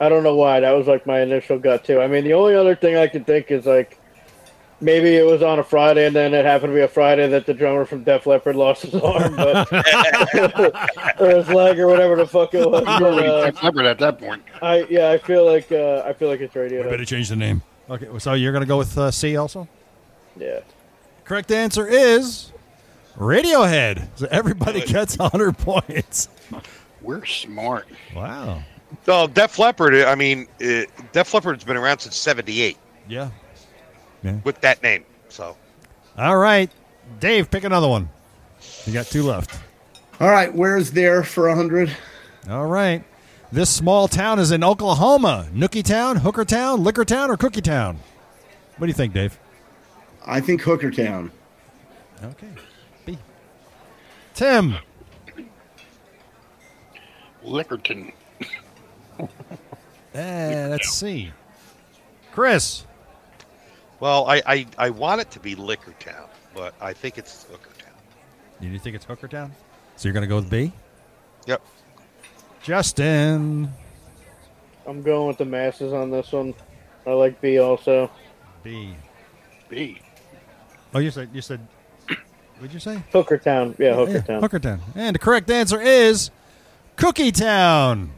[SPEAKER 5] I don't know why. That was like my initial gut, too. I mean, the only other thing I can think is like, Maybe it was on a Friday, and then it happened to be a Friday that the drummer from Def Leppard lost his arm, but or his leg, or whatever the fuck it was.
[SPEAKER 4] You
[SPEAKER 5] but,
[SPEAKER 4] already
[SPEAKER 5] uh,
[SPEAKER 4] Def Leppard at that point.
[SPEAKER 5] I yeah, I feel like uh, I feel like it's Radiohead.
[SPEAKER 2] change the name. Okay, so you're going to go with uh, C also?
[SPEAKER 5] Yeah,
[SPEAKER 2] Correct answer is Radiohead. So everybody
[SPEAKER 8] Good.
[SPEAKER 2] gets 100 points.
[SPEAKER 4] We're smart.
[SPEAKER 2] Wow.
[SPEAKER 3] Well, Def Leppard. I mean, uh, Def Leppard's been around since '78
[SPEAKER 2] Yeah.
[SPEAKER 3] with that name. So
[SPEAKER 2] All right. Dave, pick another one. You got two left.
[SPEAKER 1] All right, where's there for hundred?
[SPEAKER 2] All right. This small town is in Oklahoma. Nookie Town, Hooker Town, Liquor Town, or Cookie Town? What do you think, Dave?
[SPEAKER 1] I think Hookertown.
[SPEAKER 2] Okay. B. Tim.
[SPEAKER 4] Lickerton.
[SPEAKER 2] Eh, let's see. Chris.
[SPEAKER 3] Well, I, I, I want it to be Liquor Town, but I think it's Liquor Town.
[SPEAKER 2] Do you think it's Hooker Town? So you're going to go with B?
[SPEAKER 3] Yep.
[SPEAKER 2] Justin.
[SPEAKER 5] I'm going with the masses on this one. I like B also.
[SPEAKER 2] B.
[SPEAKER 4] B.
[SPEAKER 2] Oh, you said you said. What'd you say?
[SPEAKER 5] Hooker Town, yeah, Hooker
[SPEAKER 2] Yeah,
[SPEAKER 5] Town.
[SPEAKER 2] Hookertown. And the correct answer is Cookie Town.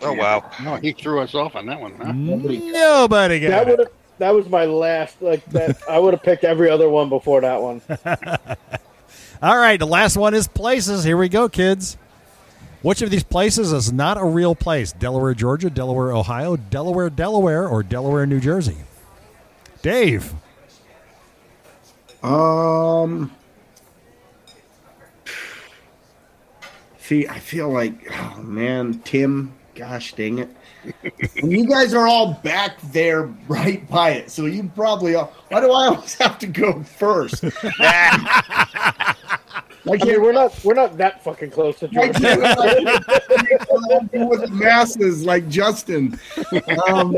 [SPEAKER 3] Oh wow.
[SPEAKER 4] No, he threw us off on that one. Huh?
[SPEAKER 2] Mm-hmm. Nobody
[SPEAKER 5] That
[SPEAKER 2] got
[SPEAKER 5] would
[SPEAKER 2] it.
[SPEAKER 5] have that was my last like that. I would have picked every other one before that one.
[SPEAKER 2] All right, the last one is places. Here we go, kids. Which of these places is not a real place? Delaware, Georgia, Delaware, Ohio, Delaware, Delaware, or Delaware, New Jersey? Dave.
[SPEAKER 1] Um. See, I feel like, oh man, Tim, gosh dang it. and you guys are all back there right by it. So you probably all, why do I always have to go first? Like,
[SPEAKER 5] I mean, we're not we're not that fucking close to
[SPEAKER 1] I
[SPEAKER 5] Georgia.
[SPEAKER 1] can't do with the masses like Justin. Um,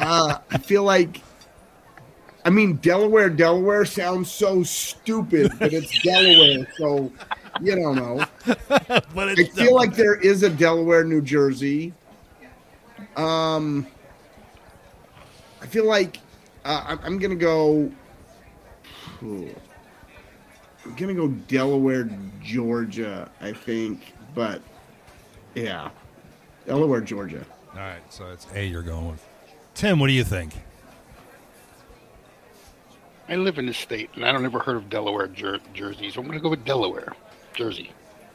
[SPEAKER 1] uh, I feel like, I mean, Delaware, Delaware sounds so stupid, but it's Delaware, so you don't know.
[SPEAKER 2] But
[SPEAKER 1] I feel like there is a Delaware, New Jersey. Um, I feel like uh, I'm, I'm gonna go. I'm gonna go Delaware, Georgia. I think, but yeah, Delaware, Georgia.
[SPEAKER 2] All right, so it's A you're going with. Tim, what do you think?
[SPEAKER 4] I live in this state, and I don't ever heard of Delaware, Jer- Jersey, so I'm going to go with Delaware, Jersey.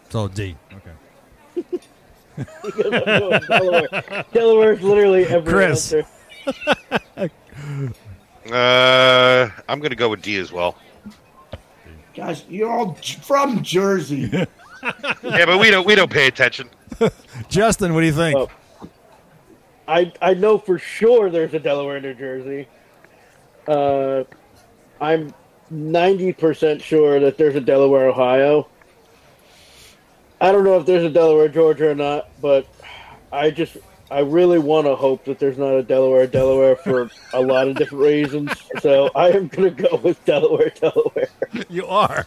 [SPEAKER 2] So D. Okay.
[SPEAKER 5] Delaware. Delaware's literally every
[SPEAKER 2] Chris.
[SPEAKER 5] answer.
[SPEAKER 3] Uh, I'm gonna go with D as well.
[SPEAKER 1] Gosh, you're all j- from Jersey.
[SPEAKER 3] Yeah, but we don't we don't pay attention.
[SPEAKER 2] Justin, what do you think?
[SPEAKER 5] Oh. I I know for sure there's a Delaware, New Jersey. Uh, I'm ninety percent sure that there's a Delaware, Ohio. I don't know if there's a Delaware, Georgia or not, but I just I really want to hope that there's not a Delaware, Delaware for a lot of different reasons. So I am going to go with Delaware, Delaware.
[SPEAKER 2] You are.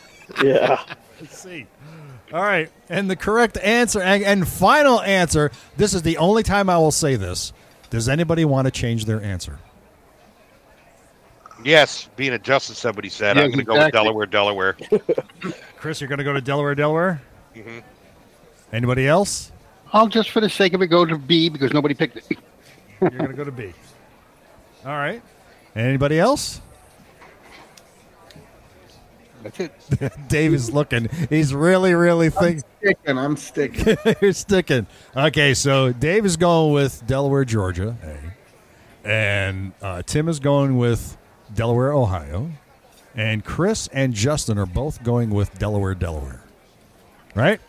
[SPEAKER 5] Yeah.
[SPEAKER 2] Let's see. All right. And the correct answer and, and final answer this is the only time I will say this. Does anybody want to change their answer?
[SPEAKER 9] Yes, being a justice, somebody said.
[SPEAKER 4] Yeah,
[SPEAKER 9] I'm going to go with
[SPEAKER 4] exactly.
[SPEAKER 9] Delaware, Delaware.
[SPEAKER 2] Chris, you're going to go to Delaware, Delaware?
[SPEAKER 9] Mhm.
[SPEAKER 2] Anybody else?
[SPEAKER 4] I'll just for the sake of it go to B because nobody picked it.
[SPEAKER 2] You're going to go to B. All right. Anybody else?
[SPEAKER 4] That's it.
[SPEAKER 2] Dave is looking. He's really, really thinking.
[SPEAKER 10] Sticking, I'm sticking.
[SPEAKER 2] You're sticking. Okay, so Dave is going with Delaware, Georgia. A. And uh, Tim is going with Delaware, Ohio. And Chris and Justin are both going with Delaware, Delaware. Right?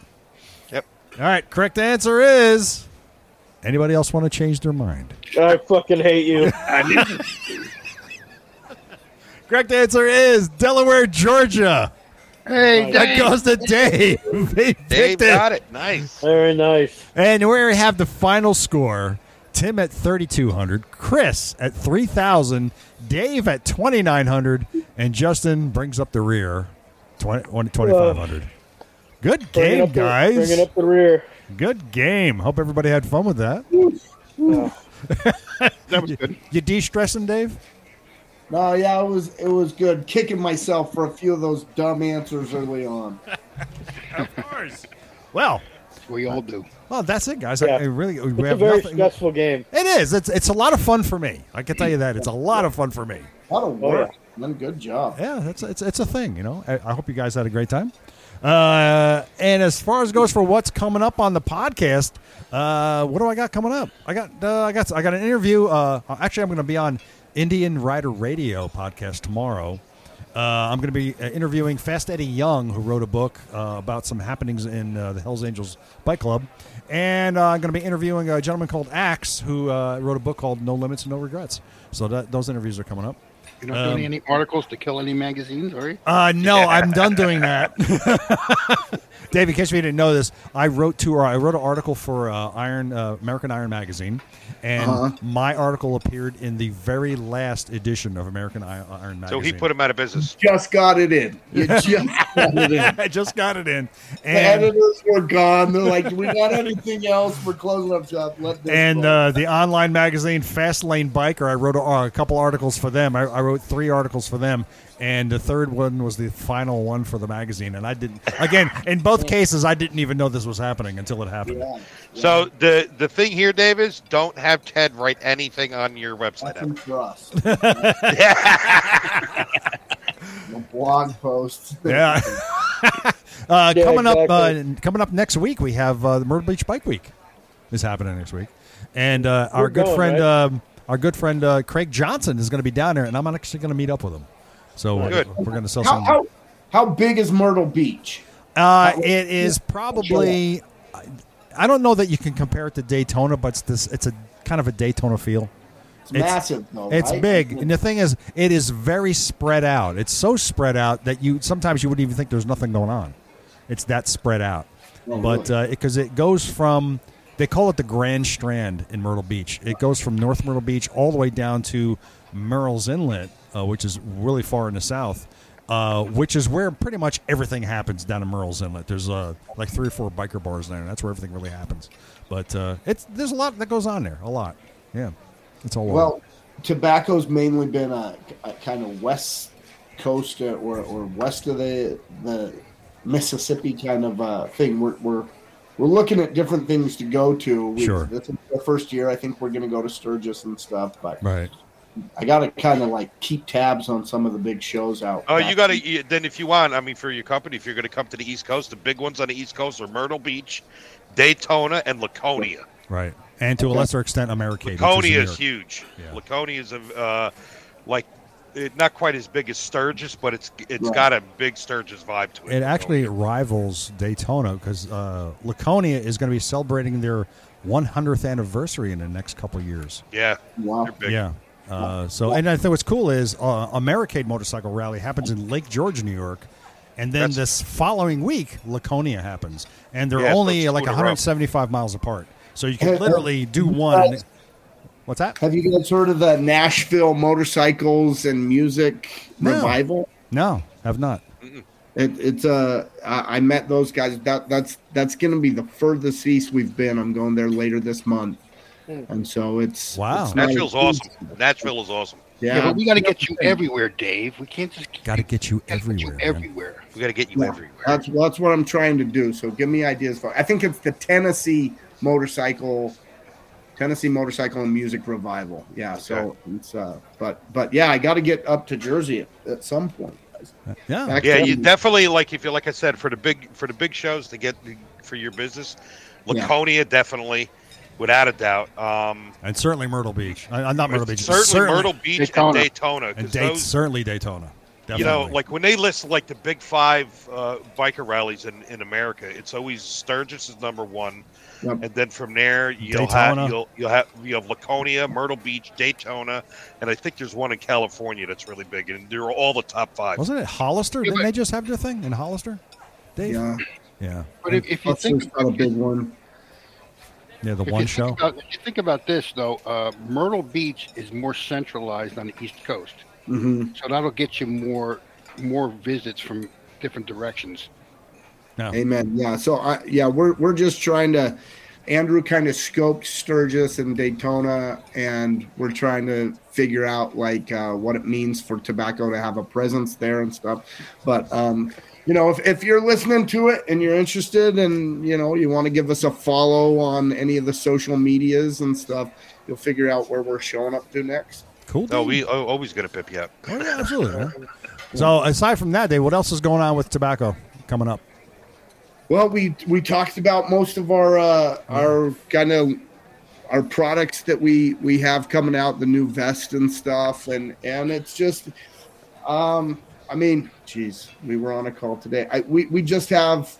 [SPEAKER 9] Yep.
[SPEAKER 2] All right, correct answer is. Anybody else want to change their mind?
[SPEAKER 5] I fucking hate you.
[SPEAKER 2] Correct answer is Delaware, Georgia.
[SPEAKER 4] Hey,
[SPEAKER 2] That goes to Dave. He picked
[SPEAKER 3] Dave
[SPEAKER 2] it.
[SPEAKER 3] got it. Nice.
[SPEAKER 5] Very nice.
[SPEAKER 2] And we have the final score. Tim at 3,200, Chris at 3,000, Dave at 2,900, and Justin brings up the rear, 20 one- 2,500. Good
[SPEAKER 5] Bringing
[SPEAKER 2] game,
[SPEAKER 5] up the- Bringing
[SPEAKER 2] guys.
[SPEAKER 5] up the rear.
[SPEAKER 2] Good game. Hope everybody had fun with that.
[SPEAKER 4] that was good.
[SPEAKER 2] You de-stressing, Dave?
[SPEAKER 1] No, yeah, it was it was good. Kicking myself for a few of those dumb answers early on.
[SPEAKER 2] Of course. well,
[SPEAKER 4] We all do.
[SPEAKER 2] well, that's it, guys.
[SPEAKER 5] Yeah.
[SPEAKER 2] I, I really, we
[SPEAKER 5] It's a
[SPEAKER 2] have
[SPEAKER 5] very
[SPEAKER 2] nothing.
[SPEAKER 5] stressful game.
[SPEAKER 2] It is. It's it's a lot of fun for me. I can tell you that. It's a lot of fun for me.
[SPEAKER 1] That'll
[SPEAKER 5] Oh,
[SPEAKER 1] work. Man, good job.
[SPEAKER 2] yeah, that's it's it's a thing, you know. I, I hope you guys had a great time. Uh, and as far as goes for what's coming up on the podcast, uh, what do I got coming up? I got uh, I got I got an interview. Uh, actually, I'm going to be on Indian Rider Radio podcast tomorrow. Uh, I'm going to be uh, interviewing Fast Eddie Young, who wrote a book uh, about some happenings in uh, the Hell's Angels Bike Club. And uh, I'm going to be interviewing a gentleman called Axe, who uh, wrote a book called No Limits and No Regrets. So that, those interviews are coming up.
[SPEAKER 4] You're not
[SPEAKER 2] Um,
[SPEAKER 4] doing any articles to kill any magazines, are you?
[SPEAKER 2] Uh, no, I'm done doing that. Dave, in case you didn't know this, I wrote two, or I wrote an article for uh, Iron uh, American Iron magazine, and
[SPEAKER 9] Uh-huh.
[SPEAKER 2] my article appeared in the very last edition of American I- uh, Iron
[SPEAKER 9] So
[SPEAKER 2] magazine.
[SPEAKER 9] he put him out of business.
[SPEAKER 10] Just got it in. You just got it in.
[SPEAKER 2] I just got it in,
[SPEAKER 1] The
[SPEAKER 2] and
[SPEAKER 1] editors were gone. They're like, we got anything else? We're closing up shop. Let this
[SPEAKER 2] and
[SPEAKER 1] go."
[SPEAKER 2] uh, the online magazine Fastlane Biker. I wrote a, a couple articles for them. I, I wrote three articles for them, and the third one was the final one for the magazine. And I didn't, again, in both cases, I didn't even know this was happening until it happened.
[SPEAKER 1] Yeah, yeah.
[SPEAKER 3] So the the thing here, Dave, is don't have Ted write anything on your website.
[SPEAKER 1] That's
[SPEAKER 3] ever.
[SPEAKER 1] in trust. The blog posts.
[SPEAKER 2] Yeah. uh,
[SPEAKER 5] Yeah,
[SPEAKER 2] coming up, uh,
[SPEAKER 5] exactly.
[SPEAKER 2] coming up next week, we have uh, the Myrtle Beach Bike Week is happening next week, and uh, our
[SPEAKER 5] We're
[SPEAKER 2] good
[SPEAKER 5] going,
[SPEAKER 2] friend,
[SPEAKER 5] right?
[SPEAKER 2] um, our good friend uh, Craig Johnson is going to be down there, and I'm actually going to meet up with him. So uh,
[SPEAKER 3] Good.
[SPEAKER 2] we're going to sell
[SPEAKER 1] How,
[SPEAKER 2] some.
[SPEAKER 1] how, how big is Myrtle Beach?
[SPEAKER 2] Uh, it is probably. I- I don't know that you can compare it to Daytona, but it's this. It's a kind of a Daytona feel.
[SPEAKER 1] It's,
[SPEAKER 2] It's-
[SPEAKER 1] massive, though.
[SPEAKER 2] It's
[SPEAKER 1] right?
[SPEAKER 2] big, and the thing is, it is very spread out. It's so spread out that you sometimes you wouldn't even think there's nothing going on. It's that spread out,
[SPEAKER 1] Oh,
[SPEAKER 2] but uh, because it goes from they call it the Grand Strand in Myrtle Beach. It goes from North Myrtle Beach all the way down to Merle's Inlet, uh, which is really far in the south. Uh, which is where pretty much everything happens down in Merle's Inlet. There's uh, like three or four biker bars there, and that's where everything really happens. But uh, it's there's a lot that goes on there, a lot. Yeah, it's all over.
[SPEAKER 1] Well, tobacco's mainly been a, a kind of west coast uh, or, or west of the the Mississippi kind of uh, thing. We're, we're we're looking at different things to go to. We,
[SPEAKER 2] Sure.
[SPEAKER 1] This is the first year. I think we're going to go to Sturgis and stuff. But
[SPEAKER 2] right.
[SPEAKER 1] I got to kind of like keep tabs on some of the big shows out.
[SPEAKER 3] Oh, you
[SPEAKER 1] back.
[SPEAKER 3] got to then if you want. I mean, for your company, if you're going to come to the East Coast, the big ones on the East Coast are Myrtle Beach, Daytona, and Laconia.
[SPEAKER 2] Right. And to a lesser extent, Americade. which
[SPEAKER 3] Laconia
[SPEAKER 2] in New
[SPEAKER 3] is
[SPEAKER 2] York.
[SPEAKER 3] huge.
[SPEAKER 2] Yeah.
[SPEAKER 3] Laconia is a uh, like it, not quite as big as Sturgis, but it's it's
[SPEAKER 1] Right.
[SPEAKER 3] got a big Sturgis vibe to it.
[SPEAKER 2] It actually rivals Daytona because uh, Laconia is going to be celebrating their 100th anniversary in the next couple of years.
[SPEAKER 3] yeah,
[SPEAKER 1] Wow.
[SPEAKER 3] they're big.
[SPEAKER 2] Yeah. Uh, so, and I think what's cool is uh, Americade Motorcycle Rally happens in Lake George, New York, And then
[SPEAKER 3] That's-
[SPEAKER 2] this following week, Laconia happens, and they're
[SPEAKER 3] Yeah, so
[SPEAKER 2] only
[SPEAKER 3] it's
[SPEAKER 2] like
[SPEAKER 3] two in a row.
[SPEAKER 2] 175 miles apart. So you can
[SPEAKER 11] Have-
[SPEAKER 2] literally do one. What's that?
[SPEAKER 1] Have you guys heard of the Nashville motorcycles and music
[SPEAKER 2] No.
[SPEAKER 1] revival?
[SPEAKER 2] No, have not.
[SPEAKER 1] It, it's uh, I I met those guys. That that's that's going to be the furthest east we've been. I'm going there later this month, and so it's
[SPEAKER 2] Wow.
[SPEAKER 1] it's not-
[SPEAKER 3] Nashville's awesome. Nashville is awesome.
[SPEAKER 1] Yeah,
[SPEAKER 4] Yeah, but we got to get you everywhere, Dave. We can't just
[SPEAKER 2] Got to get you
[SPEAKER 4] gotta get you
[SPEAKER 2] everywhere. man.
[SPEAKER 4] everywhere.
[SPEAKER 3] We got to get you
[SPEAKER 1] Yeah.
[SPEAKER 3] everywhere.
[SPEAKER 1] that's that's what I'm trying to do. So give me ideas for. I think it's the Tennessee motorcycle, Tennessee motorcycle and music revival. Yeah. So it's uh, but but yeah, I got to get up to Jersey at, at some point.
[SPEAKER 2] Yeah.
[SPEAKER 1] Back
[SPEAKER 3] Yeah,
[SPEAKER 1] then-
[SPEAKER 3] you definitely like if you like I said for the big for the big shows to get the, for your business,
[SPEAKER 1] Yeah.
[SPEAKER 3] Laconia definitely, without a doubt. Um,
[SPEAKER 2] And certainly Myrtle Beach. I, I'm not Myrtle Beach.
[SPEAKER 3] certainly, Myrtle Beach
[SPEAKER 4] Daytona.
[SPEAKER 3] and Daytona. 'cause
[SPEAKER 2] and Dayton,
[SPEAKER 3] those-
[SPEAKER 2] certainly Daytona. Definitely.
[SPEAKER 3] you know, like when they list like the big five uh, biker rallies in, in America, it's always Sturgis is number one,
[SPEAKER 1] Yep.
[SPEAKER 3] and then from there you'll
[SPEAKER 2] Daytona.
[SPEAKER 3] have you'll you'll have you have Laconia, Myrtle Beach, Daytona, and I think there's one in California that's really big, and they're all the top five.
[SPEAKER 2] wasn't it Hollister?
[SPEAKER 4] Yeah,
[SPEAKER 2] Didn't
[SPEAKER 4] but-
[SPEAKER 2] they just have their thing in Hollister? Dave?
[SPEAKER 1] Yeah,
[SPEAKER 2] yeah,
[SPEAKER 4] But if, if you
[SPEAKER 1] that's
[SPEAKER 4] think
[SPEAKER 1] not a big one.
[SPEAKER 2] Yeah, the
[SPEAKER 4] if you
[SPEAKER 2] one
[SPEAKER 4] think
[SPEAKER 2] show.
[SPEAKER 4] about, if you think about this though, uh, Myrtle Beach is more centralized on the East Coast,
[SPEAKER 1] hmm
[SPEAKER 4] so that'll get you more more visits from different directions.
[SPEAKER 1] Amen. Yeah. So I yeah, we're we're just trying to Andrew kind of scoped Sturgis and Daytona and we're trying to figure out like uh, what it means for tobacco to have a presence there and stuff. But um you know, if, if you're listening to it and you're interested and you know you want to give us a follow on any of the social medias and stuff, you'll figure out where we're showing up to next.
[SPEAKER 2] Cool.
[SPEAKER 3] No,
[SPEAKER 2] dude.
[SPEAKER 3] we oh, always gonna pip you up.
[SPEAKER 2] Oh, yeah, absolutely. man. So aside from that, Dave, what else is going on with tobacco coming up?
[SPEAKER 1] Well, we we talked about most of our uh, our kind of our products that we we have coming out, the new vest and stuff, and and it's just, um, I mean, geez, we were on a call today. I, we we just have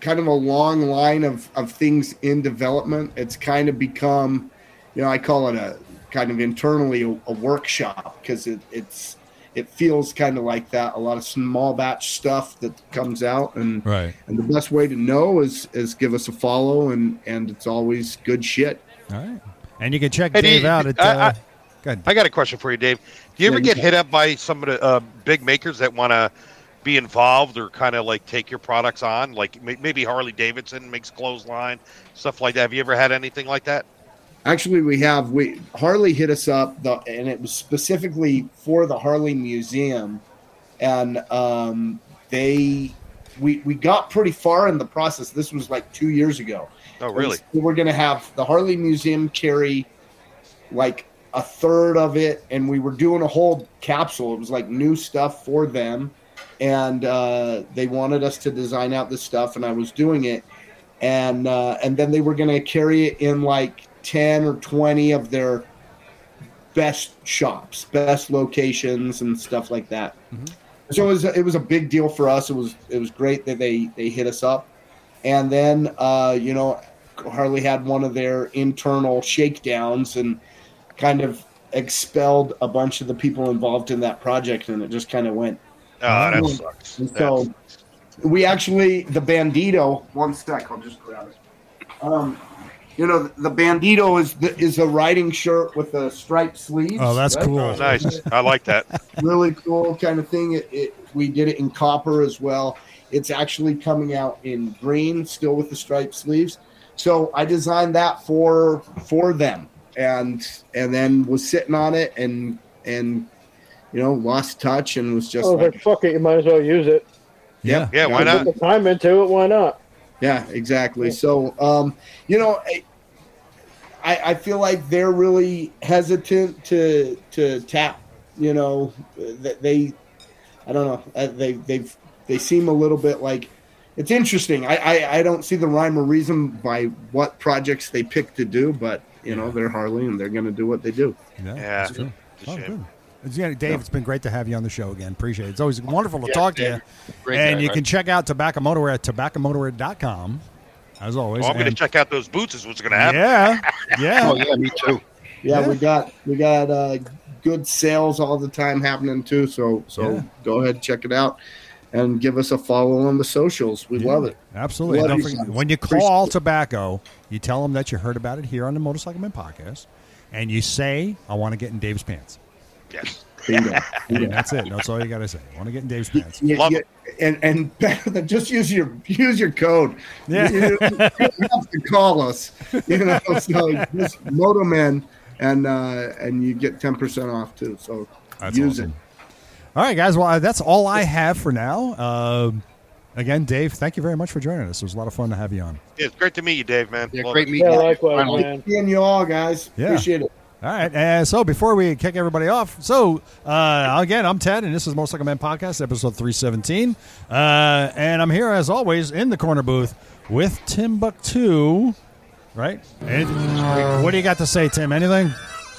[SPEAKER 1] kind of a long line of of things in development. It's kind of become, you know, I call it a kind of internally a, a workshop because it, it's it feels kind of like that. A lot of small batch stuff that comes out and
[SPEAKER 2] Right.
[SPEAKER 1] and the best way to know is is give us a follow and and it's always good shit
[SPEAKER 2] All right. And you can check
[SPEAKER 3] Hey, do
[SPEAKER 2] Dave
[SPEAKER 3] you-
[SPEAKER 2] out at.
[SPEAKER 3] I-
[SPEAKER 2] Uh,
[SPEAKER 3] I-
[SPEAKER 2] good.
[SPEAKER 3] I got a question for you, Dave. Do you
[SPEAKER 1] Yeah,
[SPEAKER 3] ever
[SPEAKER 1] you
[SPEAKER 3] get
[SPEAKER 1] can-
[SPEAKER 3] hit up by some of the uh, big makers that want to be involved or kind of like take your products on? Like may- maybe Harley Davidson makes clothesline stuff like that. Have you ever had anything like that?
[SPEAKER 1] actually we have we harley hit us up the, and it was specifically for the harley museum and um they we we got pretty far in the process this was like two years ago
[SPEAKER 3] Oh, really?
[SPEAKER 1] And so we're gonna have the harley museum carry like a third of it and we were doing a whole capsule it was like new stuff for them and uh, they wanted us to design out this stuff and i was doing it and uh, and then they were going to carry it in like 10 or 20 of their best shops best locations and stuff like that
[SPEAKER 3] Mm-hmm.
[SPEAKER 2] Mhm.
[SPEAKER 1] so it was it was a big deal for us it was it was great that they they hit us up and then uh, you know harley had one of their internal shakedowns and kind of expelled a bunch of the people involved in that project and it just kind of went
[SPEAKER 3] Oh, that
[SPEAKER 1] Mm.
[SPEAKER 3] sucks.
[SPEAKER 1] and
[SPEAKER 3] That
[SPEAKER 1] so
[SPEAKER 3] sucks.
[SPEAKER 1] we actually the bandito one sec i'll just grab it um you know the, bandito is the, is a riding shirt with a striped sleeves
[SPEAKER 2] Oh, that's cool.
[SPEAKER 3] Oh, nice. I like that.
[SPEAKER 1] really cool kind of thing it, it we did it in copper as well it's actually coming out in green still with the striped sleeves so i designed that for for them and and then was sitting on it and and you know lost touch and was
[SPEAKER 5] I
[SPEAKER 1] just
[SPEAKER 5] was
[SPEAKER 1] like
[SPEAKER 5] like, Oh, fuck it, you might as well use it.
[SPEAKER 2] Yeah.
[SPEAKER 3] Yeah, why
[SPEAKER 5] Put
[SPEAKER 3] not?
[SPEAKER 5] the time into it, why not?
[SPEAKER 1] Yeah, exactly. So, um, you know, I- I, I feel like they're really hesitant to to tap. You know, that they, I don't know, uh, they they've they seem a little bit like it's interesting. I, I I don't see the rhyme or reason by what projects they pick to do, but you know, they're Harley and they're going to do what they do.
[SPEAKER 2] Yeah.
[SPEAKER 3] Yeah.
[SPEAKER 2] that's true.
[SPEAKER 3] It's a
[SPEAKER 2] Oh,
[SPEAKER 3] shame.
[SPEAKER 2] good. It's- yeah, Dave, it's been great to have you on the show again. Appreciate it. It's always wonderful to
[SPEAKER 4] Yeah,
[SPEAKER 2] talk
[SPEAKER 4] Dave,
[SPEAKER 2] to you.
[SPEAKER 4] great
[SPEAKER 2] And
[SPEAKER 4] guy,
[SPEAKER 2] you
[SPEAKER 4] right?
[SPEAKER 2] can check out Tobacco Motorwear at tobaccomotorwear.com, as always.
[SPEAKER 3] Well, I'm going to
[SPEAKER 2] And-
[SPEAKER 3] check out those boots. Is what's going to happen.
[SPEAKER 2] Yeah. Yeah.
[SPEAKER 4] Oh yeah, me too.
[SPEAKER 1] Yeah,
[SPEAKER 2] Yeah.
[SPEAKER 1] we got we got uh, good sales all the time happening too. So so
[SPEAKER 2] Yeah.
[SPEAKER 1] go ahead check it out.
[SPEAKER 12] and give us a follow on the socials. We love it.
[SPEAKER 2] Absolutely.
[SPEAKER 12] Love
[SPEAKER 2] Don't
[SPEAKER 12] you,
[SPEAKER 2] forget-
[SPEAKER 12] son.
[SPEAKER 2] when you
[SPEAKER 12] Appreciate
[SPEAKER 2] call
[SPEAKER 12] it.
[SPEAKER 2] tobacco, you tell them that you heard about it here on the Motorcycle Men podcast, and you say, I want to get in Dave's pants.
[SPEAKER 3] Yes.
[SPEAKER 12] Bingo.
[SPEAKER 2] And that's it. That's all you got to say. I want to get in Dave's pants.
[SPEAKER 12] You-
[SPEAKER 3] Love
[SPEAKER 12] you-
[SPEAKER 3] it.
[SPEAKER 12] and and better than just use your use your code.
[SPEAKER 2] Yeah.
[SPEAKER 12] You, you don't have to call us. You know, so just Motoman and uh, and you get ten percent off too. So
[SPEAKER 2] That's
[SPEAKER 12] use
[SPEAKER 2] awesome. All right, guys. Well, uh, that's all I have for now. Um again, Dave, thank you very much for joining us. It was a lot of fun to have you on.
[SPEAKER 3] Yeah, it's great to meet you, Dave, man.
[SPEAKER 4] Yeah,
[SPEAKER 3] Love
[SPEAKER 4] great
[SPEAKER 3] it.
[SPEAKER 4] meeting
[SPEAKER 5] Yeah,
[SPEAKER 4] you.
[SPEAKER 5] likewise,
[SPEAKER 4] Finally.
[SPEAKER 5] man.
[SPEAKER 12] it. Seeing you all, guys.
[SPEAKER 2] Yeah.
[SPEAKER 12] Appreciate it.
[SPEAKER 2] All right. Uh, so before we kick everybody off, so uh, again, I'm Ted, and this is Motorcycle Man Podcast, episode 317. Uh, and I'm here, as always, in the corner booth with Timbuktu, right? And what do you got to say, Tim? Anything?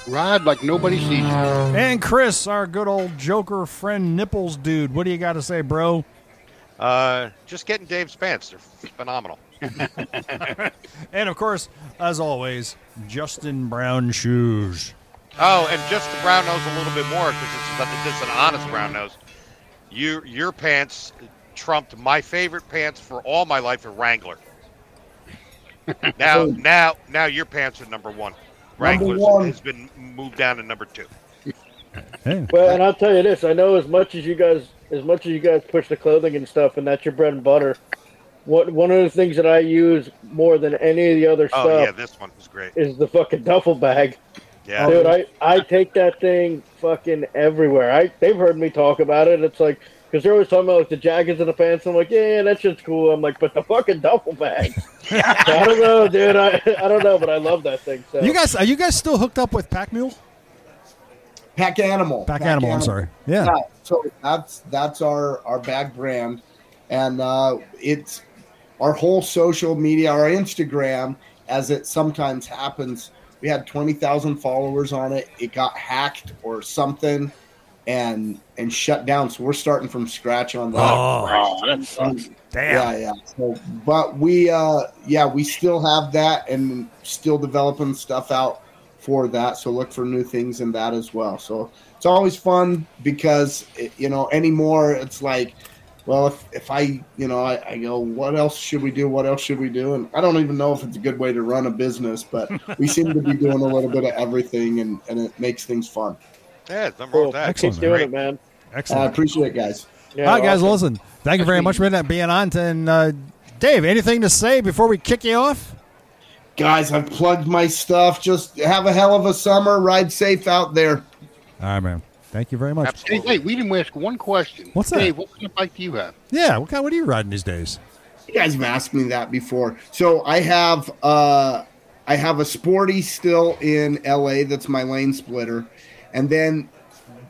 [SPEAKER 4] Ride like nobody sees you.
[SPEAKER 2] And Chris, our good old Joker friend, Nipples dude. What do you got to say, bro?
[SPEAKER 3] Uh, just getting Dave's pants. They're phenomenal.
[SPEAKER 2] And of course, as always, Justin Brown Shoes.
[SPEAKER 3] Oh, and just the brown nose a little bit more because it's, not- it's an honest brown nose. You, your pants trumped my favorite pants for all my life, a Wrangler. now, now, now your pants are number one. Wrangler
[SPEAKER 12] one.
[SPEAKER 3] has been moved down to number two.
[SPEAKER 2] Hey.
[SPEAKER 5] Well, and I'll tell you this: I know as much as you guys, as much as you guys push the clothing and stuff, and that's your bread and butter. What one of the things that I use more than any of the other
[SPEAKER 3] Oh yeah,
[SPEAKER 5] stuff
[SPEAKER 3] this one was great.
[SPEAKER 5] is the fucking duffel bag,
[SPEAKER 3] Yeah,
[SPEAKER 5] dude. I I take that thing fucking everywhere. I they've heard me talk about it. It's like because they're always talking about like the jackets and the pants. I'm like, yeah, yeah, that shit's cool. I'm like, but the fucking duffel bag. So I don't know, dude. I I don't know, but I love that thing. So
[SPEAKER 2] You guys, are you guys still hooked up with Pack Mule?
[SPEAKER 1] Pack animal.
[SPEAKER 2] Pack, Animal, I'm sorry. Yeah.
[SPEAKER 1] Yeah, so that's that's our our bag brand, and uh, it's our whole social media, our Instagram, as it sometimes happens. We had twenty thousand followers on it. It got hacked or something, and and shut down. So we're starting from scratch on that.
[SPEAKER 4] Oh, that sucks.
[SPEAKER 1] Yeah, yeah. So, but we, uh, yeah, we still have that and still developing stuff out for that. So look for new things in that as well. So it's always fun because it, you know anymore it's like, well, if, if I you know I, I go, what else should we do? What else should we do? And I don't even know if it's a good way to run a business, but we seem to be doing a little bit of everything, and and it makes things fun.
[SPEAKER 3] yeah, it's number
[SPEAKER 5] Cool.
[SPEAKER 3] one. with that.
[SPEAKER 2] Excellent,
[SPEAKER 5] keep doing
[SPEAKER 3] Great.
[SPEAKER 5] it, man.
[SPEAKER 1] I
[SPEAKER 2] Excellent.
[SPEAKER 1] appreciate it, guys.
[SPEAKER 5] Yeah,
[SPEAKER 2] All right, guys,
[SPEAKER 5] awesome.
[SPEAKER 2] listen. Thank you very much for being on. And uh, Dave, anything to say before we kick you off?
[SPEAKER 1] Guys, I've plugged my stuff. Just have a hell of a summer. Ride safe out there.
[SPEAKER 2] All right, man. Thank you very much.
[SPEAKER 4] Hey,
[SPEAKER 3] Absolutely.
[SPEAKER 4] hey, we didn't ask one question.
[SPEAKER 2] What's that?
[SPEAKER 4] Dave, what kind of bike do you have?
[SPEAKER 2] Yeah. What kind? What are you riding these days?
[SPEAKER 1] You guys have asked me that before. So I have uh I have a sporty still in LA that's my lane splitter. And then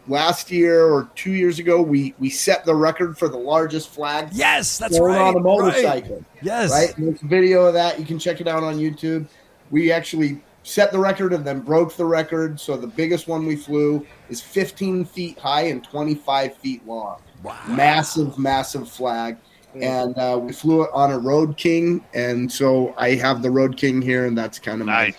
[SPEAKER 1] last year or two years ago we we set the record for the largest flag
[SPEAKER 2] Yes, that's
[SPEAKER 1] thrown
[SPEAKER 2] right.
[SPEAKER 1] on a motorcycle.
[SPEAKER 2] Yes.
[SPEAKER 1] Right? And There's a video of that. You can check it out on YouTube. We actually set the record and then broke the record. So the biggest one we flew is 15 feet high and 25 feet long. Massive, massive flag. And uh, we flew it on a Road King. And so I have the Road King here, and that's kind of my
[SPEAKER 3] Nice,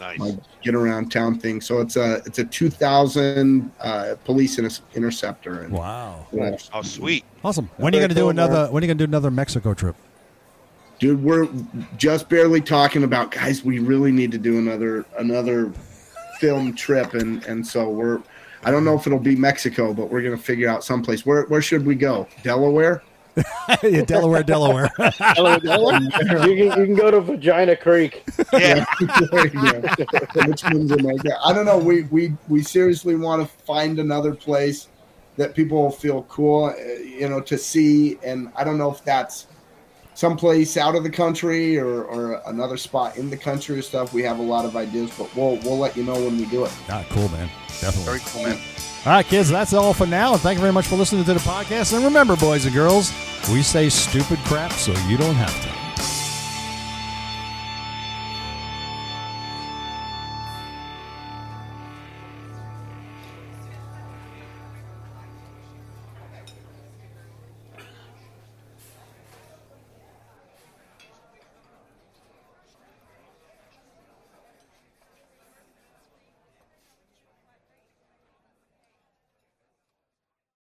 [SPEAKER 3] nice.
[SPEAKER 1] my get around town thing. So it's a it's a 2000 uh, police inter- interceptor. And
[SPEAKER 2] Wow.
[SPEAKER 3] Oh, sweet.
[SPEAKER 2] Awesome. When are you gonna do another? When are you gonna do another Mexico trip?
[SPEAKER 1] dude we're just barely talking about guys we really need to do another another film trip and and so we're i don't know if it'll be mexico but we're gonna figure out someplace where where should we go delaware
[SPEAKER 2] Yeah, Delaware, Delaware.
[SPEAKER 4] Hello, hello.
[SPEAKER 5] you can, you can go to Vagina Creek.
[SPEAKER 3] Yeah,
[SPEAKER 1] There you go. Richmond's in there. i don't know we we we seriously want to find another place that people will feel cool uh, you know to see and i don't know if that's someplace out of the country or, or another spot in the country or stuff we have a lot of ideas but we'll we'll let you know when we do it
[SPEAKER 2] ah, cool, man. Definitely.
[SPEAKER 4] Very cool, man.
[SPEAKER 2] All right, kids, that's all for now. And thank you very much for listening to the podcast. And remember, boys and girls, we say stupid crap so you don't have to.